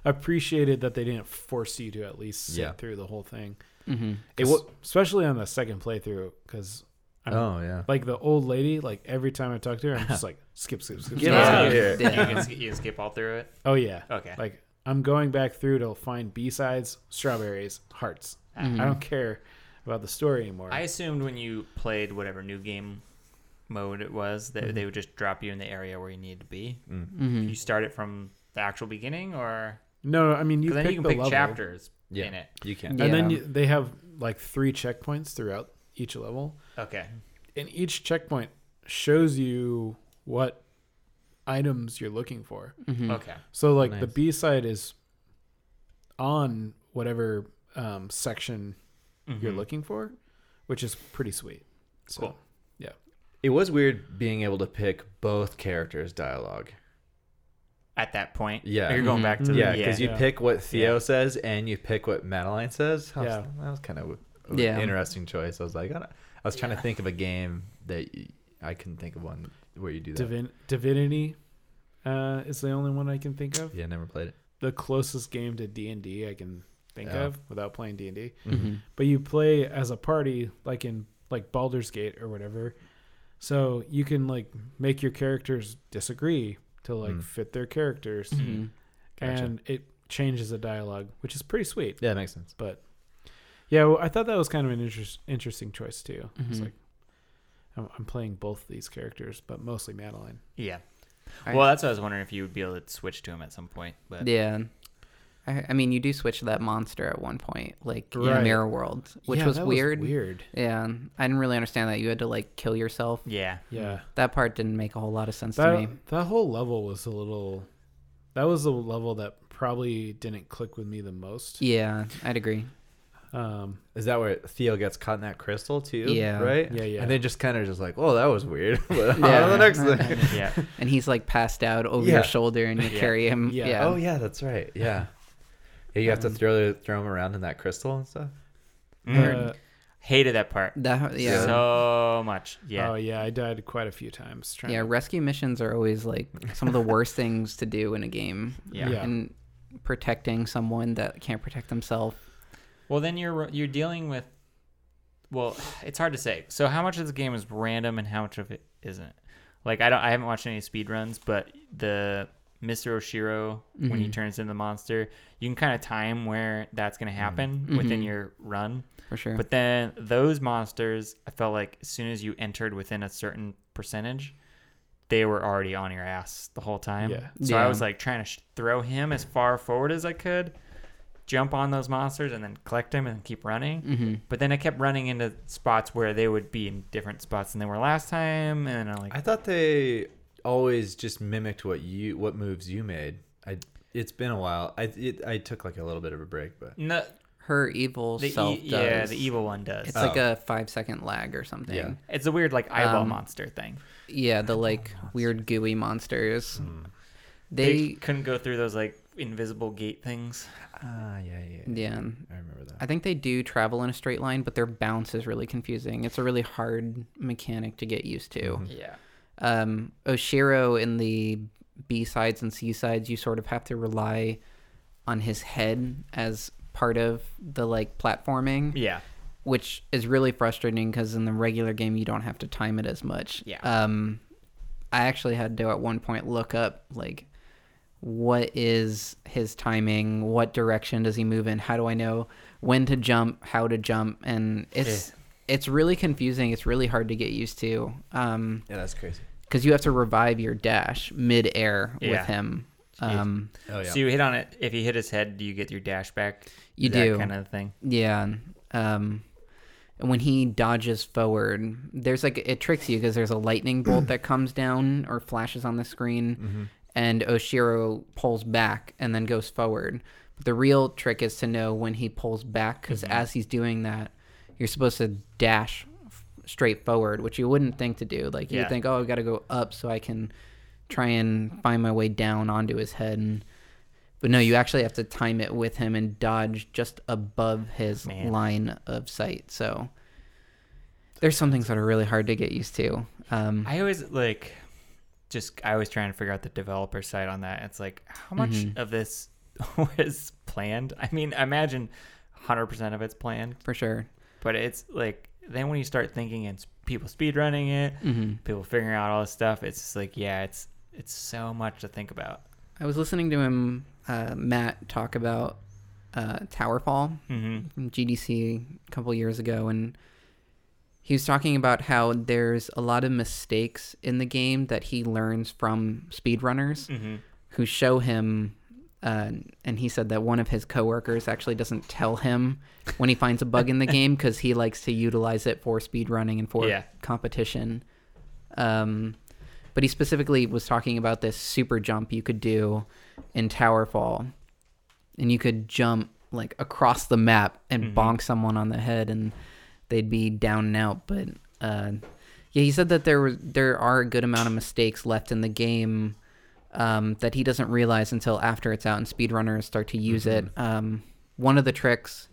Speaker 2: I appreciated that they didn't force you to at least sit
Speaker 3: Yeah.
Speaker 2: through the whole thing,
Speaker 4: hmm
Speaker 3: It wa-
Speaker 2: especially on the second playthrough because.
Speaker 3: oh yeah.
Speaker 2: Like the old lady, like every time I talk to her, I'm just like skip, skip, skip.
Speaker 3: Get
Speaker 2: skip.
Speaker 1: yeah.
Speaker 3: out of here.
Speaker 1: You, can, sk- you can skip all through it.
Speaker 2: Oh yeah.
Speaker 1: Okay.
Speaker 2: Like I'm going back through to find B sides, strawberries, hearts.
Speaker 3: Mm.
Speaker 4: Mm-hmm.
Speaker 2: I don't care about the story anymore.
Speaker 1: I assumed when you played whatever new game mode it was that
Speaker 2: Mm-hmm.
Speaker 1: they would just drop you in the area where you needed to be.
Speaker 4: Mm-hmm.
Speaker 1: You start it from the actual beginning, or
Speaker 2: no, no, I mean you
Speaker 1: 'cause then
Speaker 2: pick
Speaker 1: you can
Speaker 2: the
Speaker 1: pick
Speaker 2: level,
Speaker 1: chapters
Speaker 3: Yeah.
Speaker 1: in it.
Speaker 3: You can.
Speaker 2: and then
Speaker 4: Yeah.
Speaker 2: you, they have like three checkpoints throughout each level,
Speaker 1: Okay.
Speaker 2: and each checkpoint shows you what items you're looking for.
Speaker 1: Okay.
Speaker 2: So like the
Speaker 3: Nice.
Speaker 2: B side is on whatever um, section
Speaker 1: Mm-hmm.
Speaker 2: you're looking for, which is pretty sweet. So,
Speaker 1: Cool.
Speaker 2: Yeah.
Speaker 3: It was weird being able to pick both characters' dialogue.
Speaker 1: At that point,
Speaker 3: Yeah.
Speaker 1: you're going back to
Speaker 3: Yeah,
Speaker 1: the,
Speaker 3: because you
Speaker 2: Yeah.
Speaker 3: pick what Theo
Speaker 1: Yeah.
Speaker 3: says and you pick what Madeline says. I was-
Speaker 2: Yeah.
Speaker 3: that was kind of
Speaker 4: Yeah.
Speaker 3: interesting choice. I was like, I, don't- I was trying to think of a game that y I couldn't think of one where you do that.
Speaker 2: Divin- Divinity uh, is the only one I can think of.
Speaker 3: yeah, never played it.
Speaker 2: The closest game to D and D I can think
Speaker 3: Yeah.
Speaker 2: of without playing D and D.
Speaker 4: hmm
Speaker 2: But you play as a party, like in like Baldur's Gate or whatever. So you can like make your characters disagree to like
Speaker 3: Mm.
Speaker 2: fit their characters,
Speaker 4: hmm
Speaker 3: Gotcha.
Speaker 2: and it changes the dialogue, which is pretty sweet.
Speaker 3: Yeah, makes sense.
Speaker 2: But yeah, well, I thought that was kind of an interest, interesting choice too. It's
Speaker 4: Mhm.
Speaker 2: like I'm, I'm playing both these characters, but mostly Madeline.
Speaker 1: Yeah.
Speaker 4: I-
Speaker 1: well, that's what I was wondering if you would be able to switch to him at some point. But
Speaker 4: Yeah. I, I mean, you do switch to that monster at one point, like in a
Speaker 2: Right.
Speaker 4: mirror world, which
Speaker 2: Yeah,
Speaker 4: was
Speaker 2: that
Speaker 4: weird.
Speaker 2: weird.
Speaker 4: Yeah, I didn't really understand that. You had to like kill yourself.
Speaker 1: yeah.
Speaker 2: Yeah.
Speaker 4: That part didn't make a whole lot of sense Mm, to me.
Speaker 2: That that whole level was a little. That was the level that probably didn't click with me the most.
Speaker 4: Yeah, I'd agree.
Speaker 2: Um,
Speaker 3: Is that where Theo gets caught in that crystal too?
Speaker 4: Yeah.
Speaker 3: Right?
Speaker 2: Yeah, yeah.
Speaker 3: And they just kind of just like, oh, that was weird. yeah.
Speaker 4: Yeah.
Speaker 3: the next thing.
Speaker 1: Yeah.
Speaker 4: And he's like passed out over
Speaker 3: Yeah.
Speaker 4: your shoulder, and you
Speaker 1: Yeah.
Speaker 4: carry him.
Speaker 2: Yeah.
Speaker 4: Yeah.
Speaker 3: Oh, yeah, that's right. Yeah. Yeah, you have to throw, throw him around in that crystal and stuff.
Speaker 4: Mm.
Speaker 2: uh,
Speaker 1: Mm-hmm. Hated that part
Speaker 4: That yeah.
Speaker 1: so much. Yeah.
Speaker 2: Oh yeah, I died quite a few times trying.
Speaker 4: yeah,
Speaker 2: Yeah.
Speaker 4: rescue missions are always like some of the worst things to do in a game.
Speaker 1: Yeah.
Speaker 2: Yeah.
Speaker 4: And protecting someone that can't protect themselves.
Speaker 1: Well, then you're you're dealing with. Well, it's hard to say. So, how much of the game is random and how much of it isn't? Like, I don't. I haven't watched any speed runs, but the Mr. Oshiro when he
Speaker 4: Mhm.
Speaker 1: turns into the monster, you can kind of time where that's going to happen within
Speaker 4: Mhm.
Speaker 1: your run.
Speaker 4: For sure.
Speaker 1: But then those monsters, I felt like as soon as you entered within a certain percentage, they were already on your ass the whole time.
Speaker 2: Yeah.
Speaker 1: So I
Speaker 4: Yeah.
Speaker 1: was like trying to sh- throw him as far forward as I could, jump on those monsters, and then collect him and keep running.
Speaker 4: Mm-hmm.
Speaker 1: But then I kept running into spots where they would be in different spots than they were last time, and I'm like,
Speaker 3: I thought they always just mimicked what you what moves you made. I it's been a while. I it, I took like a little bit of a break, but
Speaker 1: no,
Speaker 4: Her evil
Speaker 1: the
Speaker 4: self
Speaker 1: e-
Speaker 4: does.
Speaker 1: yeah, the evil one does.
Speaker 4: It's
Speaker 1: It's,
Speaker 4: like a five second lag or something.
Speaker 3: Yeah.
Speaker 4: Yeah,
Speaker 1: a weird like eyeball
Speaker 4: Um,
Speaker 1: monster thing.
Speaker 4: the like weird gooey monsters.
Speaker 1: Mm. They,
Speaker 4: They,
Speaker 1: couldn't go through those like invisible gate things.
Speaker 3: ah yeah yeah.
Speaker 4: yeah,
Speaker 3: I remember that.
Speaker 4: I think they do travel in a straight line, but their bounce is really confusing. It's a really hard mechanic to get used to.
Speaker 1: Yeah.
Speaker 4: um, Oshiro in the B sides and C sides, you sort of have to rely on his head as part of the like platforming,
Speaker 1: Yeah.
Speaker 4: which is really frustrating because in the regular game you don't have to time it as much.
Speaker 1: Yeah.
Speaker 4: Um, I actually had to at one point look up like what is his timing, what direction does he move in, how do I know when to jump, how to jump, and it's it's really confusing. It's really hard to get used to. Um,
Speaker 3: Yeah, that's crazy.
Speaker 4: because you have to revive your dash mid-air
Speaker 1: Yeah.
Speaker 4: with him.
Speaker 1: Jeez.
Speaker 4: Um,
Speaker 3: Oh yeah.
Speaker 1: So you hit on it. If you hit his head, do you get your dash back?
Speaker 4: You
Speaker 1: that
Speaker 4: do.
Speaker 1: kind of thing.
Speaker 4: yeah. Um, and when he dodges forward, there's like it tricks you because there's a lightning bolt that comes down or flashes on the screen, and Oshiro pulls back and then goes forward. But the real trick is to know when he pulls back because as he's doing that, you're supposed to dash f- straight forward, which you wouldn't think to do. Like you
Speaker 1: Yeah.
Speaker 4: would think, oh, I've got to go up so I can try and find my way down onto his head and But no, you actually have to time it with him and dodge just above his
Speaker 1: Man.
Speaker 4: line of sight. So there's some things that are really hard to get used to. Um,
Speaker 1: I always like just I was trying to figure out the developer side on that. It's like how much
Speaker 4: Mhm.
Speaker 1: of this was planned? I mean, I imagine 100% of it's planned,
Speaker 4: for sure.
Speaker 1: but it's like then when you start thinking it's people speedrunning it,
Speaker 4: hmm
Speaker 1: people figuring out all this stuff, it's just like yeah, it's it's so much to think about.
Speaker 4: I was listening to him, uh, Matt, talk about uh, Towerfall
Speaker 1: Mhm.
Speaker 4: from GDC a couple years ago, and he was talking about how there's a lot of mistakes in the game that he learns from speedrunners
Speaker 1: Mhm.
Speaker 4: who show him. Uh, and he said that one of his coworkers actually doesn't tell him when he finds a bug in the game because he likes to utilize it for speedrunning and for
Speaker 1: Yeah.
Speaker 4: competition. Um, but he specifically was talking about this super jump you could do in Towerfall, and you could jump like across the map and
Speaker 1: Mm-hmm.
Speaker 4: bonk someone on the head, and they'd be down and out. But uh, yeah, he said that there was there are a good amount of mistakes left in the game um, that he doesn't realize until after it's out, and speedrunners start to use
Speaker 1: Mm-hmm.
Speaker 4: it. Um, one of the tricks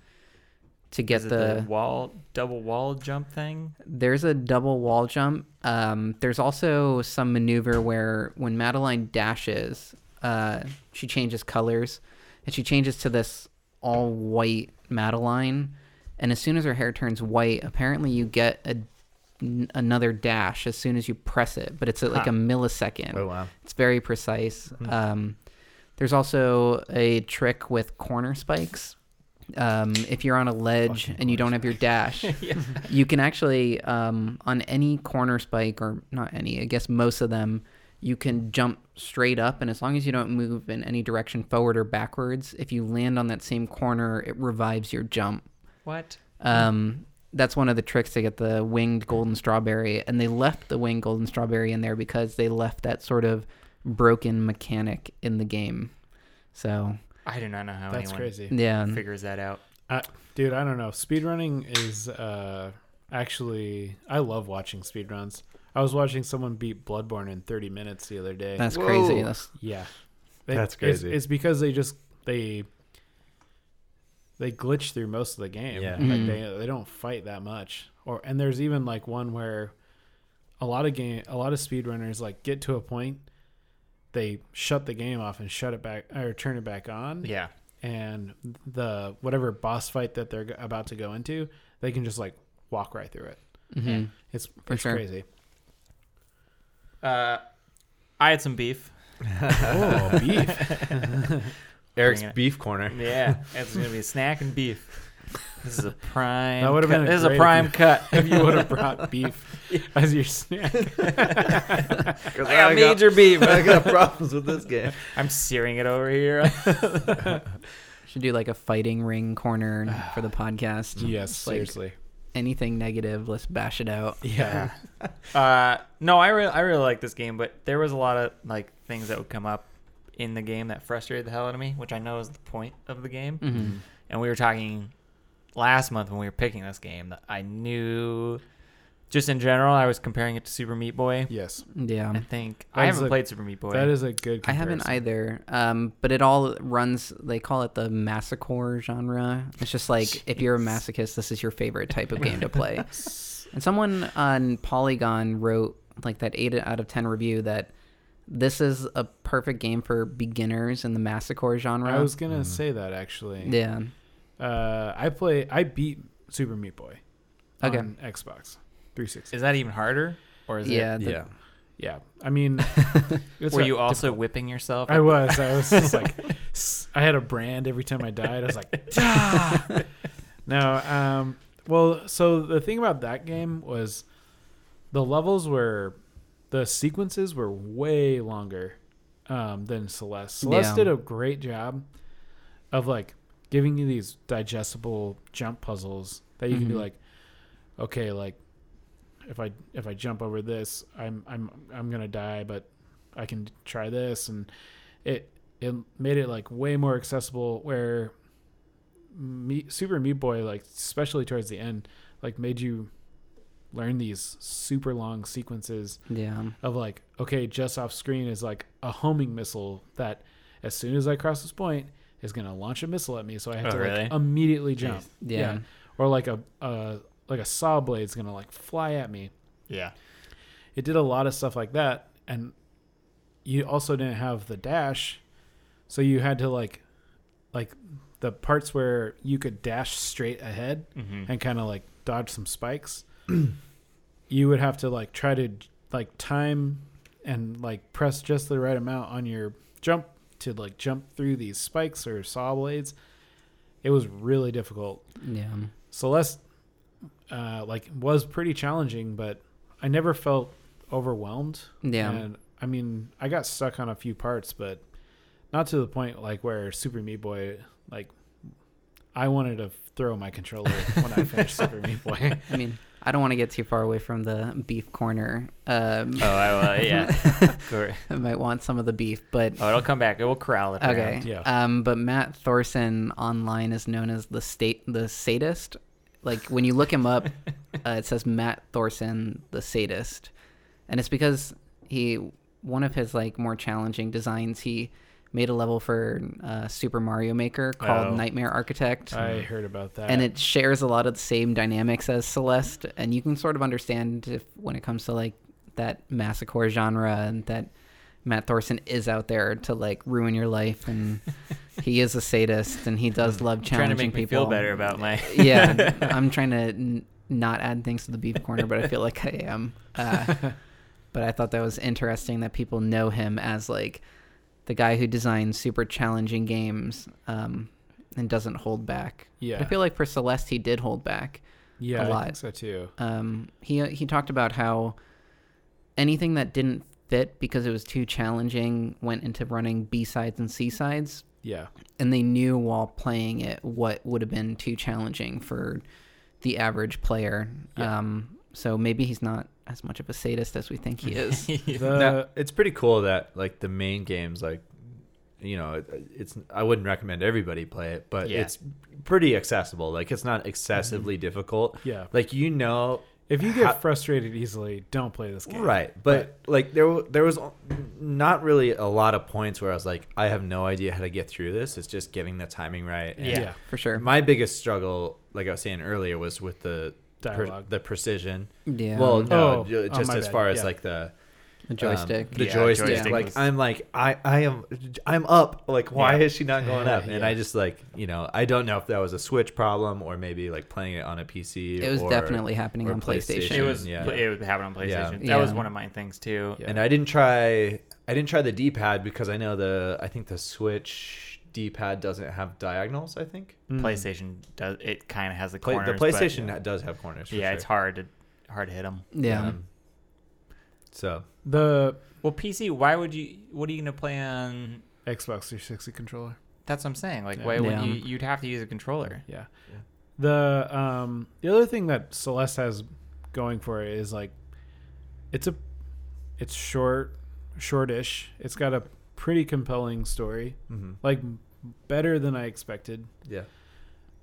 Speaker 4: to get
Speaker 1: Is it
Speaker 4: the
Speaker 1: the wall double wall jump thing?
Speaker 4: there's a double wall jump. Um, there's also some maneuver where when Madeline dashes, uh, she changes colors and she changes to this all white Madeline. And as soon as her hair turns white, apparently you get a, n- another dash as soon as you press it, but it's at like
Speaker 1: Huh.
Speaker 4: a millisecond.
Speaker 3: oh wow.
Speaker 4: It's very precise. Um, there's also a trick with corner spikes. Um, if you're on a ledge and you don't have your dash, you can actually um, on any corner spike or not any, I guess most of them, you can jump straight up, and as long as you don't move in any direction forward or backwards, if you land on that same corner, it revives your jump.
Speaker 1: What?
Speaker 4: Um, that's one of the tricks to get the winged golden strawberry, and they left the winged golden strawberry in there because they left that sort of broken mechanic in the game. So
Speaker 1: I do not know how
Speaker 2: That's
Speaker 1: anyone
Speaker 2: crazy.
Speaker 4: yeah,
Speaker 1: figures that out.
Speaker 2: I, dude, I don't know. Speedrunning is uh, actually, I love watching speedruns. I was watching someone beat Bloodborne in 30 minutes the other day.
Speaker 4: that's
Speaker 3: Whoa.
Speaker 4: crazy. That's
Speaker 2: yeah, They-
Speaker 3: That's
Speaker 2: it's-
Speaker 3: crazy.
Speaker 2: It's, because they just they they glitch through most of the game.
Speaker 3: Yeah.
Speaker 2: like
Speaker 4: Mhm.
Speaker 2: they they don't fight that much. Or and there's even like one where a lot of game a lot of speedrunners like get to a point they shut the game off and shut it back or turn it back on
Speaker 1: Yeah.
Speaker 2: and the whatever boss fight that they're g- about to go into, they can just like walk right through it.
Speaker 4: mhm.
Speaker 2: It's,
Speaker 4: For
Speaker 2: it's
Speaker 4: sure.
Speaker 2: crazy.
Speaker 1: Uh, I had some beef.
Speaker 2: Oh, beef.
Speaker 3: Eric's
Speaker 1: Bring it.
Speaker 3: beef corner.
Speaker 1: Yeah, it's gonna be snack and beef. This is a prime.
Speaker 2: That would've
Speaker 1: cut.
Speaker 2: been a
Speaker 1: This is a
Speaker 2: great-
Speaker 1: prime cut.
Speaker 2: if you would have brought beef as your snack.
Speaker 1: I got major beef.
Speaker 3: I got problems with this game.
Speaker 1: I'm searing it over here.
Speaker 4: Should do like a fighting ring corner for the podcast.
Speaker 2: yes,
Speaker 4: It's like
Speaker 2: seriously.
Speaker 4: anything negative, let's bash it out.
Speaker 2: Yeah.
Speaker 1: Uh, no, I really, I really like this game, but there was a lot of like things that would come up in the game that frustrated the hell out of me, which I know is the point of the game.
Speaker 4: Mhm.
Speaker 1: And we were talking last month when we were picking this game that I knew, just in general, I was comparing it to Super Meat Boy.
Speaker 2: Yes.
Speaker 4: Yeah.
Speaker 1: I think
Speaker 2: That
Speaker 1: I
Speaker 2: is
Speaker 1: haven't
Speaker 2: a-
Speaker 1: played Super Meat Boy.
Speaker 2: That is a good
Speaker 4: I haven't
Speaker 2: comparison.
Speaker 4: either. Um, but it all runs. They call it the massacre genre. It's just like if you're a masochist, this is your favorite type of game to play. and someone on Polygon wrote like that eight out of ten review that this is a perfect game for beginners in the massacre genre.
Speaker 2: I was going to say that actually.
Speaker 4: yeah.
Speaker 2: Uh, I play. I beat Super Meat Boy.
Speaker 4: Okay.
Speaker 2: On Xbox 360.
Speaker 1: Is that even harder, or is
Speaker 4: yeah.
Speaker 1: it?
Speaker 4: the-
Speaker 3: Yeah.
Speaker 2: Yeah. I mean, it's
Speaker 1: Were
Speaker 2: a-
Speaker 1: you also whipping yourself?
Speaker 2: I was. I was just like, s- I had a brand every time I died. I was like, "Dah!" no. Um. Well, so the thing about that game was, the levels were, the sequences were way longer, um, than Celeste. Celeste
Speaker 4: Yeah.
Speaker 2: did a great job, of like giving you these digestible jump puzzles that you can be
Speaker 4: Mhm.
Speaker 2: like, okay, like, if I if I jump over this, I'm I'm I'm gonna die, but I can try this, and it it made it like way more accessible. Where Meat, Super Meat Boy, like especially towards the end, like made you learn these super long sequences
Speaker 4: yeah.
Speaker 2: of like, okay, just off screen is like a homing missile that as soon as I cross this point is gonna launch a missile at me, so I have
Speaker 1: Oh,
Speaker 2: to
Speaker 1: really?
Speaker 2: like immediately jump.
Speaker 4: Yeah.
Speaker 2: or like a uh like a saw blade's gonna like fly at me
Speaker 1: yeah.
Speaker 2: it did a lot of stuff like that and you also didn't have the dash so you had to like like the parts where you could dash straight ahead
Speaker 1: hmm
Speaker 2: and kind of like dodge some spikes you would have to like try to like time and like press just the right amount on your jump to like jump through these spikes or saw blades it was really difficult
Speaker 4: Yeah.
Speaker 2: Celeste uh, like was pretty challenging, but I never felt overwhelmed.
Speaker 4: Yeah.
Speaker 2: And I mean, I got stuck on a few parts, but not to the point like where Super Meat Boy like I wanted to throw my controller when I finished Super Meat Boy.
Speaker 4: I mean, I don't want to get too far away from the beef corner. Um,
Speaker 1: Oh, I, well, yeah. Cor-
Speaker 4: I might want some of the beef, but
Speaker 1: oh, it'll come back. It will corral it.
Speaker 4: Okay.
Speaker 1: around.
Speaker 2: Yeah.
Speaker 4: Um, but Matt Thorson online is known as the state the sadist. Like when you look him up, uh, it says Matt Thorson the sadist, and it's because he one of his like more challenging designs he made a level for uh, Super Mario Maker called
Speaker 2: Oh.
Speaker 4: Nightmare Architect.
Speaker 2: I heard about that.
Speaker 4: and it shares a lot of the same dynamics as Celeste, and you can sort of understand if, when it comes to like that massacre genre and that Matt Thorson is out there to like ruin your life, and he is a sadist, and he does love
Speaker 1: Trying to
Speaker 4: challenging
Speaker 1: make me
Speaker 4: people.
Speaker 1: feel better about my.
Speaker 4: yeah, I'm trying to n- not add things to the beef corner, but I feel like I am. Uh, but I thought that was interesting that people know him as like the guy who designs super challenging games um, and doesn't hold back.
Speaker 2: yeah.
Speaker 4: But I feel like for Celeste, he did hold back.
Speaker 2: yeah,
Speaker 4: a
Speaker 2: I
Speaker 4: lot.
Speaker 2: think so too.
Speaker 4: Um, he he talked about how anything that didn't fit because it was too challenging went into running B sides and C sides,
Speaker 2: Yeah.
Speaker 4: and they knew while playing it what would have been too challenging for the average player.
Speaker 2: Yeah.
Speaker 4: Um, so maybe he's not as much of a sadist as we think he is.
Speaker 2: The-
Speaker 3: Now, it's pretty cool that like the main games like you know it- it's i wouldn't recommend everybody play it but
Speaker 1: Yeah.
Speaker 3: it's pretty accessible like it's not excessively difficult
Speaker 2: Yeah.
Speaker 3: like you know
Speaker 2: If you get
Speaker 3: How-
Speaker 2: frustrated easily, don't play this game.
Speaker 3: right but, like there w- there was not really a lot of points where i was like i have no idea how to get through this it's just getting the timing right and
Speaker 1: Yeah.
Speaker 2: yeah.
Speaker 4: for sure.
Speaker 3: my biggest struggle like i was saying earlier was with the per-
Speaker 2: Dialogue.
Speaker 3: the precision
Speaker 4: Yeah.
Speaker 3: well
Speaker 2: Oh,
Speaker 3: no
Speaker 2: oh,
Speaker 3: ju- just
Speaker 2: my
Speaker 3: as
Speaker 2: bad.
Speaker 3: far as
Speaker 2: Yeah.
Speaker 3: like the
Speaker 4: the
Speaker 3: um,
Speaker 4: joystick.
Speaker 3: the
Speaker 1: Yeah,
Speaker 3: joystick.
Speaker 1: joystick
Speaker 3: Like
Speaker 1: was-
Speaker 3: I'm like I I am I'm up. Like why
Speaker 1: Yeah.
Speaker 3: is she not going up? And
Speaker 2: Yeah.
Speaker 3: I just like you know I don't know if that was a Switch problem or maybe like playing it on a PC.
Speaker 4: it was
Speaker 3: or-
Speaker 4: definitely happening
Speaker 3: or
Speaker 4: on
Speaker 3: PlayStation.
Speaker 4: PlayStation.
Speaker 1: It was
Speaker 3: Yeah.
Speaker 1: it would happen on PlayStation. That
Speaker 4: Yeah.
Speaker 1: was one of my things too.
Speaker 3: And I didn't try I didn't try the D pad because I know the I think the Switch D-pad doesn't have diagonals. I think
Speaker 2: Mm.
Speaker 1: PlayStation does it kind of has the
Speaker 3: Play,
Speaker 1: corners.
Speaker 3: the
Speaker 1: but-
Speaker 3: PlayStation does have corners. For
Speaker 1: yeah,
Speaker 3: sure.
Speaker 1: it's hard to hard to hit them.
Speaker 4: Yeah.
Speaker 3: Um, so
Speaker 2: The
Speaker 1: Well, PC, why would you? What are you gonna play on?
Speaker 2: Xbox 360 controller.
Speaker 1: That's what I'm saying. Like,
Speaker 2: Yeah.
Speaker 1: why would
Speaker 4: Yeah.
Speaker 1: you? You'd have to use a controller.
Speaker 2: Yeah.
Speaker 3: Yeah.
Speaker 2: The um the other thing that Celeste has going for it is like it's a it's short shortish. It's got a pretty compelling story.
Speaker 3: mhm.
Speaker 2: Like m- better than I expected.
Speaker 3: yeah,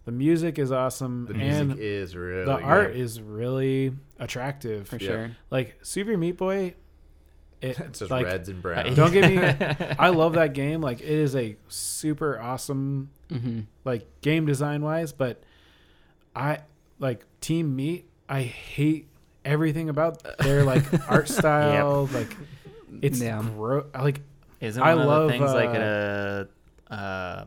Speaker 2: The music is awesome
Speaker 3: the
Speaker 2: and
Speaker 3: music is really
Speaker 2: the
Speaker 3: good.
Speaker 2: art is really attractive.
Speaker 4: for
Speaker 3: Yeah.
Speaker 4: sure.
Speaker 2: Like Super Meat Boy it,
Speaker 3: It's just
Speaker 2: like,
Speaker 3: reds and browns.
Speaker 2: Don't get me I love that game. Like it is a super awesome
Speaker 4: Mm-hmm.
Speaker 2: like game design wise, but I like Team Meat. I hate everything about their like art style. Like it's
Speaker 4: Yeah.
Speaker 2: gro- like
Speaker 1: Isn't
Speaker 2: I
Speaker 1: one of
Speaker 2: love,
Speaker 1: the things like
Speaker 2: uh,
Speaker 1: a uh,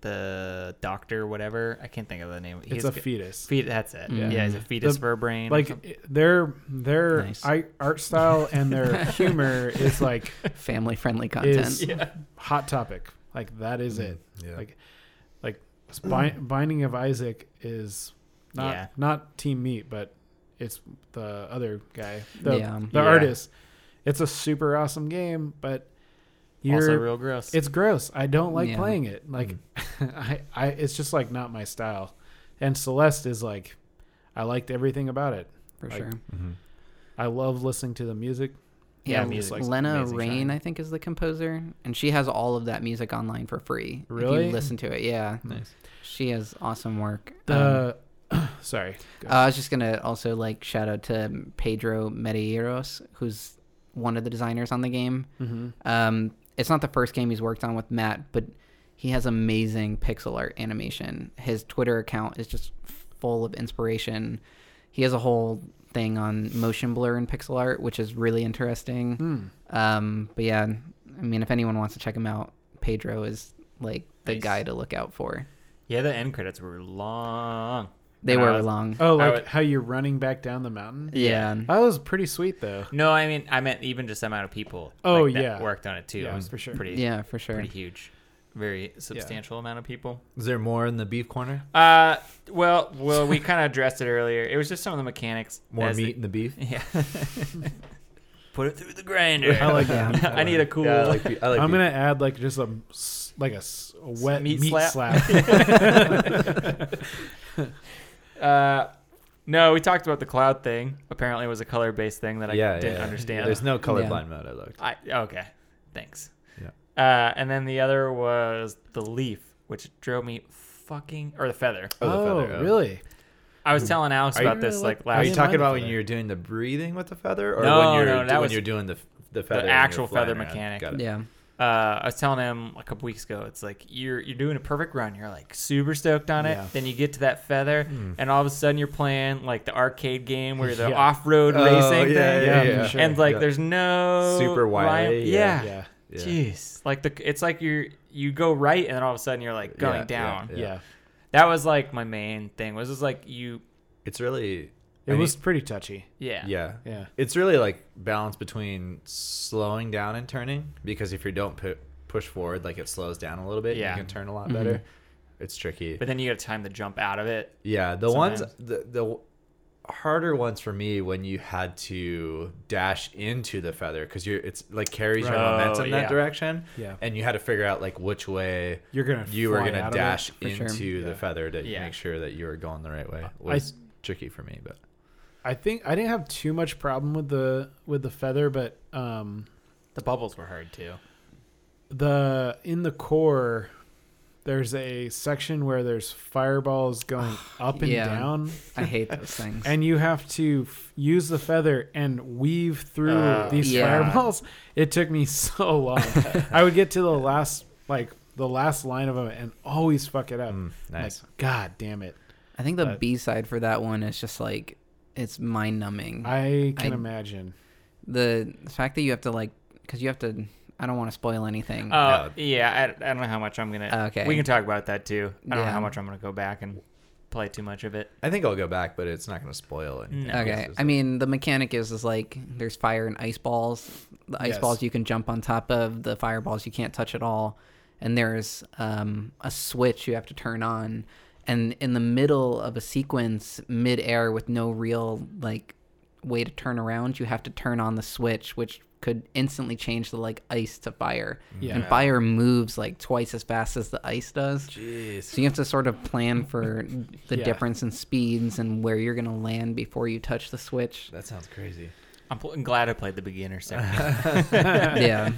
Speaker 1: the doctor whatever? I can't think of the name.
Speaker 2: it's
Speaker 1: He's
Speaker 2: a
Speaker 1: g-
Speaker 2: fetus.
Speaker 1: Feet. That's it.
Speaker 4: Yeah.
Speaker 1: Yeah, he's a fetus
Speaker 2: The-
Speaker 1: for a brain. or
Speaker 2: Like
Speaker 1: something.
Speaker 2: i- their their
Speaker 4: Nice.
Speaker 2: i- art style and their humor is like
Speaker 4: Family friendly content. Mm.
Speaker 2: is hot topic. Like that is it.
Speaker 3: Yeah.
Speaker 2: Like like Bind- Binding of Isaac is not
Speaker 1: Yeah.
Speaker 2: not Team Meat, but it's the other guy, the,
Speaker 4: Yeah.
Speaker 2: the
Speaker 1: Yeah.
Speaker 2: artist. It's a super awesome game, but
Speaker 1: also
Speaker 2: you're
Speaker 1: real gross.
Speaker 2: it's gross. I don't like
Speaker 4: Yeah. Mm.
Speaker 2: playing it. Like I, I it's just like not my style. And Celeste is like I liked everything about it.
Speaker 4: for
Speaker 2: like-
Speaker 4: sure.
Speaker 3: Mhm.
Speaker 2: I love listening to the music.
Speaker 1: Yeah,
Speaker 4: Yeah,
Speaker 1: music's
Speaker 4: L-
Speaker 1: like
Speaker 4: Lena
Speaker 1: amazing
Speaker 4: Rain,
Speaker 1: genre.
Speaker 4: I think, is the composer, and she has all of that music online for free. If
Speaker 2: Really?
Speaker 4: you listen to it, yeah,
Speaker 3: Nice.
Speaker 4: she has awesome work. Um,
Speaker 2: The sorry. Go.
Speaker 4: uh, I was just gonna also like shout out to Pedro Medeiros, who's one of the designers on the game.
Speaker 2: mm-hmm.
Speaker 4: Um, it's not the first game he's worked on with Matt, but he has amazing pixel art animation. His Twitter account is just full of inspiration. He has a whole thing on motion blur and pixel art, which is really interesting.
Speaker 2: Mm.
Speaker 4: Um, but yeah, I mean, if anyone wants to check him out, Pedro is like the
Speaker 1: Nice.
Speaker 4: guy to look out for.
Speaker 1: yeah, the end credits were long.
Speaker 4: They
Speaker 1: And I
Speaker 4: were
Speaker 1: was-
Speaker 4: long.
Speaker 2: Oh, like
Speaker 1: would-
Speaker 2: how you're running back down the mountain?
Speaker 4: yeah.
Speaker 2: That was pretty sweet though.
Speaker 1: No, I mean I meant even just the amount of people.
Speaker 2: Oh,
Speaker 1: like, that
Speaker 2: yeah.
Speaker 1: worked on it too.
Speaker 2: Yeah,
Speaker 1: it was
Speaker 2: for sure.
Speaker 1: Pretty
Speaker 4: Yeah, for sure.
Speaker 1: pretty huge, very substantial amount of people.
Speaker 3: Is there more in the beef corner?
Speaker 1: Uh, well, well, we kind of addressed it earlier. It was just some of the mechanics.
Speaker 3: More
Speaker 1: as
Speaker 3: meat in the beef?
Speaker 1: The, yeah. Put it through the grinder.
Speaker 2: I like that.
Speaker 1: I need a cool.
Speaker 3: Yeah, I like, be- I like
Speaker 2: I'm
Speaker 3: beef.
Speaker 2: gonna add like just a s- like a, s- a wet meat,
Speaker 1: meat
Speaker 2: slap.
Speaker 1: slap. uh, no, we talked about the cloud thing. Apparently, it was a color-based thing that I
Speaker 3: yeah,
Speaker 1: didn't
Speaker 3: yeah.
Speaker 1: understand.
Speaker 3: There's no colorblind mode. I looked.
Speaker 1: I okay, thanks.
Speaker 3: Yeah.
Speaker 1: Uh, and then the other was the leaf, which drove me fucking or the feather.
Speaker 2: oh,
Speaker 3: the feather,
Speaker 2: really?
Speaker 1: I was telling Alex
Speaker 3: Are you
Speaker 1: about this
Speaker 2: really
Speaker 1: like
Speaker 2: like-
Speaker 3: Are
Speaker 1: last
Speaker 3: you
Speaker 2: didn't
Speaker 3: talking
Speaker 2: mind
Speaker 3: about
Speaker 2: the
Speaker 3: when
Speaker 2: feather.
Speaker 3: you're doing the breathing with the feather, or
Speaker 1: No,
Speaker 3: when you're
Speaker 1: no, that
Speaker 3: when
Speaker 1: was
Speaker 3: you're doing the f- the feather? when you're
Speaker 1: actual
Speaker 3: flying
Speaker 1: feather
Speaker 3: around?
Speaker 1: mechanic.
Speaker 3: Got it.
Speaker 4: Yeah.
Speaker 1: uh, I was telling him a couple weeks ago. It's like you're you're doing a perfect run. You're like super stoked on it.
Speaker 2: Yeah.
Speaker 1: Then you get to that feather,
Speaker 3: Hmm.
Speaker 1: and all of a sudden you're playing like the arcade game where the
Speaker 2: Yeah.
Speaker 1: off road
Speaker 3: Oh,
Speaker 1: racing
Speaker 3: yeah,
Speaker 1: thing.
Speaker 2: Yeah,
Speaker 3: yeah.
Speaker 2: for sure.
Speaker 1: And like
Speaker 3: Yeah.
Speaker 1: there's no
Speaker 3: Super
Speaker 1: line-
Speaker 3: wily,
Speaker 1: Yeah.
Speaker 2: yeah,
Speaker 3: Yeah.
Speaker 1: Jeez. Like the it's like you're you go right and then all of a sudden you're like going
Speaker 3: Yeah,
Speaker 1: down.
Speaker 3: Yeah.
Speaker 2: yeah.
Speaker 1: That was like my main thing. Was just like you
Speaker 3: It's really.
Speaker 2: It
Speaker 3: I
Speaker 2: was
Speaker 3: mean,
Speaker 2: pretty touchy.
Speaker 1: yeah.
Speaker 3: Yeah.
Speaker 2: Yeah,
Speaker 3: It's really like balance between slowing down and turning because if you don't pu- push forward, like it slows down a little bit.
Speaker 1: Yeah.
Speaker 3: You can turn a lot better. It's tricky.
Speaker 1: But then you got time to jump out of it.
Speaker 3: Yeah, the ones
Speaker 1: Sometimes.
Speaker 3: the the harder ones for me when you had to dash into the feather because you're it's like carries your
Speaker 1: Right.
Speaker 3: momentum
Speaker 1: Oh, yeah.
Speaker 3: that direction.
Speaker 2: Yeah.
Speaker 3: and you had to figure out like which way
Speaker 2: you're gonna
Speaker 3: you were
Speaker 2: fly
Speaker 3: gonna
Speaker 2: out of it.
Speaker 3: dash
Speaker 4: for sure.
Speaker 3: into the
Speaker 2: Yeah.
Speaker 3: feather to
Speaker 1: Yeah.
Speaker 3: make sure that you were going the right way. Was tricky for me, but
Speaker 2: I think I didn't have too much problem with the with the feather, but um
Speaker 1: The bubbles were hard too.
Speaker 2: the in the core there's a section where there's fireballs going up and
Speaker 4: Yeah.
Speaker 2: down
Speaker 4: I hate those things.
Speaker 2: and you have to f- use the feather and weave through
Speaker 1: Oh,
Speaker 2: these
Speaker 4: yeah.
Speaker 2: fireballs. It took me so long. I would get to the last like the last line of them and always fuck it up.
Speaker 3: mm, nice.
Speaker 2: Like, God damn it!
Speaker 4: I think the
Speaker 2: but-
Speaker 4: B side for that one is just like it's mind numbing.
Speaker 2: I can
Speaker 4: I-
Speaker 2: imagine.
Speaker 4: The fact that you have to like because you have to. I don't want to spoil anything.
Speaker 1: Uh, yeah, I, I don't know how much I'm gonna.
Speaker 4: Okay.
Speaker 1: we can talk about that too. I don't know
Speaker 4: Yeah.
Speaker 1: how much I'm gonna go back and play too much of it.
Speaker 3: I think I'll go back, but it's not going to spoil anything.
Speaker 1: No.
Speaker 3: I guess,
Speaker 4: Okay.
Speaker 3: is
Speaker 4: I
Speaker 3: it?
Speaker 4: mean, the mechanic is is like there's fire and ice balls. The ice
Speaker 2: Yes.
Speaker 4: balls you can jump on top of. The fireballs you can't touch at all. and there's um, a switch you have to turn on, and in the middle of a sequence, midair with no real like way to turn around, you have to turn on the switch, which could instantly change the like ice to fire.
Speaker 3: Mm-hmm.
Speaker 2: Yeah.
Speaker 4: And fire moves like twice as fast as the ice does. So
Speaker 3: Jeez.
Speaker 4: you have to sort of plan for the
Speaker 2: Yeah.
Speaker 4: difference in speeds and where you're going to land before you touch the switch.
Speaker 3: That sounds crazy.
Speaker 1: I'm, pl- I'm glad I played the beginner section.
Speaker 4: yeah.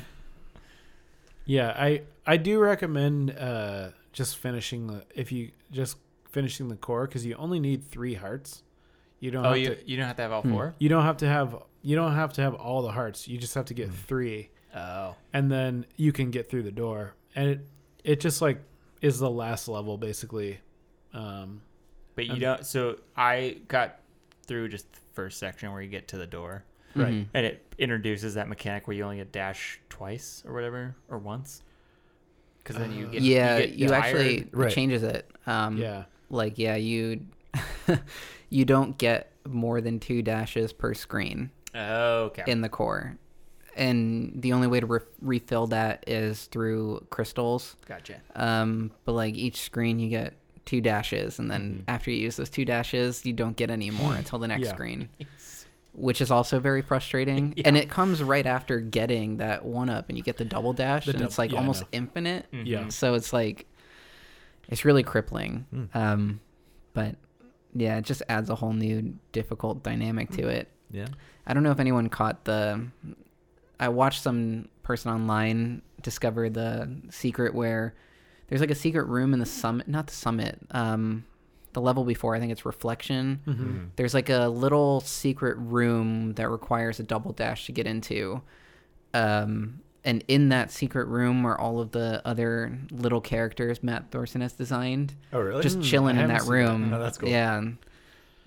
Speaker 2: Yeah, I I do recommend uh just finishing the if you just finishing the core because you only need three hearts. You don't
Speaker 1: oh,
Speaker 2: have
Speaker 1: you,
Speaker 2: to
Speaker 1: you don't have to have all
Speaker 4: Hmm.
Speaker 1: four?
Speaker 2: you don't have to have you don't have to have all the hearts. You just have to get three,
Speaker 1: Oh.
Speaker 2: and then you can get through the door. And it it just like is the last level basically. Um,
Speaker 1: But you
Speaker 2: Um,
Speaker 1: don't. So I got through just the first section where you get to the door.
Speaker 2: Right.
Speaker 4: Mhm.
Speaker 1: And it introduces that mechanic where you only get dash twice or whatever, or once. Because then you get.
Speaker 4: yeah,
Speaker 1: you, get
Speaker 4: you
Speaker 1: tired.
Speaker 4: actually it
Speaker 3: Right.
Speaker 4: changes it. Um,
Speaker 2: yeah,
Speaker 4: Like yeah, you you don't get more than two dashes per screen
Speaker 1: Oh, okay.
Speaker 4: in the core, and the only way to re- refill that is through crystals.
Speaker 1: gotcha.
Speaker 4: Um, but like each screen, you get two dashes, and then after you use those two dashes, you don't get any more until the next
Speaker 2: Yeah.
Speaker 4: screen, which is also very frustrating. And it comes right after getting that one up, and you get the double dash,
Speaker 2: The
Speaker 4: and
Speaker 2: dou-
Speaker 4: it's like
Speaker 2: yeah, I
Speaker 4: almost
Speaker 2: know. Mm.
Speaker 4: infinite.
Speaker 2: yeah.
Speaker 4: So it's like, it's really crippling.
Speaker 2: Hmm.
Speaker 4: Um, but yeah, it just adds a whole new difficult dynamic
Speaker 2: Hmm.
Speaker 4: to it.
Speaker 3: Yeah.
Speaker 4: I don't know if anyone caught the. I watched some person online discover the secret where there's like a secret room in the summit, not the summit, um, the level before. I think it's reflection. There's like a little secret room that requires a double dash to get into. Um, and in that secret room are all of the other little characters Matt Thorson has designed
Speaker 3: Oh, really?
Speaker 4: just
Speaker 2: Mm, I
Speaker 4: chilling in
Speaker 2: haven't
Speaker 4: that
Speaker 2: seen that.
Speaker 4: room.
Speaker 3: Oh, that's cool.
Speaker 4: Yeah. and,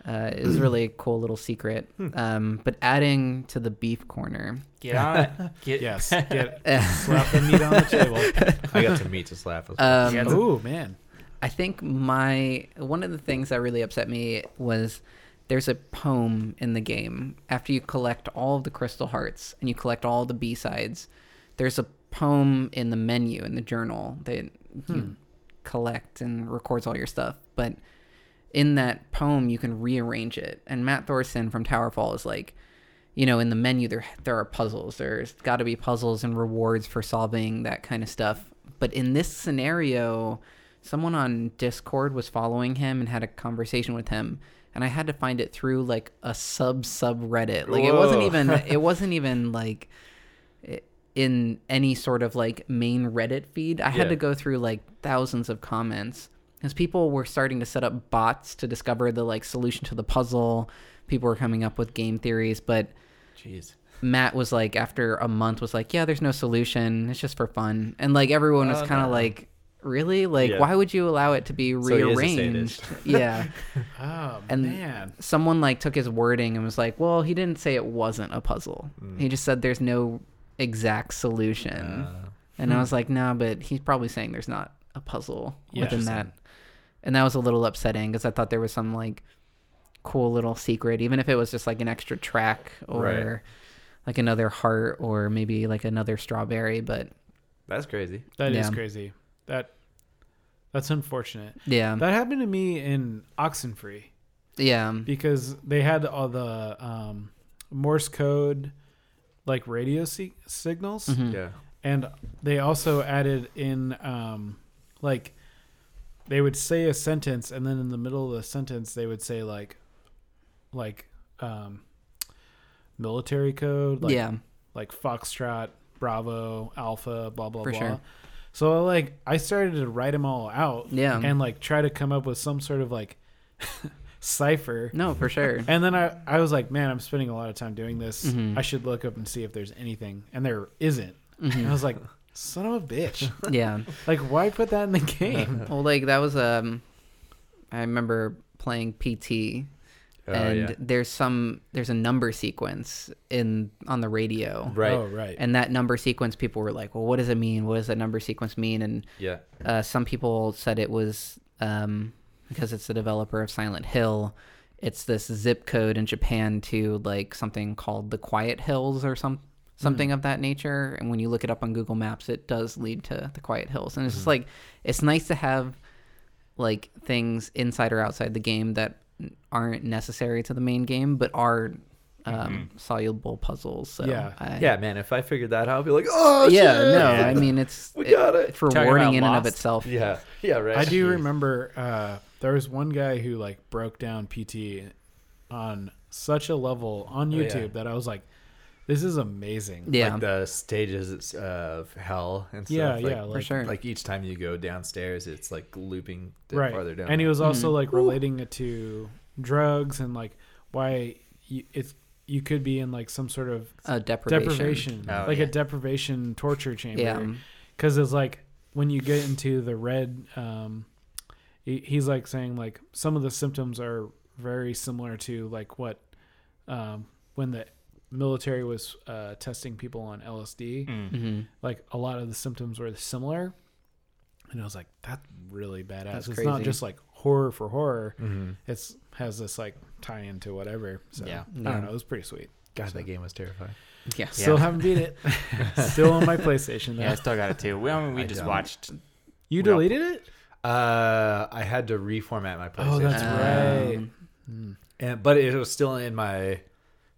Speaker 4: Uh, it
Speaker 2: Hmm.
Speaker 4: was really a cool little secret. Um, but adding to the beef corner,
Speaker 1: Get on it. Get,
Speaker 2: yes, get slap the meat on the table.
Speaker 3: I got some meat to slap. with.
Speaker 4: um,
Speaker 1: Yeah, it's-
Speaker 2: Ooh man,
Speaker 4: I think my one of the things that really upset me was there's a poem in the game. After you collect all of the crystal hearts and you collect all the B sides, there's a poem in the menu in the journal that
Speaker 2: Hmm.
Speaker 4: you collect and records all your stuff. But in that poem, you can rearrange it. And Matt Thorson from Towerfall is like, you know, in the menu there there are puzzles. There's got to be puzzles and rewards for solving that kind of stuff. But in this scenario, someone on Discord was following him and had a conversation with him, and I had to find it through like a sub subreddit. Like it wasn't
Speaker 3: Whoa.
Speaker 4: even it wasn't even like i- in any sort of like main Reddit feed. I had
Speaker 3: Yeah.
Speaker 4: to go through like thousands of comments because people were starting to set up bots to discover the like solution to the puzzle. People were coming up with game theories, but
Speaker 3: Jeez.
Speaker 4: Matt was like, after a month, was like, yeah, there's no solution. It's just for fun. And like everyone was
Speaker 3: Oh,
Speaker 4: kind of
Speaker 3: no.
Speaker 4: like, really? Like,
Speaker 3: Yeah.
Speaker 4: why would you allow it to be
Speaker 3: So he is a
Speaker 4: rearranged?
Speaker 3: sadist.
Speaker 4: yeah.
Speaker 2: oh
Speaker 4: And-
Speaker 2: man,
Speaker 4: Someone like took his wording and was like, well, he didn't say it wasn't a puzzle.
Speaker 2: Mm.
Speaker 4: He just said there's no exact solution. and I was like, nah, but he's probably saying there's not a puzzle
Speaker 2: Hmm. Yeah.
Speaker 4: within that. And that was a little upsetting because I thought there was some like cool little secret, even if it was just like an extra track or
Speaker 3: Right.
Speaker 4: like another heart or maybe like another strawberry. But
Speaker 3: That's crazy.
Speaker 2: that is
Speaker 4: Yeah.
Speaker 2: crazy. That that's unfortunate.
Speaker 4: yeah,
Speaker 2: That happened to me in Oxenfree.
Speaker 4: yeah,
Speaker 2: because they had all the um, Morse code like radio se- signals,
Speaker 4: Mm-hmm. mm.
Speaker 3: Yeah.
Speaker 2: and they also added in um, like they would say a sentence, and then in the middle of the sentence they would say like like um, military code, like
Speaker 4: yeah,
Speaker 2: like Foxtrot, Bravo, Alpha, blah blah
Speaker 4: For
Speaker 2: blah.
Speaker 4: sure.
Speaker 2: So like I started to write them all out,
Speaker 4: Yeah.
Speaker 2: and like try to come up with some sort of like cipher.
Speaker 4: no, for sure.
Speaker 2: And then I, I was like, man, I'm spending a lot of time doing this.
Speaker 3: Mm-hmm.
Speaker 2: I should look up and see if there's anything. And there isn't. And I was like, son of a bitch.
Speaker 4: yeah.
Speaker 2: like, why put that in the game?
Speaker 4: Well, like that was, um, I remember playing PT
Speaker 3: Oh,
Speaker 4: and
Speaker 3: yeah.
Speaker 4: there's some, there's a number sequence in on the radio.
Speaker 3: Right.
Speaker 2: Oh, right.
Speaker 4: And that number sequence, people were like, well, what does it mean? What does that number sequence mean? And
Speaker 3: Yeah.
Speaker 4: uh, some people said it was um, because it's the developer of Silent Hill.
Speaker 1: Hmm.
Speaker 4: It's this zip code in Japan to like something called the Quiet Hills or some something of that nature. And when you look it up on Google Maps, it does lead to the quiet hills. And it's
Speaker 1: Hmm.
Speaker 4: just like it's nice to have like things inside or outside the game that aren't necessary to the main game, but are um,
Speaker 1: Hmm.
Speaker 4: soluble puzzles. So
Speaker 2: Yeah.
Speaker 4: I,
Speaker 3: Yeah, man. If I figured that out, I'd be like, oh,
Speaker 4: yeah.
Speaker 3: shit.
Speaker 4: No, I mean it's
Speaker 3: We got it.
Speaker 4: for
Speaker 1: Talking
Speaker 4: rewarding
Speaker 1: about
Speaker 4: in and of
Speaker 1: Lost.
Speaker 4: itself.
Speaker 3: Yeah, yeah, right.
Speaker 2: I do remember uh, there was one guy who like broke down PT on such a level on
Speaker 3: Oh, yeah.
Speaker 2: YouTube that I was like, "This is amazing."
Speaker 4: Yeah.
Speaker 3: like the stages of hell and stuff.
Speaker 2: Yeah,
Speaker 3: like,
Speaker 2: yeah,
Speaker 4: for
Speaker 2: like,
Speaker 4: sure.
Speaker 3: Like each time you go downstairs, it's like looping the
Speaker 2: right.
Speaker 3: farther down.
Speaker 2: And he was also
Speaker 3: Mm-hmm.
Speaker 2: like relating it to drugs and like why you, it's you could be in like some sort of
Speaker 4: a Uh, deprivation.
Speaker 2: deprivation,
Speaker 3: Oh,
Speaker 2: like
Speaker 3: yeah.
Speaker 2: a deprivation torture
Speaker 4: Yeah.
Speaker 2: chamber. because it's like when you get into the red, um, he, he's like saying like some of the symptoms are very similar to like what um, when the military was uh, testing people on LSD.
Speaker 1: Mm.
Speaker 4: hmm
Speaker 2: Like a lot of the symptoms were similar, and I was like, that's really badass.
Speaker 4: That's
Speaker 2: it's not
Speaker 4: crazy.
Speaker 2: just like horror for horror.
Speaker 3: Mhm.
Speaker 2: It's has this like tie into whatever. So
Speaker 3: Yeah.
Speaker 2: I don't
Speaker 4: Yeah.
Speaker 2: know. It was pretty sweet.
Speaker 3: God, that game was terrifying.
Speaker 4: Yeah.
Speaker 2: Still haven't beat it. Still on my PlayStation. Though.
Speaker 1: Yeah, I still got it too. We I mean, we
Speaker 3: I
Speaker 1: just
Speaker 3: don't.
Speaker 1: watched.
Speaker 2: You
Speaker 1: Well-
Speaker 2: deleted it?
Speaker 3: Uh, I had to reformat my PlayStation.
Speaker 2: Oh, that's right.
Speaker 4: Um,
Speaker 3: and but it was still in my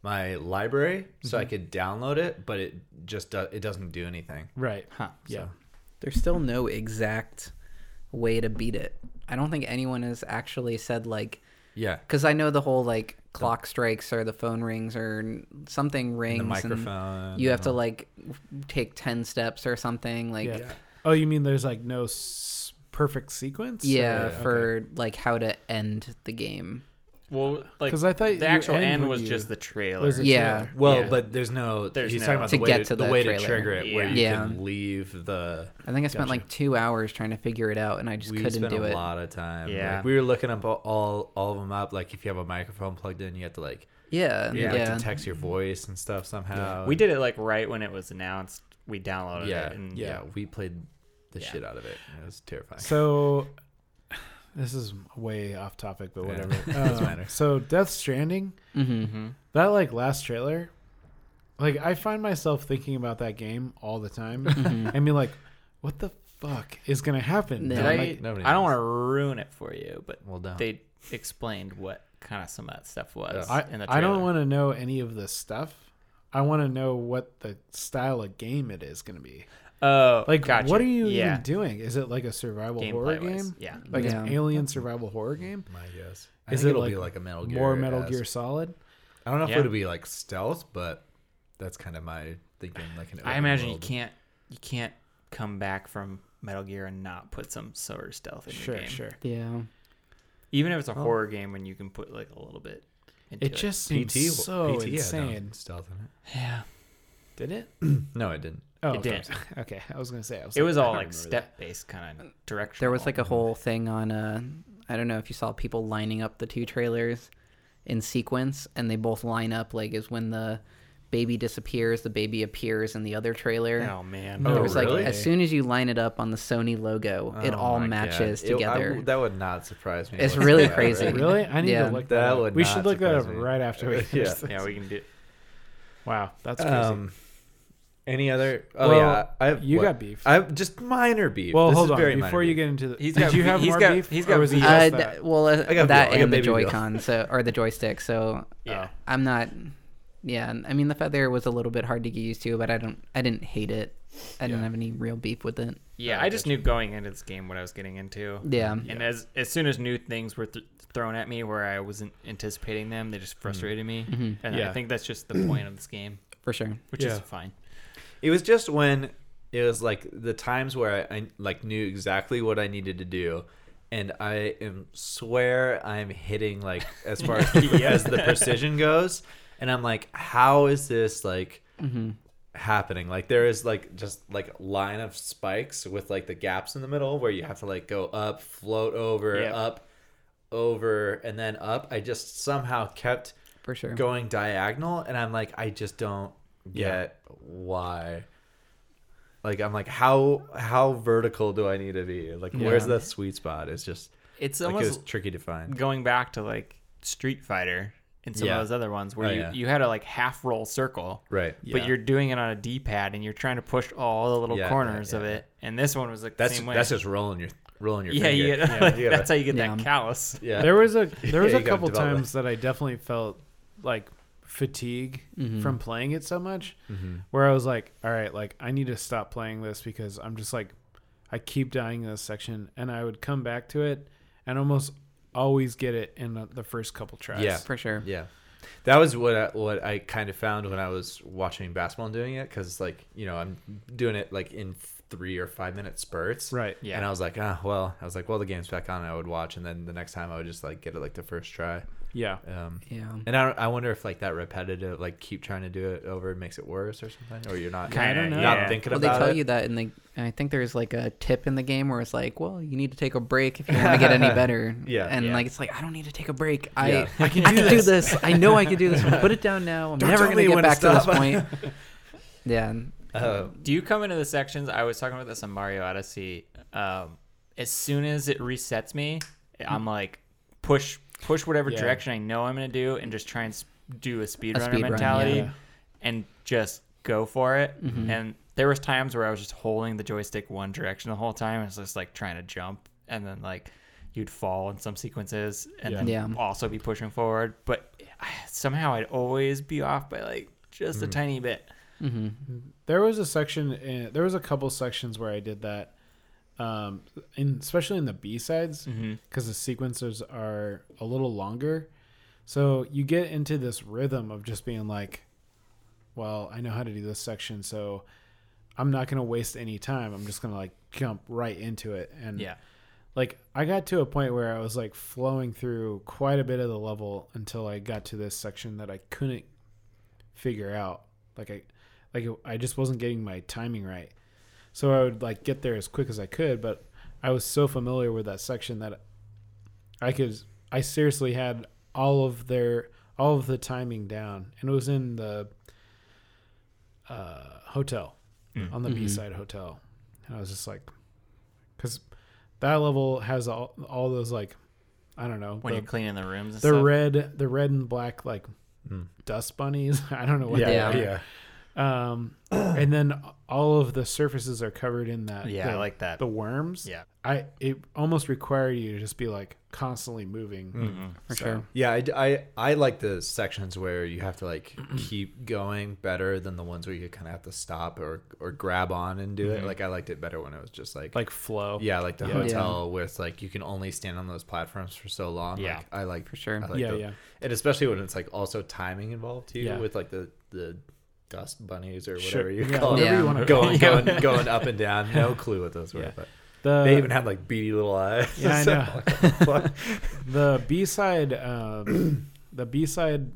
Speaker 3: my library, so I could download it. But it just do, it doesn't do anything.
Speaker 2: Right.
Speaker 1: Huh.
Speaker 2: Yeah.
Speaker 4: There's still no exact way to beat it. I don't think anyone has actually said like
Speaker 3: Yeah,
Speaker 4: because I know the whole like clock strikes or the phone rings or n- something rings.
Speaker 3: the
Speaker 4: and
Speaker 3: microphone.
Speaker 4: you have to like take ten steps or something like
Speaker 2: yeah.
Speaker 4: yeah,
Speaker 2: Oh, you mean there's like no s- perfect sequence?
Speaker 4: for like how to end the game.
Speaker 1: Well, like
Speaker 2: 'Cause I thought
Speaker 1: the
Speaker 2: your
Speaker 1: actual
Speaker 2: end
Speaker 1: end,
Speaker 2: when
Speaker 1: was
Speaker 2: you-
Speaker 1: just the trailer.
Speaker 2: Was it-
Speaker 4: Yeah.
Speaker 2: Yeah.
Speaker 3: Well,
Speaker 1: Yeah.
Speaker 3: but there's no.
Speaker 1: There's
Speaker 3: he's
Speaker 1: no-
Speaker 3: talking about
Speaker 4: To
Speaker 3: the way
Speaker 4: get
Speaker 3: to,
Speaker 4: to
Speaker 3: the
Speaker 4: the
Speaker 3: way to
Speaker 4: trailer.
Speaker 3: trigger it, where you
Speaker 4: Yeah.
Speaker 3: can leave the.
Speaker 4: I think I spent
Speaker 2: Gotcha.
Speaker 4: like two hours trying to figure it out and I just
Speaker 3: We
Speaker 4: couldn't
Speaker 3: spent
Speaker 4: do
Speaker 3: a
Speaker 4: it.
Speaker 3: lot of time.
Speaker 1: Yeah.
Speaker 3: like, we were looking up all, all all of them up. Like if you have a microphone plugged in, you have to like
Speaker 4: Yeah,
Speaker 3: yeah,
Speaker 4: Um, yeah.
Speaker 3: like detects your voice and stuff somehow.
Speaker 1: we did it like right when it was announced. We downloaded
Speaker 3: Yeah,
Speaker 1: it. And
Speaker 3: yeah, we played the
Speaker 1: Yeah.
Speaker 3: shit out of it. and It was terrifying.
Speaker 2: So this is way off topic, but
Speaker 3: Yeah.
Speaker 2: whatever.
Speaker 3: Doesn't
Speaker 2: Um,
Speaker 3: matter.
Speaker 2: So Death Stranding,
Speaker 4: hmm
Speaker 3: Mm-hmm.
Speaker 2: that like last trailer, like I find myself thinking about that game all the time. I mean, like, what the fuck is gonna happen?
Speaker 4: Did
Speaker 1: Did
Speaker 4: Yeah,
Speaker 1: I,
Speaker 3: like, nobody
Speaker 1: I don't want
Speaker 3: knows.
Speaker 1: to ruin it for you, but
Speaker 3: well done.
Speaker 1: they explained what kind of some of that stuff was
Speaker 2: I,
Speaker 1: in the
Speaker 2: I
Speaker 1: trailer.
Speaker 2: don't want to know any of this stuff. I want to know what the style of game it is going to be.
Speaker 1: Oh,
Speaker 2: Like,
Speaker 1: gotcha.
Speaker 2: what are you
Speaker 1: yeah.
Speaker 2: even doing? Is it like a survival horror
Speaker 1: Gameplay-wise,
Speaker 2: game?
Speaker 1: Yeah.
Speaker 2: Like an
Speaker 4: Yeah.
Speaker 2: alien survival horror game?
Speaker 3: My guess. I
Speaker 2: Is it
Speaker 3: think it'll
Speaker 2: like
Speaker 3: be like a Metal Gear?
Speaker 2: More Metal
Speaker 3: as-
Speaker 2: Gear Solid?
Speaker 3: I don't know
Speaker 1: Yeah.
Speaker 3: if it'll be like stealth, but that's kind of my thinking. Like an
Speaker 1: I
Speaker 3: open
Speaker 1: imagine you
Speaker 3: world.
Speaker 1: can't you can't come back from Metal Gear and not put some sort of stealth in
Speaker 2: Sure,
Speaker 1: your game.
Speaker 2: sure.
Speaker 4: Yeah.
Speaker 1: Even if it's a horror game, when you can put like a little bit. Into
Speaker 2: It just seems
Speaker 3: PT
Speaker 2: so
Speaker 3: PT had no
Speaker 2: insane.
Speaker 3: stealth in it.
Speaker 1: yeah.
Speaker 2: Did it?
Speaker 3: No, it didn't.
Speaker 2: Oh,
Speaker 1: It
Speaker 2: okay.
Speaker 1: did.
Speaker 2: Okay, I was going to say. I was
Speaker 1: It was
Speaker 2: I
Speaker 1: all
Speaker 2: don't
Speaker 1: like
Speaker 2: remember that.
Speaker 1: step based kind of direction.
Speaker 4: There was like a whole thing on uh I don't know if you saw people lining up the two trailers in sequence and they both line up like is when the baby disappears, the baby appears in the other trailer.
Speaker 1: Oh man.
Speaker 2: No.
Speaker 4: It
Speaker 3: Oh,
Speaker 4: was
Speaker 3: really?
Speaker 4: like as soon as you line it up on the Sony logo, it
Speaker 3: Oh
Speaker 4: all
Speaker 3: my
Speaker 4: matches
Speaker 3: God. It- I
Speaker 4: together.
Speaker 3: w- that would not surprise me.
Speaker 4: It's really
Speaker 3: whatsoever.
Speaker 4: crazy.
Speaker 2: Really? I need
Speaker 4: Yeah.
Speaker 2: to look that,
Speaker 3: That
Speaker 2: up.
Speaker 3: would
Speaker 2: We
Speaker 3: not
Speaker 2: should look that up
Speaker 3: surprise me.
Speaker 2: right after we
Speaker 3: Yeah.
Speaker 2: finish this.
Speaker 1: Yeah, we can do.
Speaker 2: Wow, that's crazy.
Speaker 3: Um, any other? Oh
Speaker 2: Well,
Speaker 3: yeah, I have,
Speaker 2: you
Speaker 3: what?
Speaker 2: got beef.
Speaker 3: I have just minor beef.
Speaker 2: well,
Speaker 3: This
Speaker 2: hold
Speaker 3: is
Speaker 2: on.
Speaker 3: very minor
Speaker 2: Before you
Speaker 3: beef.
Speaker 2: get into the,
Speaker 1: He's
Speaker 2: did
Speaker 1: got
Speaker 2: you
Speaker 1: V-
Speaker 2: have
Speaker 1: he's
Speaker 2: more
Speaker 1: got-
Speaker 2: beef?
Speaker 1: he's
Speaker 2: or
Speaker 1: got
Speaker 2: was it
Speaker 1: V-
Speaker 2: just
Speaker 4: Uh,
Speaker 2: that?
Speaker 4: th- well, uh,
Speaker 3: I
Speaker 4: that
Speaker 3: got Bill. I got
Speaker 4: and the
Speaker 3: Baby Oh. Bill.
Speaker 4: Joy Con, so or the joystick. So
Speaker 1: Yeah.
Speaker 4: I'm not. Yeah, I mean the feather was a little bit hard to get used to, but I don't. I didn't hate it. I didn't
Speaker 3: Yeah.
Speaker 4: have any real beef with it.
Speaker 1: Yeah, I just knew going into this game what I was getting into.
Speaker 4: Yeah.
Speaker 1: And as as soon as new things were th- thrown at me where I wasn't anticipating them, they
Speaker 3: Mm-hmm.
Speaker 1: just frustrated me.
Speaker 4: Mm-hmm.
Speaker 1: And
Speaker 2: Yeah.
Speaker 1: I think that's just the point of this game,
Speaker 4: for sure.
Speaker 1: which
Speaker 2: Yeah.
Speaker 1: is fine.
Speaker 3: It was just when it was like the times where I, I like knew exactly what I needed to do, and I am swear I'm hitting like as far as, as the precision goes, and I'm like, how is this like happening? Like there is like just like line of spikes with like the gaps in the middle where you have to like go up, float over,
Speaker 1: Yep.
Speaker 3: up, over, and then up. I just somehow kept
Speaker 4: For sure.
Speaker 3: going diagonal and i'm like i just don't get why like i'm like how how vertical do i need to be like where's that sweet spot it's just
Speaker 1: It's
Speaker 3: like it
Speaker 1: almost
Speaker 3: was tricky to find
Speaker 1: going back to like Street Fighter in some
Speaker 3: Yeah.
Speaker 1: of those other ones where
Speaker 3: Oh,
Speaker 1: you,
Speaker 3: yeah.
Speaker 1: you had a like half roll circle,
Speaker 3: Right.
Speaker 2: Yeah.
Speaker 1: but you're doing it on a D-pad and you're trying to push all the little
Speaker 3: Yeah, yeah,
Speaker 1: corners of
Speaker 3: yeah.
Speaker 1: it. And this one was like the
Speaker 3: That's
Speaker 1: same way.
Speaker 3: that's just rolling your rolling your
Speaker 1: yeah,
Speaker 3: finger.
Speaker 1: you get,
Speaker 3: yeah, you gotta-
Speaker 1: that's how you get that
Speaker 4: Yeah.
Speaker 1: callus.
Speaker 3: yeah.
Speaker 2: There was a there was
Speaker 3: Yeah,
Speaker 2: a
Speaker 3: you gotta
Speaker 2: couple
Speaker 3: develop that.
Speaker 2: times that I definitely felt like fatigue
Speaker 4: Mhm.
Speaker 2: from playing it so much
Speaker 3: Mhm.
Speaker 2: where I was like, all right, like I need to stop playing this because I'm just like I keep dying in this section and I would come back to it and almost always get it in the, the first couple tries.
Speaker 3: Yeah.
Speaker 4: for sure.
Speaker 3: Yeah, that was what I, what I kind of found when I was watching basketball and doing it because like you know I'm doing it like in three or five minute spurts.
Speaker 2: Right.
Speaker 1: Yeah.
Speaker 3: And I was like, ah, well, I was like, well, the game's back on. And I would watch, and then the next time I would just like get it like the first try.
Speaker 2: Yeah.
Speaker 3: Um,
Speaker 4: Yeah.
Speaker 3: and I, don't- I wonder if like that repetitive, like keep trying to do it over makes it worse or something, or you're not
Speaker 1: Kinda,
Speaker 2: I don't know.
Speaker 3: you're
Speaker 1: yeah.
Speaker 3: not thinking
Speaker 4: Well, they
Speaker 3: about
Speaker 4: tell
Speaker 3: it.
Speaker 4: you that in the. I think there's like a tip in the game where it's like, well, you need to take a break if you want to get any better.
Speaker 3: Yeah.
Speaker 4: And
Speaker 1: Yeah.
Speaker 4: like, it's like I don't need to take a break. I
Speaker 3: Yeah.
Speaker 4: I can, do, this. I know I can do this. I'm gonna Put it down now. I'm
Speaker 3: Don't
Speaker 4: never
Speaker 3: tell
Speaker 4: gonna
Speaker 3: me
Speaker 4: get
Speaker 3: when to
Speaker 4: back to this
Speaker 3: stop.
Speaker 4: point. yeah. and-
Speaker 3: Uh,
Speaker 1: Do you come into the sections? I was talking about this on Mario Odyssey. Um, as soon as it resets me, I'm like push push whatever
Speaker 2: Yeah.
Speaker 1: direction I know I'm gonna do, and just try and s- do a speedrunner
Speaker 4: speed run,
Speaker 1: mentality,
Speaker 2: yeah.
Speaker 1: and just go for it. And there was times where I was just holding the joystick one direction the whole time. I was just like trying to jump, and then like you'd fall in some sequences, and
Speaker 2: Yeah.
Speaker 1: then
Speaker 4: Yeah.
Speaker 1: also be pushing forward. But I- somehow I'd always be off by like just a tiny bit.
Speaker 2: There was a section. In, there was a couple sections where I did that, um, in, especially in the B sides, because the sequences are a little longer. So you get into this rhythm of just being like, "Well, I know how to do this section, so I'm not gonna waste any time. I'm just gonna like jump right into it." And
Speaker 1: Yeah.
Speaker 2: like I got to a point where I was like flowing through quite a bit of the level until I got to this section that I couldn't figure out. Like I like I just wasn't getting my timing right. So I would like get there as quick as I could, but I was so familiar with that section that I could I seriously had all of their all of the timing down. And it was in the uh hotel on the B side hotel. And I was just like cuz that level has all, all those like I don't know
Speaker 1: When
Speaker 2: the,
Speaker 1: you're cleaning the rooms, and
Speaker 2: the
Speaker 1: stuff.
Speaker 2: red the red and black like dust bunnies. I don't know what they
Speaker 4: Yeah.
Speaker 2: are. Um, and then all of the surfaces are covered in that.
Speaker 1: Yeah,
Speaker 2: the-
Speaker 1: I like that.
Speaker 2: The worms.
Speaker 1: Yeah.
Speaker 2: I it almost required you to just be like constantly moving.
Speaker 1: Hmm. Mm-hmm.
Speaker 4: For
Speaker 2: So,
Speaker 4: sure.
Speaker 3: Yeah, I, I, I like the sections where you have to like keep going better than the ones where you kind of have to stop or or grab on and do it. Like I liked it better when it was just like
Speaker 2: Mm-hmm. Like flow.
Speaker 3: yeah, like the
Speaker 2: Yeah.
Speaker 3: hotel where it's like you can only stand on those platforms for so long.
Speaker 1: Yeah.
Speaker 3: like, I like
Speaker 4: For sure.
Speaker 3: I like
Speaker 2: Yeah,
Speaker 3: the-
Speaker 2: yeah.
Speaker 3: and especially when it's like also timing involved too
Speaker 2: Yeah.
Speaker 3: with like the the dust bunnies or
Speaker 2: Sure.
Speaker 3: whatever you
Speaker 2: yeah,
Speaker 3: call
Speaker 2: whatever
Speaker 4: Yeah.
Speaker 2: you want to call.
Speaker 3: Going, going, going up and down. No clue what those were,
Speaker 2: Yeah.
Speaker 3: but
Speaker 2: The,
Speaker 3: they even had like beady little eyes.
Speaker 2: Yeah, I
Speaker 3: So,
Speaker 2: know.
Speaker 3: like, what the fuck?
Speaker 2: the B side, um, the B side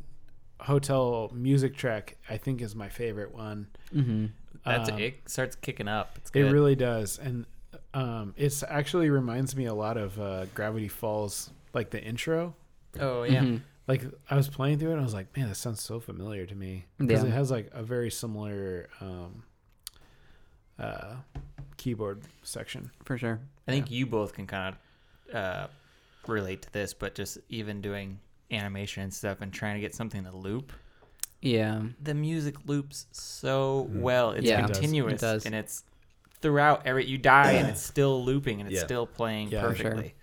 Speaker 2: hotel music track. I think is my favorite one.
Speaker 4: Mm-hmm.
Speaker 1: That's
Speaker 2: Um,
Speaker 1: it starts kicking up. It's
Speaker 2: It
Speaker 1: good.
Speaker 2: really does, and um, it's actually reminds me a lot of uh, Gravity Falls, like the intro.
Speaker 1: oh yeah.
Speaker 4: Mm-hmm.
Speaker 2: Mm-hmm. like I was playing through it and I was like, man, this sounds so familiar to me because
Speaker 4: Yeah.
Speaker 2: it has like a very similar um, uh, keyboard section.
Speaker 4: For sure.
Speaker 1: I think you both can kind of uh, relate to this, but just even doing animation and stuff and trying to get something to loop,
Speaker 4: Yeah.
Speaker 1: the music loops so
Speaker 2: Mm-hmm.
Speaker 1: well. It's
Speaker 4: Yeah. It does.
Speaker 1: continuous
Speaker 4: It does.
Speaker 1: and it's throughout every you die and it's still looping and it's
Speaker 3: Yeah.
Speaker 1: still playing
Speaker 2: Yeah. For
Speaker 4: sure.
Speaker 1: perfectly.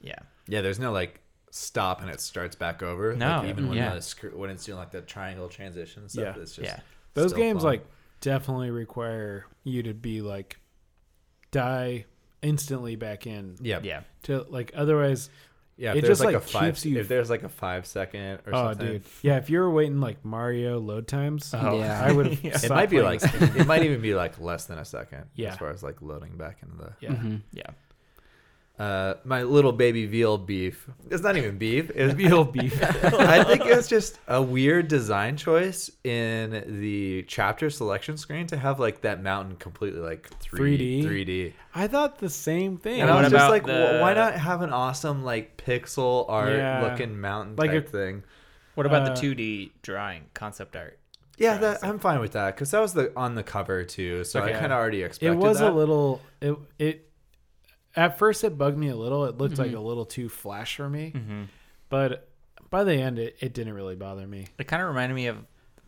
Speaker 1: Yeah.
Speaker 3: Yeah, there's no like stop and it starts back over.
Speaker 1: No,
Speaker 3: like, even when
Speaker 1: yeah.
Speaker 3: the scr- when it's doing like the triangle transition and stuff,
Speaker 2: Yeah.
Speaker 3: it's just
Speaker 1: Yeah.
Speaker 2: Those
Speaker 3: still
Speaker 2: games
Speaker 3: fun.
Speaker 2: like definitely require you to be like die instantly back in
Speaker 3: yeah, yeah.
Speaker 1: Yeah.
Speaker 2: to like otherwise.
Speaker 3: If
Speaker 2: It
Speaker 3: there's
Speaker 2: just,
Speaker 3: like,
Speaker 2: like,
Speaker 3: a five,
Speaker 2: keeps you-
Speaker 3: if there's like a five second or
Speaker 2: Oh,
Speaker 3: something,
Speaker 2: dude, yeah. If you were waiting like Mario load times,
Speaker 4: Oh. Yeah.
Speaker 2: I would.
Speaker 1: Yeah.
Speaker 2: yeah.
Speaker 1: It
Speaker 3: it might be like it might even be like less than a second
Speaker 2: Yeah.
Speaker 3: as far as like loading back into the.
Speaker 2: yeah.
Speaker 4: Mhm.
Speaker 1: Yeah.
Speaker 3: Uh, my little baby veal beef. It's not even beef. It was veal beef. I think it was just a weird design choice in the chapter selection screen to have like that mountain completely like
Speaker 2: 3D.
Speaker 3: 3D. 3D.
Speaker 2: I thought the same thing.
Speaker 3: And
Speaker 1: Yeah,
Speaker 3: I
Speaker 1: what
Speaker 3: was just
Speaker 1: about
Speaker 3: like, "Wh- why
Speaker 1: the-
Speaker 3: not have an awesome like pixel art
Speaker 2: Yeah.
Speaker 3: looking mountain
Speaker 2: Like
Speaker 3: type
Speaker 2: a-
Speaker 3: thing?
Speaker 1: What about
Speaker 2: Uh,
Speaker 1: the 2D drawing concept art?
Speaker 3: Yeah, that, I'm fine with that because that was the on the cover too, so I
Speaker 1: Okay.
Speaker 3: kind of already
Speaker 2: it
Speaker 3: expected.
Speaker 2: was
Speaker 3: that.
Speaker 2: a little it it
Speaker 3: Mm-hmm.
Speaker 2: at first it bugged me a little it looked like a little too flash for me but By the end, it, it didn't really bother me.
Speaker 1: It kind of reminded me of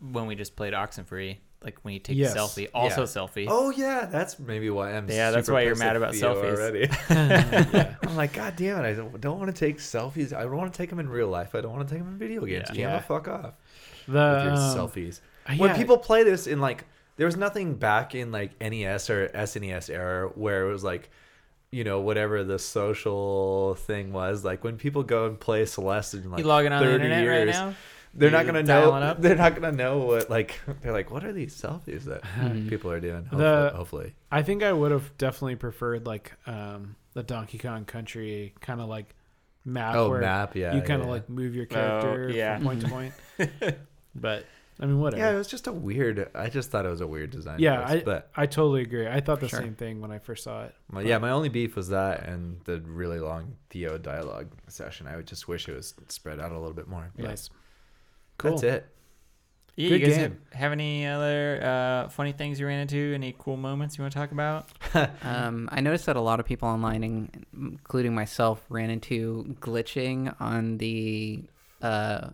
Speaker 1: when we just played Oxenfree, like when you take
Speaker 2: Yes.
Speaker 1: a selfie, also
Speaker 3: Yeah.
Speaker 1: selfie.
Speaker 3: Oh yeah, that's maybe why I'm.
Speaker 1: Yeah, that's
Speaker 3: super
Speaker 1: why you're
Speaker 3: pissed
Speaker 1: mad
Speaker 3: at
Speaker 1: about
Speaker 3: Theo
Speaker 1: selfies.
Speaker 3: Already.
Speaker 2: Yeah.
Speaker 3: I'm like, God damn it! I don't- don't want to take selfies. I don't want to take them in real life. I don't want to take them in video games.
Speaker 1: Yeah.
Speaker 3: Gamma,
Speaker 2: Yeah.
Speaker 3: fuck off
Speaker 2: The
Speaker 3: with your
Speaker 2: um,
Speaker 3: selfies.
Speaker 2: uh,
Speaker 3: When
Speaker 2: yeah,
Speaker 3: people play this in like, there was nothing back in like NES or SNES era where it was like, you know, whatever the social thing was. Like when people go and play Celeste in like
Speaker 1: you logging on the
Speaker 3: 30
Speaker 1: internet
Speaker 3: years,
Speaker 1: right now?
Speaker 3: they're
Speaker 1: You
Speaker 3: not gonna
Speaker 1: dialing
Speaker 3: know.
Speaker 1: up?
Speaker 3: They're not gonna know what like. They're like, what are these selfies that people are doing? Hopefully,
Speaker 2: Hmm. The-
Speaker 3: hopefully.
Speaker 2: I think I would have definitely preferred like um, the Donkey Kong Country kind of like map
Speaker 3: Oh,
Speaker 2: where
Speaker 3: map, yeah,
Speaker 2: you kind of
Speaker 3: yeah.
Speaker 2: like move your character
Speaker 1: yeah.
Speaker 2: from point to point. but I mean, whatever.
Speaker 3: Yeah, it was just a weird. I just thought it was a weird design.
Speaker 2: Yeah,
Speaker 3: choice, but
Speaker 2: I totally agree. I thought the
Speaker 4: Sure.
Speaker 2: same thing when I first saw it.
Speaker 3: my, yeah, my only beef was that and the really long Theo dialogue session. I would just wish it was spread out a little bit more. but
Speaker 2: Nice. Cool.
Speaker 3: That's it.
Speaker 1: Yeah,
Speaker 2: Good
Speaker 1: you guys
Speaker 2: game.
Speaker 1: Have, have any other uh, funny things you ran into? Any cool moments you want to talk about?
Speaker 4: Um, I noticed that a lot of people online, in- including myself, ran into glitching on the uh,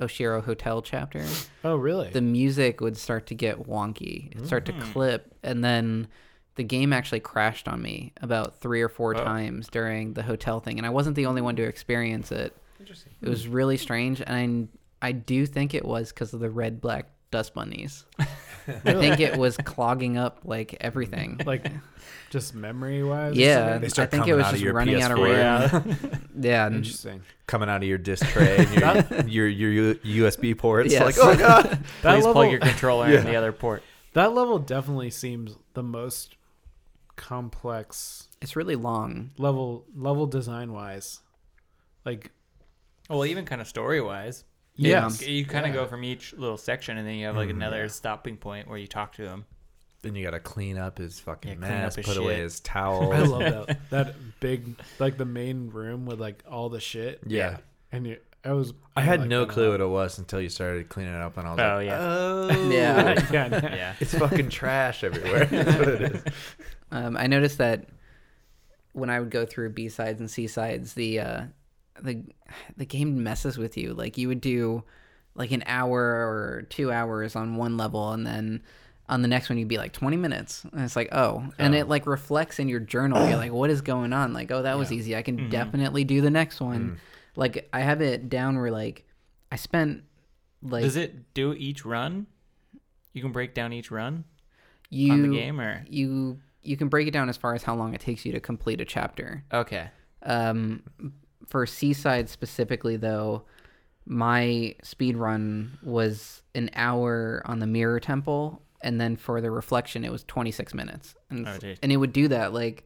Speaker 4: Oshiro Hotel chapter.
Speaker 2: Oh, really?
Speaker 4: The music would start to get wonky, it'd start to
Speaker 3: Mm.
Speaker 4: clip, and then the game actually crashed on me about three or four
Speaker 3: Oh.
Speaker 4: times during the hotel thing, and I wasn't the only one to experience it.
Speaker 3: Interesting.
Speaker 4: It was really strange, and I, I do think it was because of the red black dust bunnies. I think it was clogging up like everything.
Speaker 2: like, just memory wise?
Speaker 4: Yeah,
Speaker 3: They start
Speaker 4: I think it
Speaker 3: coming
Speaker 4: was
Speaker 3: out of
Speaker 4: just
Speaker 3: your
Speaker 4: running out of
Speaker 3: PS4.
Speaker 4: RAM.
Speaker 1: Oh, Yeah.
Speaker 4: Yeah, and
Speaker 2: Interesting.
Speaker 3: Coming out of your disc tray and your, your your U- USB ports.
Speaker 4: Yes.
Speaker 3: Like, oh god.
Speaker 2: That
Speaker 1: Please
Speaker 2: level-
Speaker 1: plug your controller in the other port.
Speaker 2: That level definitely seems the most complex
Speaker 4: it's really long.
Speaker 2: level level design wise. Like
Speaker 1: Well, even kind of story wise.
Speaker 4: Yeah.
Speaker 2: yes, Mm-hmm.
Speaker 1: You kind of
Speaker 2: Yeah.
Speaker 1: go from each little section, and then you have like another stopping point where you talk to them.
Speaker 3: Then you gotta clean up his fucking
Speaker 1: Yeah, clean up
Speaker 3: mess,
Speaker 1: his
Speaker 3: put away
Speaker 1: shit.
Speaker 3: his towel.
Speaker 2: I love that that big like the main room with like all the shit.
Speaker 3: Yeah.
Speaker 2: and you, I was
Speaker 3: I had
Speaker 2: like "Oh,
Speaker 3: no
Speaker 2: that a
Speaker 3: clue
Speaker 2: lot.
Speaker 3: what it was until you started cleaning it up, and I was
Speaker 1: Oh,
Speaker 3: like,
Speaker 1: yeah.
Speaker 3: "Oh,
Speaker 4: Yeah.
Speaker 2: yeah, no.
Speaker 1: Yeah.
Speaker 3: it's fucking trash everywhere." That's what it is.
Speaker 4: Um, I noticed that when I would go through B sides and C sides, the uh, the the game messes with you. Like you would do like an hour or two hours on one level, and then on the next one you'd be like 20 minutes and it's like oh and it like reflects in your journal you're like what is going on like oh that was easy i can
Speaker 1: Mm-hmm.
Speaker 4: definitely do the next one
Speaker 1: Mm.
Speaker 4: like i have it down where like i spent like
Speaker 1: Does it do each run? You can break down each run
Speaker 4: you
Speaker 1: on the game, or
Speaker 4: you you can break it down as far as how long it takes you to complete a chapter.
Speaker 1: okay,
Speaker 4: Um, for Seaside specifically, though, my speed run was an hour on the Mirror Temple, and then for the Reflection, it was 26 minutes, and
Speaker 1: Oh, geez.
Speaker 4: and it would do that like.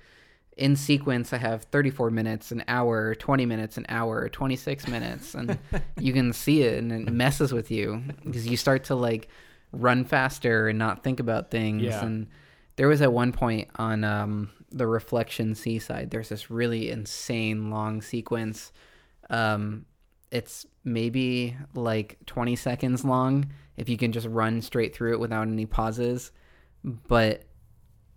Speaker 4: In sequence, I have 34 minutes, an hour, 20 minutes, an hour, 26 minutes, and you can see it, and it messes with you because you start to like run faster and not think about things,
Speaker 2: Yeah.
Speaker 4: and there was at one point on um, the Reflection Seaside, there's this really insane long sequence. Um, it's maybe like 20 seconds long if you can just run straight through it without any pauses. But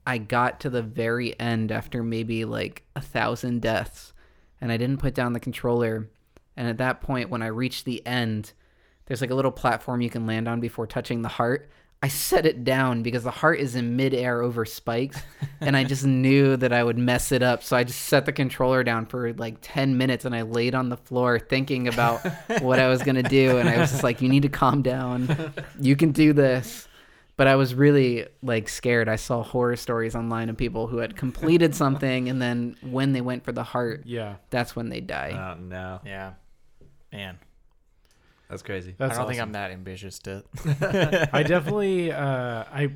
Speaker 4: I got to the very end after maybe like a thousand deaths and I didn't put down the controller. And at that point, when I reached the end, there's like a little platform you can land on before touching the heart. I set it down because the heart is in midair over spikes, and I just knew that I would mess it up. So I just set the controller down for like 10 minutes and I laid on the floor thinking about what I was going to do. And I was just like, you need to calm down. You can do this. But I was really like scared. I saw horror stories online of people who had completed something, and then when they went for the heart,
Speaker 2: Yeah,
Speaker 4: that's when they die.
Speaker 2: Uh,
Speaker 3: Oh no,
Speaker 1: yeah, man,
Speaker 3: that's crazy.
Speaker 2: that's
Speaker 1: I don't think
Speaker 2: awesome.
Speaker 1: I'm that ambitious to.
Speaker 2: I definitely uh, I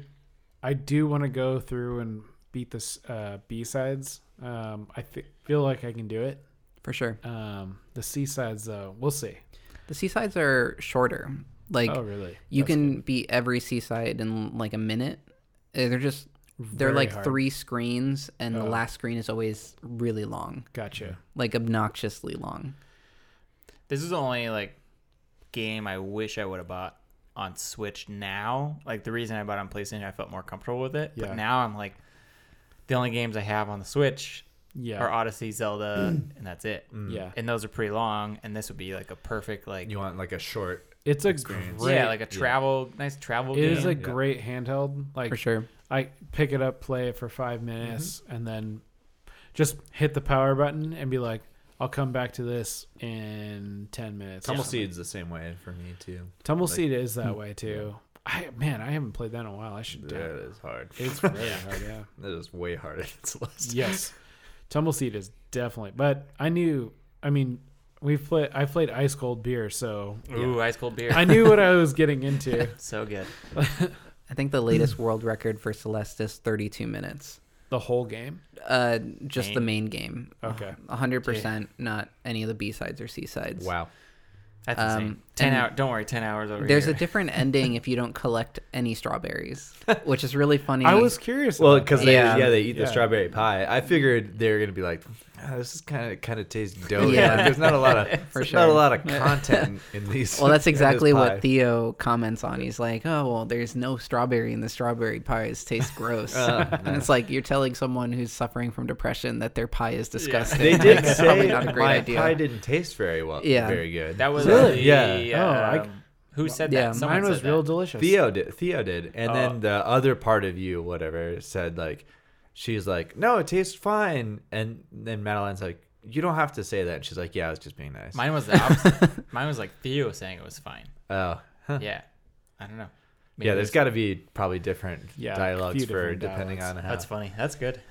Speaker 2: I do want to go through and beat this uh, B sides. Um, I th- feel like I can do it.
Speaker 4: For sure.
Speaker 2: Um, the C sides though, we'll see.
Speaker 4: The seasides are shorter. Like
Speaker 2: oh really?
Speaker 4: you
Speaker 2: That's
Speaker 4: can beat every seaside in like a minute. Uh, They're just they're
Speaker 2: Very
Speaker 4: like
Speaker 2: hard.
Speaker 4: three screens and the
Speaker 2: Oh.
Speaker 4: last screen is always really long.
Speaker 2: Gotcha.
Speaker 4: Like obnoxiously long.
Speaker 1: This is the only like game I wish I would have bought on Switch now. Like the reason I bought it on PlayStation, I felt more comfortable with it.
Speaker 2: Yeah.
Speaker 1: But now I'm like, the only games I have on the Switch
Speaker 2: Yeah.
Speaker 1: or Odyssey, Zelda, and that's it.
Speaker 3: Mm.
Speaker 2: yeah.
Speaker 1: And those are pretty long, and this would be like a perfect like
Speaker 3: You want like a short.
Speaker 2: It's a
Speaker 3: Experience.
Speaker 2: great.
Speaker 1: yeah, like a travel, nice travel
Speaker 2: it
Speaker 1: game.
Speaker 2: is a
Speaker 3: Yeah.
Speaker 2: great handheld. Like
Speaker 4: for sure.
Speaker 2: I pick it up, play it for five minutes,
Speaker 3: Mm-hmm.
Speaker 2: and then just hit the power button and be like, "I'll come back to this in ten minutes." or
Speaker 3: Tumble
Speaker 2: something.
Speaker 3: Seed's the same way for me too.
Speaker 2: Tumble
Speaker 3: like- mm,
Speaker 2: Seed is that way too. I man, I haven't played that in a while. I should. do
Speaker 3: That
Speaker 2: it.
Speaker 3: is hard.
Speaker 2: It's really hard. Yeah.
Speaker 3: That is way harder than it's last.
Speaker 2: yes tumble seed is definitely but i knew i mean we've played i played ice cold beer so
Speaker 1: Ooh, ice cold beer.
Speaker 2: i knew what i was getting into
Speaker 1: so good.
Speaker 4: I think the latest world record for Celeste is 32 minutes.
Speaker 2: the whole game
Speaker 4: Uh, just the main game.
Speaker 2: Okay.
Speaker 4: A hundred percent, not any of the B sides or C sides.
Speaker 3: Wow.
Speaker 1: That's
Speaker 4: Um,
Speaker 1: insane. Ten
Speaker 4: and
Speaker 1: hour. Don't worry, ten hours over
Speaker 4: There's
Speaker 1: here.
Speaker 4: a different ending if you don't collect any strawberries, which is really funny.
Speaker 2: i was curious
Speaker 3: Well,
Speaker 2: about
Speaker 3: because they
Speaker 4: Yeah.
Speaker 3: yeah. they eat
Speaker 2: Yeah.
Speaker 3: the strawberry pie. I figured they were gonna be like, "Ah, this is kind of kind of tastes doughy.
Speaker 4: Yeah.
Speaker 3: Like, there's not a lot of
Speaker 4: For
Speaker 3: there's not
Speaker 4: sure.
Speaker 3: a lot of content in these.
Speaker 4: Well, that's
Speaker 3: in this
Speaker 4: exactly
Speaker 3: pie.
Speaker 4: what Theo comments on. He's like, "Oh, well, there's no strawberry, and the strawberry pies taste gross."
Speaker 3: Uh,
Speaker 4: and it's like you're telling someone who's suffering from depression that their pie is disgusting.
Speaker 3: they
Speaker 4: Like,
Speaker 3: did
Speaker 4: it's
Speaker 3: say
Speaker 4: probably not a great
Speaker 3: my
Speaker 4: idea.
Speaker 3: pie didn't taste very well.
Speaker 4: Yeah.
Speaker 3: very good.
Speaker 1: that was
Speaker 2: Really?
Speaker 1: the,
Speaker 3: Yeah.
Speaker 2: Oh, I-
Speaker 1: um, who said
Speaker 4: Yeah,
Speaker 1: that? Someone
Speaker 2: mine was
Speaker 1: said that.
Speaker 2: real delicious
Speaker 3: Theo did. Theo did, and
Speaker 1: Oh.
Speaker 3: then the other part of you, whatever, said like, she's like, no, it tastes fine, and then Madeline's like, you don't have to say that. And she's like, yeah, I was just being nice.
Speaker 1: Mine was the opposite. Mine was like Theo saying it was fine.
Speaker 3: oh, huh.
Speaker 1: Yeah, I don't know. Maybe
Speaker 3: yeah. There's
Speaker 1: it's-
Speaker 3: got to be probably different
Speaker 2: Yeah, a
Speaker 3: dialogues
Speaker 2: few
Speaker 3: for
Speaker 2: different
Speaker 3: depending
Speaker 2: dialogues.
Speaker 3: on how.
Speaker 1: That's funny. That's good.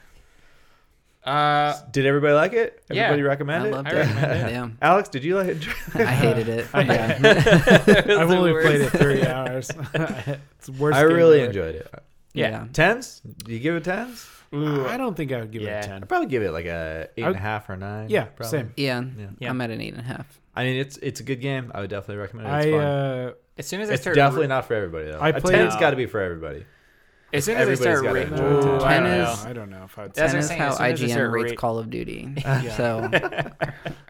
Speaker 1: Uh,
Speaker 3: Did everybody like it?
Speaker 1: Yeah.
Speaker 3: Everybody recommend
Speaker 4: I
Speaker 3: it?
Speaker 4: loved
Speaker 1: I
Speaker 4: it.
Speaker 1: recommend
Speaker 4: Yeah,
Speaker 3: Alex, did you like it?
Speaker 4: I hated it.
Speaker 2: I-
Speaker 4: Yeah.
Speaker 2: i've
Speaker 1: the
Speaker 2: only
Speaker 1: worst.
Speaker 2: played it three hours it's the worst
Speaker 3: I
Speaker 2: game
Speaker 3: really
Speaker 2: ever.
Speaker 3: enjoyed it.
Speaker 1: Yeah.
Speaker 4: Yeah.
Speaker 3: Tens? Do you give it tens?
Speaker 1: Ooh,
Speaker 2: i don't think i would give
Speaker 1: Yeah.
Speaker 2: it a
Speaker 3: I'd
Speaker 2: 10
Speaker 3: probably give it like a eight
Speaker 2: I-
Speaker 3: and a half or nine.
Speaker 2: yeah
Speaker 3: probably.
Speaker 2: same
Speaker 4: Yeah,
Speaker 1: Yeah.
Speaker 4: I'm at an eight and a half.
Speaker 3: I mean, it's it's a good game. I would definitely recommend it. It's
Speaker 2: i
Speaker 3: fun.
Speaker 2: uh
Speaker 1: as soon as I
Speaker 3: it's
Speaker 1: start,
Speaker 3: definitely not for everybody though.
Speaker 2: I
Speaker 3: A
Speaker 2: played- uh,
Speaker 3: ten's got to be for everybody.
Speaker 1: As soon as I
Speaker 3: everybody's
Speaker 1: start,
Speaker 3: gotta
Speaker 1: re-
Speaker 3: enjoy
Speaker 2: it.
Speaker 1: Ooh, I don't
Speaker 4: Ten
Speaker 1: know.
Speaker 4: is-
Speaker 2: i don't know if i'd
Speaker 1: That's
Speaker 4: Ten
Speaker 1: what I'm
Speaker 4: is
Speaker 1: saying,
Speaker 4: how
Speaker 1: as soon as I
Speaker 4: IGN
Speaker 1: start
Speaker 4: rates
Speaker 1: rate-
Speaker 4: Call of Duty.
Speaker 2: Yeah.
Speaker 4: So,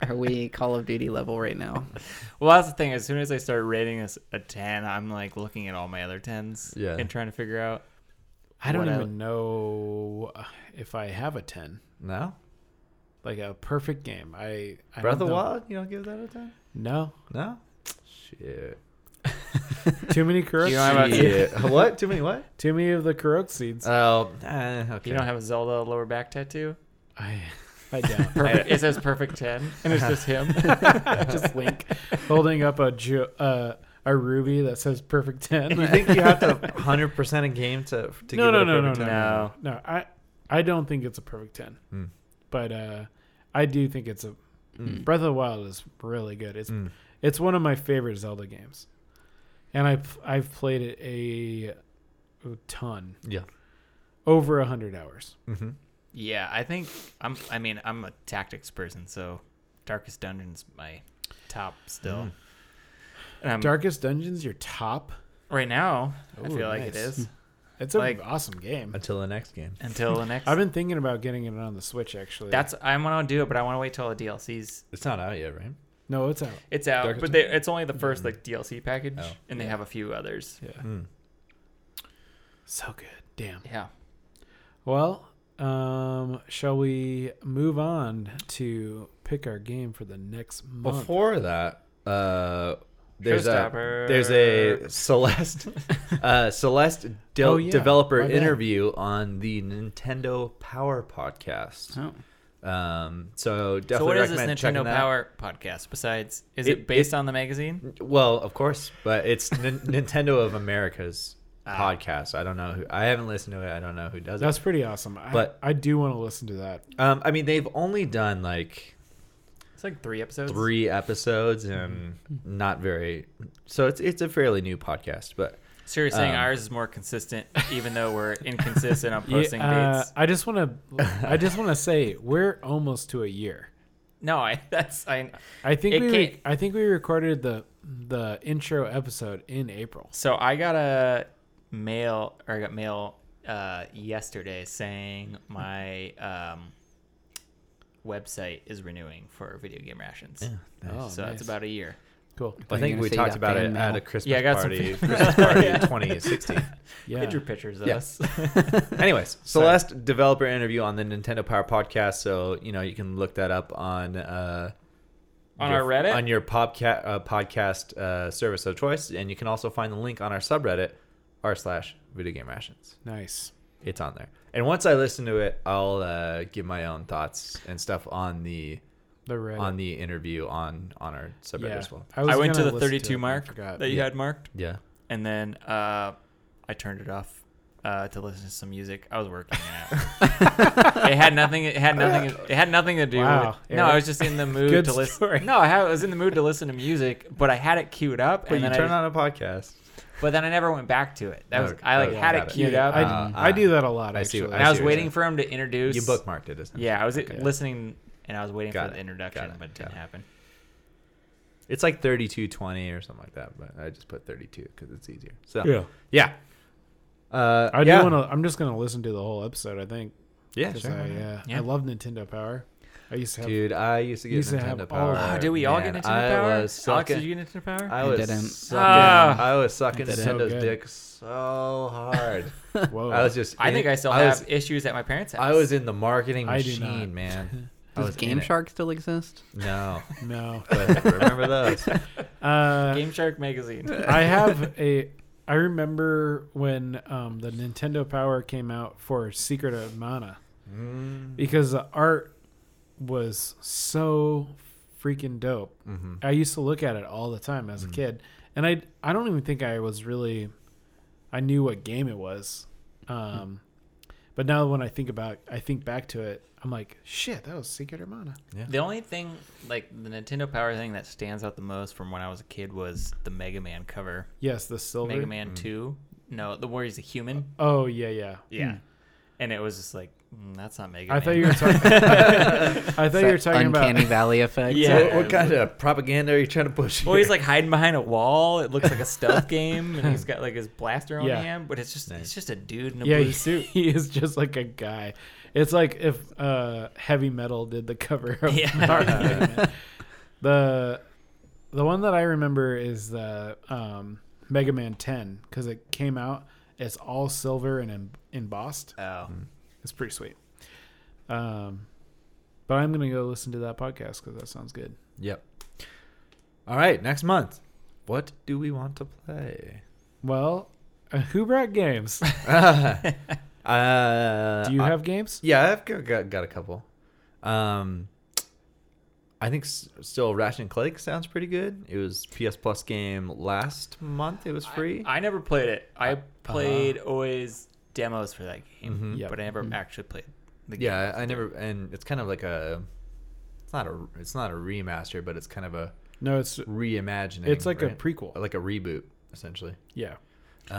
Speaker 4: are we Call of Duty level right now?
Speaker 1: Well, that's the thing. As soon as I start rating this a ten, I'm like looking at all my other tens
Speaker 3: Yeah.
Speaker 1: and trying to figure out.
Speaker 2: i don't
Speaker 1: what I-
Speaker 2: even know if i have a 10
Speaker 3: No,
Speaker 2: like a perfect game i, I
Speaker 3: Breath
Speaker 2: don't
Speaker 3: of
Speaker 2: know.
Speaker 3: Wild. You don't give that a ten?
Speaker 2: no
Speaker 3: No. Shit.
Speaker 2: Too many Kurok.
Speaker 1: You don't have a-
Speaker 3: Shit. what? Too many what?
Speaker 2: Too many of the Kurok seeds.
Speaker 3: Oh, eh, okay.
Speaker 1: You don't have a Zelda lower back tattoo.
Speaker 2: I, I don't.
Speaker 1: Perfect. it says perfect ten, and it's just him.
Speaker 2: Just Link holding up a ju- uh, a ruby that says perfect ten.
Speaker 3: you think you have to 100 percent a game to to
Speaker 2: no,
Speaker 3: give
Speaker 2: no,
Speaker 3: it
Speaker 2: no,
Speaker 3: a
Speaker 2: no, no,
Speaker 3: perfect
Speaker 2: no,
Speaker 3: 10?
Speaker 2: no, no. I I don't think it's a perfect ten,
Speaker 3: Hmm.
Speaker 2: but uh, I do think it's a
Speaker 3: Mm.
Speaker 2: Breath of the Wild is really good. It's
Speaker 3: Mm.
Speaker 2: it's one of my favorite Zelda games, and I've I've played it a, a ton,
Speaker 3: Yeah.
Speaker 2: over a hundred hours.
Speaker 3: Mm-hmm.
Speaker 1: yeah, I think I'm. I mean, I'm a tactics person, so Darkest Dungeon's my top still.
Speaker 3: Mm.
Speaker 1: And I'm,
Speaker 2: Darkest Dungeons, your top.
Speaker 1: right now, I
Speaker 2: Ooh,
Speaker 1: feel like it
Speaker 2: nice.
Speaker 1: is
Speaker 2: It's an
Speaker 1: Like-
Speaker 2: awesome game.
Speaker 3: Until the next game.
Speaker 1: until the next.
Speaker 2: I've been thinking about getting it on the Switch actually.
Speaker 1: That's I want to do it, but I want to wait till the DLCs.
Speaker 3: It's not out yet, right?
Speaker 2: no, it's out.
Speaker 1: It's out,
Speaker 3: Darkest Mm-hmm.
Speaker 1: but they, it's only the first like DLC package,
Speaker 3: Oh.
Speaker 1: and they have a few others.
Speaker 2: Yeah,
Speaker 3: Mm.
Speaker 2: so good. Damn.
Speaker 1: Yeah.
Speaker 2: Well, um, shall we move on to pick our game for the next month?
Speaker 3: Before that, uh, there's
Speaker 1: Showstopper.
Speaker 3: a there's a Celeste uh, Celeste de-
Speaker 2: Oh, yeah.
Speaker 3: developer
Speaker 2: My bad.
Speaker 3: interview on the Nintendo Power podcast.
Speaker 4: Oh.
Speaker 3: Um, so definitely
Speaker 1: so what is this
Speaker 3: recommend checking
Speaker 1: Nintendo
Speaker 3: that.
Speaker 1: Power podcast? Besides, is it,
Speaker 3: It-
Speaker 1: based
Speaker 3: it-
Speaker 1: on the magazine?
Speaker 3: Well, of course, but it's Nin- Nintendo of America's
Speaker 1: Ah.
Speaker 3: podcast. I don't know who I haven't listened to it. I don't know who does it.
Speaker 2: That's pretty awesome. I,
Speaker 3: But-
Speaker 2: I do want to listen to that.
Speaker 3: Um, I mean, they've only done like
Speaker 1: It's like three episodes.
Speaker 3: three episodes and
Speaker 4: Mm-hmm.
Speaker 3: not very so it's it's a fairly new podcast but
Speaker 1: So you're saying
Speaker 3: Um,
Speaker 1: ours is more consistent, even though we're inconsistent on
Speaker 2: Yeah,
Speaker 1: posting
Speaker 2: uh,
Speaker 1: dates.
Speaker 2: I just want to. I just want to say we're almost to a year.
Speaker 1: No, I that's I.
Speaker 2: I think
Speaker 1: It
Speaker 2: we.
Speaker 1: can't-
Speaker 2: Re- I think we recorded the the intro episode in April.
Speaker 1: So I got a mail or I got mail uh, yesterday saying
Speaker 2: Hmm.
Speaker 1: my um, website is renewing for Video Game Rations.
Speaker 3: yeah, nice.
Speaker 2: Oh,
Speaker 1: so that's
Speaker 2: nice.
Speaker 1: about a year.
Speaker 2: Cool.
Speaker 3: I
Speaker 4: you
Speaker 3: think
Speaker 4: Oh, gonna
Speaker 3: we
Speaker 4: say you
Speaker 3: talked
Speaker 4: got
Speaker 3: about it
Speaker 4: fan
Speaker 3: at
Speaker 4: mail?
Speaker 3: a Christmas
Speaker 1: Yeah, I got some
Speaker 3: party,
Speaker 1: fan-
Speaker 3: Christmas party
Speaker 1: Yeah.
Speaker 3: 2016.
Speaker 2: Yeah.
Speaker 1: They drew pictures of
Speaker 3: Yeah.
Speaker 1: us.
Speaker 3: Anyways, so
Speaker 1: Sorry.
Speaker 3: last developer interview on the Nintendo Power Podcast. So you know you can look that up on uh,
Speaker 1: On
Speaker 3: your-
Speaker 1: our Reddit?
Speaker 3: on your podca- uh, podcast uh, service of choice, and you can also find the link on our subreddit r slash video game rations.
Speaker 2: Nice.
Speaker 3: It's on there. And once I listen to it, I'll uh, give my own thoughts and stuff on the
Speaker 2: The red.
Speaker 3: on the interview on on our subreddit as well.
Speaker 1: I went to
Speaker 2: gonna
Speaker 1: the
Speaker 2: listen
Speaker 1: 32
Speaker 2: it, but I
Speaker 1: mark
Speaker 2: forgot.
Speaker 1: that you
Speaker 3: Yeah.
Speaker 1: had marked,
Speaker 3: Yeah.
Speaker 1: and then uh, I turned it off uh, to listen to some music. I was working it out. it had nothing. It had nothing. It had nothing to do.
Speaker 2: Wow,
Speaker 1: with No, I
Speaker 2: Eric.
Speaker 1: was just in the mood
Speaker 2: Good
Speaker 1: to listen.
Speaker 2: story.
Speaker 1: No, I, had, I was in the mood to listen to music, but I had it queued up,
Speaker 3: But
Speaker 1: and
Speaker 3: you
Speaker 1: then I
Speaker 3: turn
Speaker 1: just-
Speaker 3: on a podcast.
Speaker 1: but then I never went back to it. That was
Speaker 3: Okay,
Speaker 1: I like
Speaker 3: okay,
Speaker 1: had
Speaker 3: got
Speaker 1: it
Speaker 3: it.
Speaker 1: queued
Speaker 2: Yeah,
Speaker 1: up,
Speaker 2: I,
Speaker 3: Uh,
Speaker 2: I do that a lot.
Speaker 3: I see
Speaker 2: actually.
Speaker 3: what-
Speaker 1: and I was
Speaker 3: see what you're
Speaker 1: waiting
Speaker 3: saying.
Speaker 1: for him to introduce.
Speaker 3: You bookmarked it, isn't it?
Speaker 1: Yeah, I was
Speaker 3: Okay.
Speaker 1: listening, and I was waiting
Speaker 3: Got
Speaker 1: for
Speaker 3: it,
Speaker 1: the introduction,
Speaker 3: got it,
Speaker 1: but it
Speaker 3: got
Speaker 1: didn't
Speaker 3: it.
Speaker 1: happen.
Speaker 3: It's like 3220 or something like that, but I just put 32 because it's easier. So yeah,
Speaker 2: Yeah.
Speaker 3: Uh,
Speaker 2: I do
Speaker 3: yeah.
Speaker 2: want to. I'm just gonna listen to the whole episode. I think.
Speaker 3: Yeah,
Speaker 2: 'cause
Speaker 3: sure.
Speaker 2: I,
Speaker 3: why not?
Speaker 2: yeah.
Speaker 1: Yeah.
Speaker 2: I love Nintendo Power. I used to have.
Speaker 3: Dude, I used to get
Speaker 2: Used to
Speaker 3: Nintendo
Speaker 2: have all
Speaker 3: Power.
Speaker 2: that.
Speaker 1: Oh, did we all
Speaker 3: Man,
Speaker 1: get Nintendo
Speaker 3: I
Speaker 1: Power?
Speaker 3: Was
Speaker 1: Alex,
Speaker 3: sucking,
Speaker 1: did you get Nintendo Power?
Speaker 3: I
Speaker 4: I
Speaker 3: was
Speaker 4: didn't.
Speaker 3: sucking,
Speaker 1: Ah.
Speaker 3: I was sucking
Speaker 4: I didn't.
Speaker 3: Nintendo's
Speaker 2: So good.
Speaker 3: dick so hard.
Speaker 2: Whoa.
Speaker 3: I was just.
Speaker 1: I
Speaker 3: in-
Speaker 1: think I still
Speaker 3: I
Speaker 1: have
Speaker 3: Was,
Speaker 1: issues at my parents' house.
Speaker 3: I was in the marketing
Speaker 2: I do
Speaker 3: machine,
Speaker 2: not.
Speaker 3: man. I
Speaker 4: Does
Speaker 3: was in
Speaker 4: Game
Speaker 3: it.
Speaker 4: Shark still exist?
Speaker 3: No,
Speaker 2: no.
Speaker 3: but remember those?
Speaker 2: Uh,
Speaker 1: Game Shark magazine.
Speaker 2: I have a. I remember when um, the Nintendo Power came out for Secret of Mana
Speaker 3: Mm.
Speaker 2: because the art was so freaking dope.
Speaker 3: Mhm.
Speaker 2: I used to look at it all the time as a kid, and I I don't even think I was really I knew what game it was. Um, but now when I think about I think back to it, I'm like, shit, that was Secret of Mana.
Speaker 1: The only thing, like the Nintendo Power thing, that stands out the most from when I was a kid was the Mega Man cover.
Speaker 2: Yes, the silver.
Speaker 1: Mega Man Two. No, the where he's a human.
Speaker 2: Oh yeah, yeah.
Speaker 1: Yeah,
Speaker 2: Hmm.
Speaker 1: and it was just like mm, that's not Mega
Speaker 2: I
Speaker 1: Man.
Speaker 2: thought you were talking. I thought you were
Speaker 4: Is that
Speaker 2: talking
Speaker 4: Uncanny
Speaker 2: about.
Speaker 4: Valley effect.
Speaker 1: Yeah.
Speaker 3: What, what kind of propaganda are you trying to push? Here?
Speaker 1: Well, he's like hiding behind a wall. It looks like a stealth game, and he's got like his blaster on
Speaker 2: Yeah.
Speaker 1: him. But it's just
Speaker 3: Nice.
Speaker 1: it's just a dude in a
Speaker 2: Yeah,
Speaker 1: blue
Speaker 2: he,
Speaker 1: suit.
Speaker 2: he is just like a guy. It's like if uh, heavy metal did the cover of
Speaker 1: Yeah.
Speaker 2: Mega Man. the the one that I remember is the um, Mega Man 10 because it came out. It's all silver and em- embossed.
Speaker 1: Oh,
Speaker 3: Mm-hmm.
Speaker 2: It's pretty sweet. Um, but I'm gonna go listen to that podcast because that sounds good.
Speaker 3: Yep. All right, next month. What do we want to play?
Speaker 2: Well, uh, who brought games?
Speaker 3: uh,
Speaker 2: Do you
Speaker 3: I-
Speaker 2: have games?
Speaker 3: yeah, I've got, got, got a couple. Um, I think s- still Ratchet and Clank sounds pretty good. It was PS Plus game last month. It was free. Uh-huh.
Speaker 1: I, I never played it. I played always demos for that game,
Speaker 3: Mhm.
Speaker 2: Yep.
Speaker 1: but I never actually played the game.
Speaker 3: yeah, I, I never. And it's kind of like a. It's not a. It's not a remaster, but it's kind of a
Speaker 2: No, it's
Speaker 3: reimagining.
Speaker 2: it's like a
Speaker 3: right?
Speaker 2: prequel.
Speaker 3: like a reboot essentially.
Speaker 2: Yeah,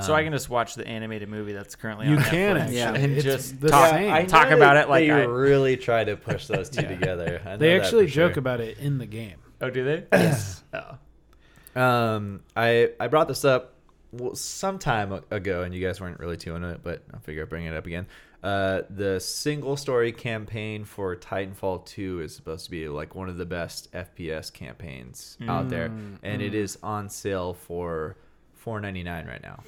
Speaker 1: So I
Speaker 3: Um,
Speaker 1: can just watch the animated movie that's currently
Speaker 2: you
Speaker 1: on
Speaker 2: can
Speaker 1: Netflix
Speaker 2: actually.
Speaker 4: Yeah.
Speaker 1: and
Speaker 2: It's
Speaker 1: just
Speaker 2: the
Speaker 1: talk.
Speaker 2: same.
Speaker 3: I know
Speaker 1: talk
Speaker 3: that
Speaker 1: about it like
Speaker 3: they
Speaker 1: I-
Speaker 3: really try to push those two
Speaker 2: Yeah.
Speaker 3: together. I know
Speaker 2: They
Speaker 3: that
Speaker 2: actually
Speaker 3: for
Speaker 2: joke
Speaker 3: sure.
Speaker 2: about it in the game.
Speaker 1: Oh, do they? Yes. oh.
Speaker 3: Um, I I brought this up well, some time a- ago, and you guys weren't really too into it, but I figure I'll bring it up again. Uh, the single story campaign for Titanfall 2 is supposed to be like one of the best FPS campaigns out there, and it is on sale for 4.99 right now.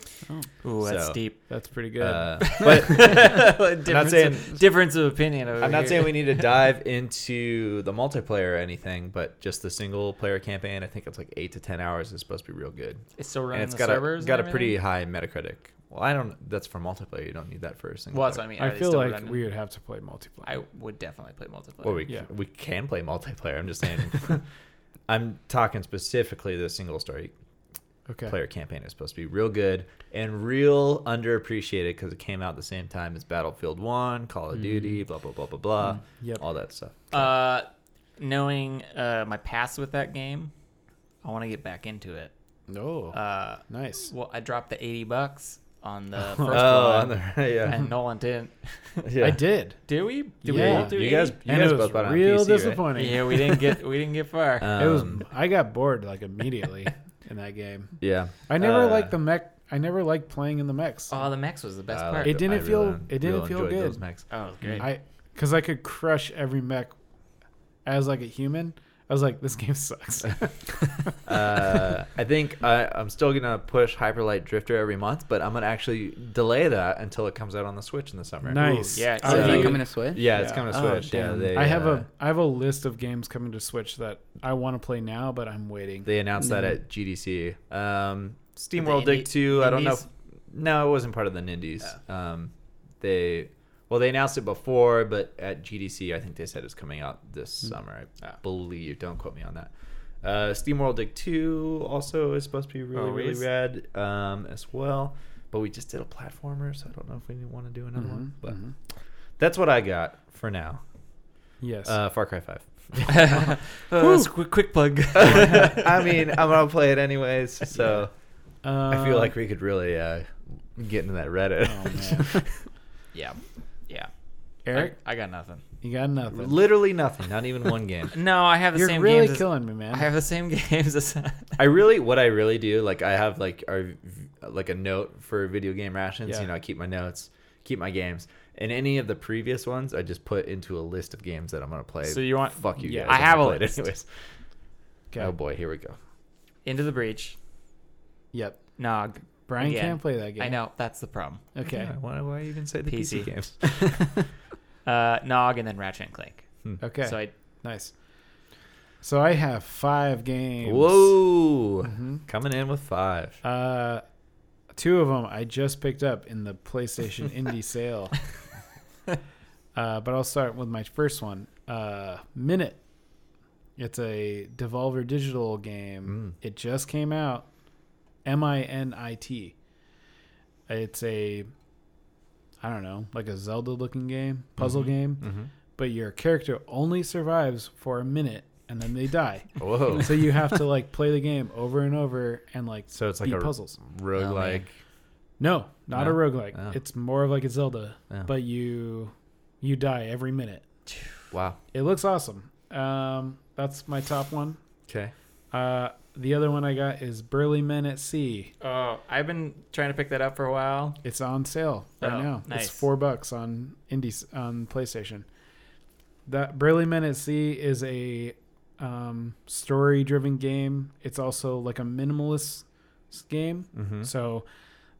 Speaker 1: Ooh, that's
Speaker 3: So,
Speaker 1: deep.
Speaker 2: That's pretty good.
Speaker 3: Uh, but
Speaker 1: difference,
Speaker 3: saying-
Speaker 1: of, difference of opinion. Over
Speaker 3: I'm not
Speaker 1: here.
Speaker 3: saying we need to dive into the multiplayer or anything, but just the single player campaign, I think it's like eight to ten hours is supposed to be real good.
Speaker 1: it's still running
Speaker 3: and it's
Speaker 1: the
Speaker 3: got
Speaker 1: servers.
Speaker 3: a got a
Speaker 1: and
Speaker 3: pretty
Speaker 1: everything?
Speaker 3: high Metacritic. Well, I don't. That's for multiplayer. You don't need that for a single.
Speaker 1: Well, that's what I
Speaker 3: player.
Speaker 1: mean.
Speaker 2: I
Speaker 1: Are they
Speaker 2: feel
Speaker 1: still
Speaker 2: like
Speaker 1: running?
Speaker 2: we would have to play multiplayer.
Speaker 1: I would definitely play multiplayer.
Speaker 3: Well, we
Speaker 2: Yeah.
Speaker 3: we can play multiplayer. I'm just saying. I'm talking specifically the single story
Speaker 2: okay.
Speaker 3: player campaign is supposed to be real good and real underappreciated because it came out the same time as Battlefield One, Call of Duty,
Speaker 2: Mm.
Speaker 3: blah blah blah blah blah,
Speaker 2: Yep.
Speaker 3: all that stuff.
Speaker 1: Uh, knowing uh, my past with that game, I want to get back into it.
Speaker 2: No.
Speaker 1: Uh,
Speaker 2: nice.
Speaker 1: well, I dropped the eighty bucks on the first
Speaker 3: oh,
Speaker 1: one,
Speaker 3: on the- yeah,
Speaker 1: and Nolan didn't.
Speaker 3: yeah.
Speaker 2: I did.
Speaker 1: Did we? Did we
Speaker 2: Yeah.
Speaker 1: both do
Speaker 3: you
Speaker 1: 80?
Speaker 3: guys, you
Speaker 2: and
Speaker 3: guys
Speaker 2: it was
Speaker 3: both bought it on
Speaker 2: real
Speaker 3: PC, right?
Speaker 2: disappointing.
Speaker 1: Yeah, we didn't get we didn't get far.
Speaker 2: it was.
Speaker 3: Um,
Speaker 2: I got bored like immediately in that game.
Speaker 3: yeah.
Speaker 2: I never
Speaker 3: Uh,
Speaker 2: liked the mech. I never liked playing in the mechs.
Speaker 1: oh, the Max was the best
Speaker 3: I
Speaker 1: part.
Speaker 3: liked
Speaker 2: It didn't
Speaker 3: I
Speaker 2: feel-
Speaker 3: really-
Speaker 2: it didn't
Speaker 3: really
Speaker 2: feel
Speaker 3: enjoyed
Speaker 2: good.
Speaker 3: those mechs.
Speaker 1: oh, it was great.
Speaker 2: I because I could crush every mech as like a human. I was like, this game sucks.
Speaker 3: uh, I think I, I'm still gonna push Hyperlight Drifter every month, but I'm gonna actually delay that until it comes out on the Switch in the summer.
Speaker 2: nice.
Speaker 1: yeah, it's-
Speaker 2: Are
Speaker 4: Oh, is that
Speaker 3: you-
Speaker 4: coming to Switch?
Speaker 3: Yeah, it's coming to
Speaker 2: Oh,
Speaker 3: Switch. yeah,
Speaker 2: damn.
Speaker 3: they,
Speaker 2: I have
Speaker 3: uh,
Speaker 2: a I have a list of games coming to Switch that I want to play now, but I'm waiting.
Speaker 3: They announced that
Speaker 4: Yeah.
Speaker 3: at GDC. Um,
Speaker 1: Mm-hmm. The
Speaker 3: SteamWorld Dig
Speaker 1: indie-
Speaker 3: 2. I don't know.
Speaker 1: indies?
Speaker 3: if- no, it wasn't part of the Nindies. Um, they well, they announced it before, but at GDC, I think they said it's coming out this
Speaker 2: Hmm.
Speaker 3: summer. I believe. Don't quote me on that. Uh, SteamWorld Dig 2 also is supposed to be really,
Speaker 1: Always.
Speaker 3: really rad um, as well. But we just did a platformer, so I don't know if we want to do another
Speaker 1: Mm-hmm,
Speaker 3: one. But
Speaker 2: Mhm.
Speaker 3: that's what I got for now.
Speaker 2: Yes.
Speaker 3: Uh, Far Cry 5.
Speaker 1: uh, squ- quick plug.
Speaker 3: I mean, I'm gonna play it anyways, so. I feel
Speaker 2: Um,
Speaker 3: like we could really uh, get into that Reddit.
Speaker 2: Oh,
Speaker 1: yeah, yeah.
Speaker 2: Eric,
Speaker 1: I, I got nothing.
Speaker 2: you got nothing.
Speaker 3: Literally nothing, not even one game.
Speaker 1: No, I have the
Speaker 2: You're
Speaker 1: same
Speaker 2: really
Speaker 1: games.
Speaker 2: killing me, man.
Speaker 1: as, I have the same games as.
Speaker 3: I really, what I really do, like I have like our, like a note for video game rations.
Speaker 2: Yeah.
Speaker 3: You know, I keep my notes, keep my games, and any of the previous ones I just put into a list of games that I'm gonna play.
Speaker 1: So you want-
Speaker 3: Fuck you
Speaker 2: Yeah.
Speaker 3: guys.
Speaker 1: I
Speaker 3: I'm
Speaker 1: have
Speaker 3: gonna
Speaker 1: a
Speaker 3: play it
Speaker 1: list.
Speaker 3: anyways.
Speaker 2: Okay.
Speaker 3: Oh boy, here we go.
Speaker 1: Into the breach.
Speaker 2: Yep.
Speaker 1: Nog.
Speaker 2: Brian
Speaker 1: Again.
Speaker 2: can't play that game.
Speaker 1: I know that's the problem.
Speaker 2: Okay.
Speaker 3: Yeah, why, why even say the
Speaker 1: PC.
Speaker 3: PC, games?
Speaker 1: Uh, Nog and then Ratchet and Clank.
Speaker 2: Okay.
Speaker 1: So I
Speaker 2: nice. So I have five games.
Speaker 3: Whoa,
Speaker 2: Mhm.
Speaker 3: coming in with five.
Speaker 2: Uh, two of them I just picked up in the PlayStation Indie sale. Uh, but I'll start with my first one. Uh, Minute. It's a Devolver Digital game. It just came out. M I N I T. It's a, I don't know, like a Zelda looking game, puzzle game, but your character only survives for a minute and then they die.
Speaker 3: Whoa.
Speaker 2: so you have to like play the game over and over and like
Speaker 3: So it's like
Speaker 2: beat
Speaker 3: a
Speaker 2: puzzles. Oh,
Speaker 3: roguelike.
Speaker 2: No, not a
Speaker 3: No?
Speaker 2: roguelike.
Speaker 3: Oh.
Speaker 2: It's more of like a Zelda,
Speaker 3: Oh.
Speaker 2: but you you die every minute.
Speaker 3: wow.
Speaker 2: It looks awesome. Um, that's my top one.
Speaker 3: Okay.
Speaker 2: Uh, the other one I got is Burly Men at Sea.
Speaker 1: oh I've been trying to pick that up for a while.
Speaker 2: It's on sale right
Speaker 1: Oh,
Speaker 2: now.
Speaker 1: nice.
Speaker 2: It's four bucks on indie on PlayStation. That Burly Men at Sea is a um, story-driven game. It's also like a minimalist s- game.
Speaker 3: Mm-hmm.
Speaker 2: So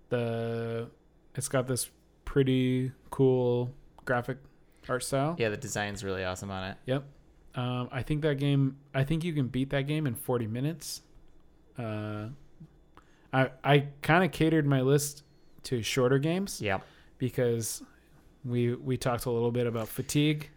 Speaker 2: the it's got this pretty cool graphic art style.
Speaker 1: Yeah, the design's really awesome on it.
Speaker 2: Yep. Um, I think that game. I think you can beat that game in 40 minutes. Uh, I I kind of catered my list to shorter games
Speaker 1: Yeah.
Speaker 2: because we we talked a little bit about fatigue.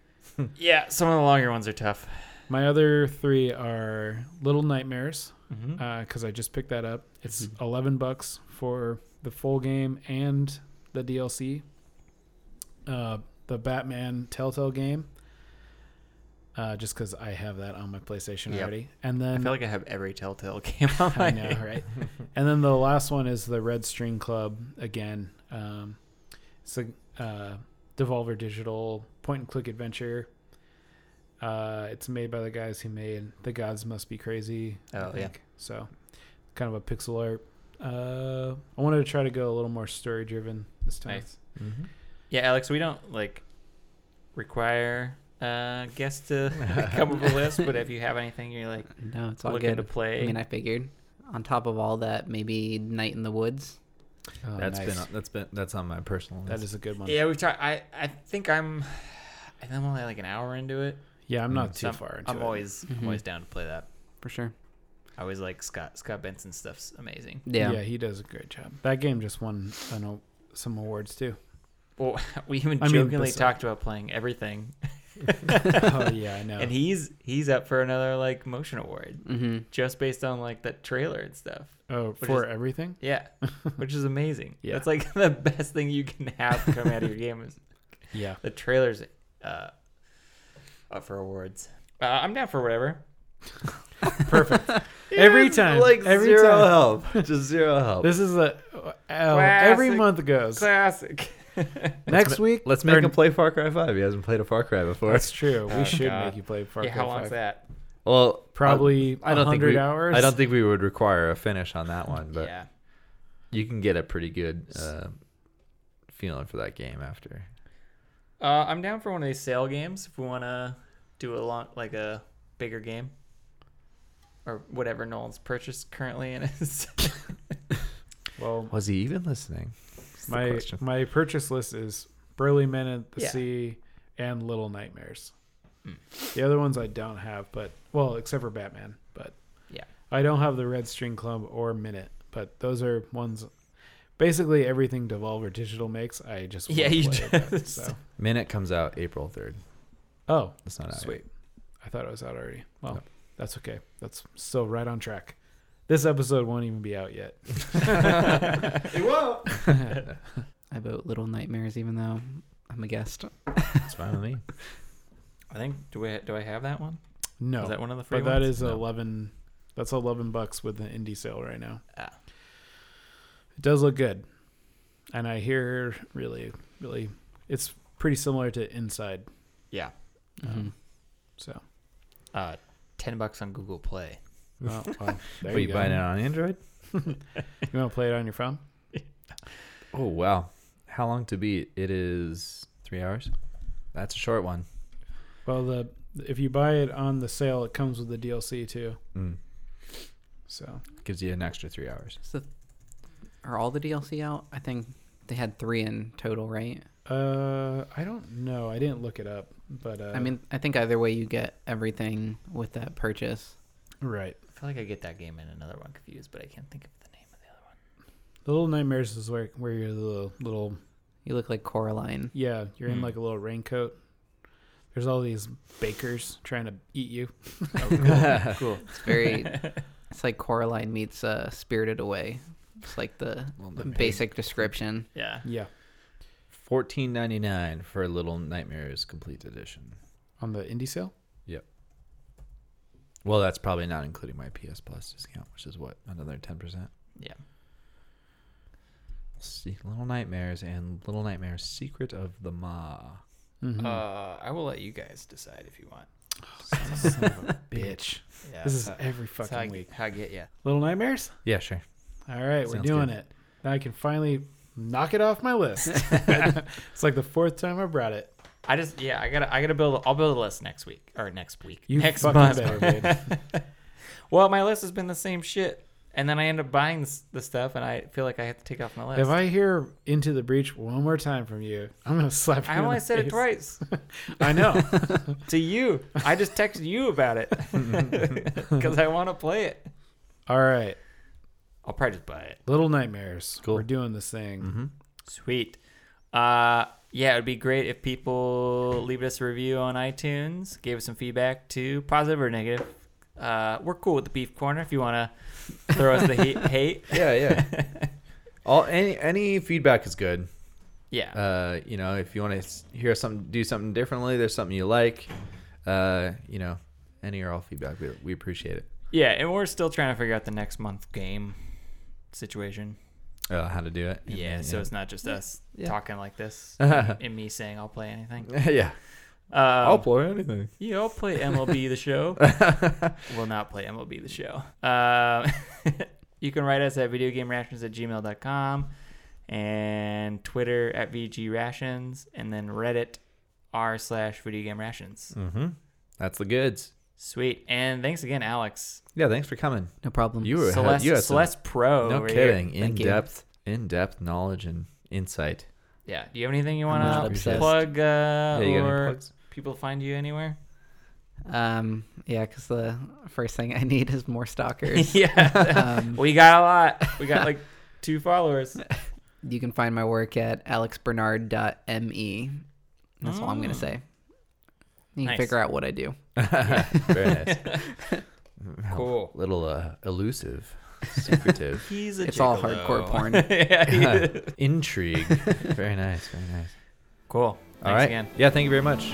Speaker 1: Yeah, some of the longer ones are tough.
Speaker 2: My other three are Little Nightmares
Speaker 1: Mm-hmm.
Speaker 2: because I just picked that up. It's 11 bucks for the full game and the DLC. Uh, the Batman Telltale game. Uh, just because I have that on my PlayStation
Speaker 1: Yep.
Speaker 2: already, and
Speaker 1: I
Speaker 2: then
Speaker 1: feel like I have every Telltale game on my.
Speaker 2: I know, right? and then the last one is the Red String Club again. Um, it's a uh, Devolver Digital point and click adventure. Uh, it's made by the guys who made The Gods Must Be Crazy.
Speaker 1: Oh, yeah.
Speaker 2: So, kind of a pixel art. Uh, I wanted to try to go a little more story driven this time.
Speaker 1: Nice.
Speaker 2: Mm-hmm.
Speaker 1: Yeah, Alex, we don't like require uh guests to come up with a list, but if you have anything you're like
Speaker 4: No, it's all
Speaker 1: looking
Speaker 4: good.
Speaker 1: to play,
Speaker 4: I mean, I figured. On top of all that, maybe Night in the Woods.
Speaker 2: Oh,
Speaker 3: That's
Speaker 2: nice.
Speaker 3: been on, that's been that's on my personal list.
Speaker 2: that is a good one. Yeah,
Speaker 1: yeah, we've tried. I I think I'm. I think I'm only like an hour into it.
Speaker 2: I'm not
Speaker 3: Mm.
Speaker 2: too
Speaker 1: I'm-
Speaker 2: far into
Speaker 1: I'm
Speaker 2: it.
Speaker 1: always I'm
Speaker 4: Mhm.
Speaker 1: always down to play that.
Speaker 4: For sure.
Speaker 1: I always like Scott Scott Benson stuff's amazing.
Speaker 4: Yeah.
Speaker 2: he does a great job. That game just won an, o- some awards too.
Speaker 1: Well, we even
Speaker 2: I mean,
Speaker 1: jokingly
Speaker 2: besides-
Speaker 1: talked about playing everything,
Speaker 2: oh yeah, I know.
Speaker 1: and he's he's up for another like motion award
Speaker 4: Mm-hmm.
Speaker 1: just based on like that trailer and stuff.
Speaker 2: oh,
Speaker 1: is-
Speaker 2: for everything.
Speaker 1: Yeah, which is amazing.
Speaker 2: Yeah.
Speaker 1: That's like the best thing you can have come out of your game is
Speaker 2: Yeah.
Speaker 1: the trailers uh, up for awards. Uh, I'm down for whatever.
Speaker 2: Perfect. every time. every time.
Speaker 3: help, just zero help.
Speaker 2: This is a oh,
Speaker 1: Classic.
Speaker 2: every month goes.
Speaker 1: Classic.
Speaker 2: Next week.
Speaker 3: Let's
Speaker 2: or-
Speaker 3: make him play Far Cry Five. He hasn't played a Far Cry before.
Speaker 2: That's true. We
Speaker 1: Oh,
Speaker 2: should
Speaker 1: God.
Speaker 2: make you play Far
Speaker 1: yeah,
Speaker 2: Cry
Speaker 1: how long's
Speaker 2: 5.
Speaker 1: that?
Speaker 3: Well,
Speaker 2: Probably
Speaker 3: I don't think
Speaker 2: 100
Speaker 3: we,
Speaker 2: hours.
Speaker 3: I don't think we would require a finish on that one, but
Speaker 1: yeah.
Speaker 3: you can get a pretty good uh, feeling for that game after.
Speaker 1: Uh, I'm down for one of these sale games if we want to do a long, like a bigger game. or whatever Nolan's purchased currently in his.
Speaker 2: Well,
Speaker 3: Was he even listening? That's the
Speaker 2: my
Speaker 3: question.
Speaker 2: my purchase list is Burly Men at the
Speaker 1: Yeah.
Speaker 2: Sea and Little Nightmares.
Speaker 1: Hmm.
Speaker 2: The other ones I don't have, but well, except for Batman, but
Speaker 1: Yeah.
Speaker 2: I don't have the Red String Club or Minute, but those are ones. Basically, everything Devolver Digital makes, I just
Speaker 1: Yeah,
Speaker 2: wanna
Speaker 1: you
Speaker 2: play it, but-
Speaker 1: just-
Speaker 2: so.
Speaker 3: Minute comes out April third.
Speaker 2: Oh,
Speaker 3: That's not out. yet.
Speaker 2: Sweet. I thought it was out already. Well,
Speaker 3: No.
Speaker 2: that's okay. That's still right on track. This episode won't even be out yet.
Speaker 3: It won't.
Speaker 4: I vote Little Nightmares, even though I'm a guest.
Speaker 3: It's fine with me.
Speaker 1: I think do we do I have that one?
Speaker 2: No,
Speaker 1: Is that one of the free
Speaker 2: but that
Speaker 1: ones?
Speaker 2: is
Speaker 3: No.
Speaker 2: eleven. That's eleven bucks with the indie sale right now.
Speaker 1: Ah.
Speaker 2: It does look good, and I hear really, really, it's pretty similar to Inside.
Speaker 1: Yeah.
Speaker 4: Mhm.
Speaker 2: So,
Speaker 1: Uh, ten bucks on Google Play.
Speaker 2: oh, well, there
Speaker 3: Are
Speaker 2: you,
Speaker 3: you
Speaker 2: go.
Speaker 3: buying it on Android?
Speaker 2: You want to play it on your phone?
Speaker 3: Oh wow. How long to beat? It is three hours. That's a short one.
Speaker 2: Well, the if you buy it on the sale, it comes with the DLC too.
Speaker 3: Mm.
Speaker 2: So,
Speaker 3: Gives you an extra three hours.
Speaker 4: So, are all the DLC out? I think they had three in total, right?
Speaker 2: uh, I don't know. I didn't look it up, but uh,
Speaker 4: I mean, I think either way, you get everything with that purchase.
Speaker 2: right.
Speaker 1: I feel like I get that game and another one confused, but I can't think of the name of the other one.
Speaker 2: The Little Nightmares is where where you're the little, little
Speaker 4: You look like Coraline.
Speaker 2: Yeah, you're in
Speaker 1: Hmm.
Speaker 2: like a little raincoat. There's all these bakers trying to eat you.
Speaker 1: Oh,
Speaker 4: Cool. It's very. it's like Coraline meets uh, Spirited Away. It's like the, the basic description.
Speaker 1: Yeah.
Speaker 2: Yeah,
Speaker 3: Fourteen ninety nine for Little Nightmares Complete Edition.
Speaker 2: on the indie sale.
Speaker 3: Well, that's probably not including my PS Plus discount, which is what another ten percent.
Speaker 1: Yeah.
Speaker 3: See, Little Nightmares and Little Nightmares Secret of the Ma.
Speaker 2: Mm-hmm.
Speaker 1: Uh, I will let you guys decide if you want.
Speaker 2: Son of a bitch.
Speaker 1: Yeah,
Speaker 2: This
Speaker 1: that's
Speaker 2: is
Speaker 1: how-
Speaker 2: every
Speaker 1: that's
Speaker 2: fucking
Speaker 1: how I,
Speaker 2: week.
Speaker 1: How I get you.
Speaker 2: Little Nightmares.
Speaker 3: Yeah, sure.
Speaker 2: All right, we're
Speaker 3: Sounds
Speaker 2: doing
Speaker 3: good.
Speaker 2: it. Now I can finally knock it off my list. it's like the fourth time I brought it.
Speaker 1: I just yeah, I gotta I gotta build. I'll build a list next week or next week.
Speaker 2: You
Speaker 1: next
Speaker 2: fucking
Speaker 1: month.
Speaker 2: better, dude.
Speaker 1: Well, my list has been the same shit, and then I end up buying this, the stuff, and I feel like I have to take off my list.
Speaker 2: If I hear "Into the Breach" one more time from you, I'm gonna slap you.
Speaker 1: I
Speaker 2: in
Speaker 1: only
Speaker 2: the
Speaker 1: said it twice
Speaker 2: face. I know.
Speaker 1: to you. I just texted you about it because I want to play it.
Speaker 2: all right,
Speaker 1: I'll probably just buy it.
Speaker 2: Little Nightmares.
Speaker 3: Cool.
Speaker 2: We're doing this thing.
Speaker 1: Mm-hmm. Sweet. Uh, yeah, it would be great if people leave us a review on iTunes, gave us some feedback too, positive or negative. Uh, we're cool with the beef corner if you want to throw us the hate. hate.
Speaker 3: Yeah, yeah. All any any feedback is good.
Speaker 1: Yeah.
Speaker 3: Uh, you know, if you want to hear something, do something differently. There's something you like. Uh, you know, any or all feedback, we, we appreciate it.
Speaker 1: yeah, and we're still trying to figure out the next month game situation.
Speaker 3: Uh, how to do it? And
Speaker 1: Yeah,
Speaker 3: then,
Speaker 1: so it's not just us
Speaker 4: Yeah.
Speaker 1: talking like this and me saying I'll play anything.
Speaker 3: yeah.
Speaker 1: Um, I'll
Speaker 3: play anything.
Speaker 1: yeah, I'll play MLB the show. Will not play MLB the show. Uh, you can write us at videogamerations at gmail.com and Twitter at VGRations and then Reddit r slash videogamerations.
Speaker 3: Mm-hmm. That's the goods.
Speaker 1: Sweet. And thanks again, Alex.
Speaker 3: Yeah, thanks for coming.
Speaker 4: No problem.
Speaker 3: You were
Speaker 1: Celeste,
Speaker 3: you had some-
Speaker 1: Celeste Pro.
Speaker 3: no
Speaker 1: over here.
Speaker 3: kidding. In
Speaker 4: Thank you.
Speaker 3: depth, in depth knowledge and insight.
Speaker 1: Yeah. Do you have anything you
Speaker 4: I'm not
Speaker 1: want to
Speaker 4: obsessed.
Speaker 1: plug uh,
Speaker 3: Hey, you got any
Speaker 1: or
Speaker 3: plugs?
Speaker 1: people find you anywhere?
Speaker 4: Um, yeah, because the first thing I need is more stalkers.
Speaker 1: yeah.
Speaker 4: um,
Speaker 1: We got a lot. We got like two followers.
Speaker 4: you can find my work at alexbernard.me. That's all I'm going
Speaker 1: Oh.
Speaker 4: to say. You can
Speaker 1: Nice.
Speaker 4: figure out what I do.
Speaker 3: Very nice.
Speaker 1: Cool.
Speaker 3: Little uh, elusive, secretive,
Speaker 1: He's a
Speaker 4: It's all
Speaker 1: gigolo.
Speaker 4: hardcore porn.
Speaker 1: yeah, he is.
Speaker 3: intrigue. Very nice. Very nice.
Speaker 1: Cool. Thanks
Speaker 3: All right.
Speaker 1: again.
Speaker 3: Yeah. Thank you very much.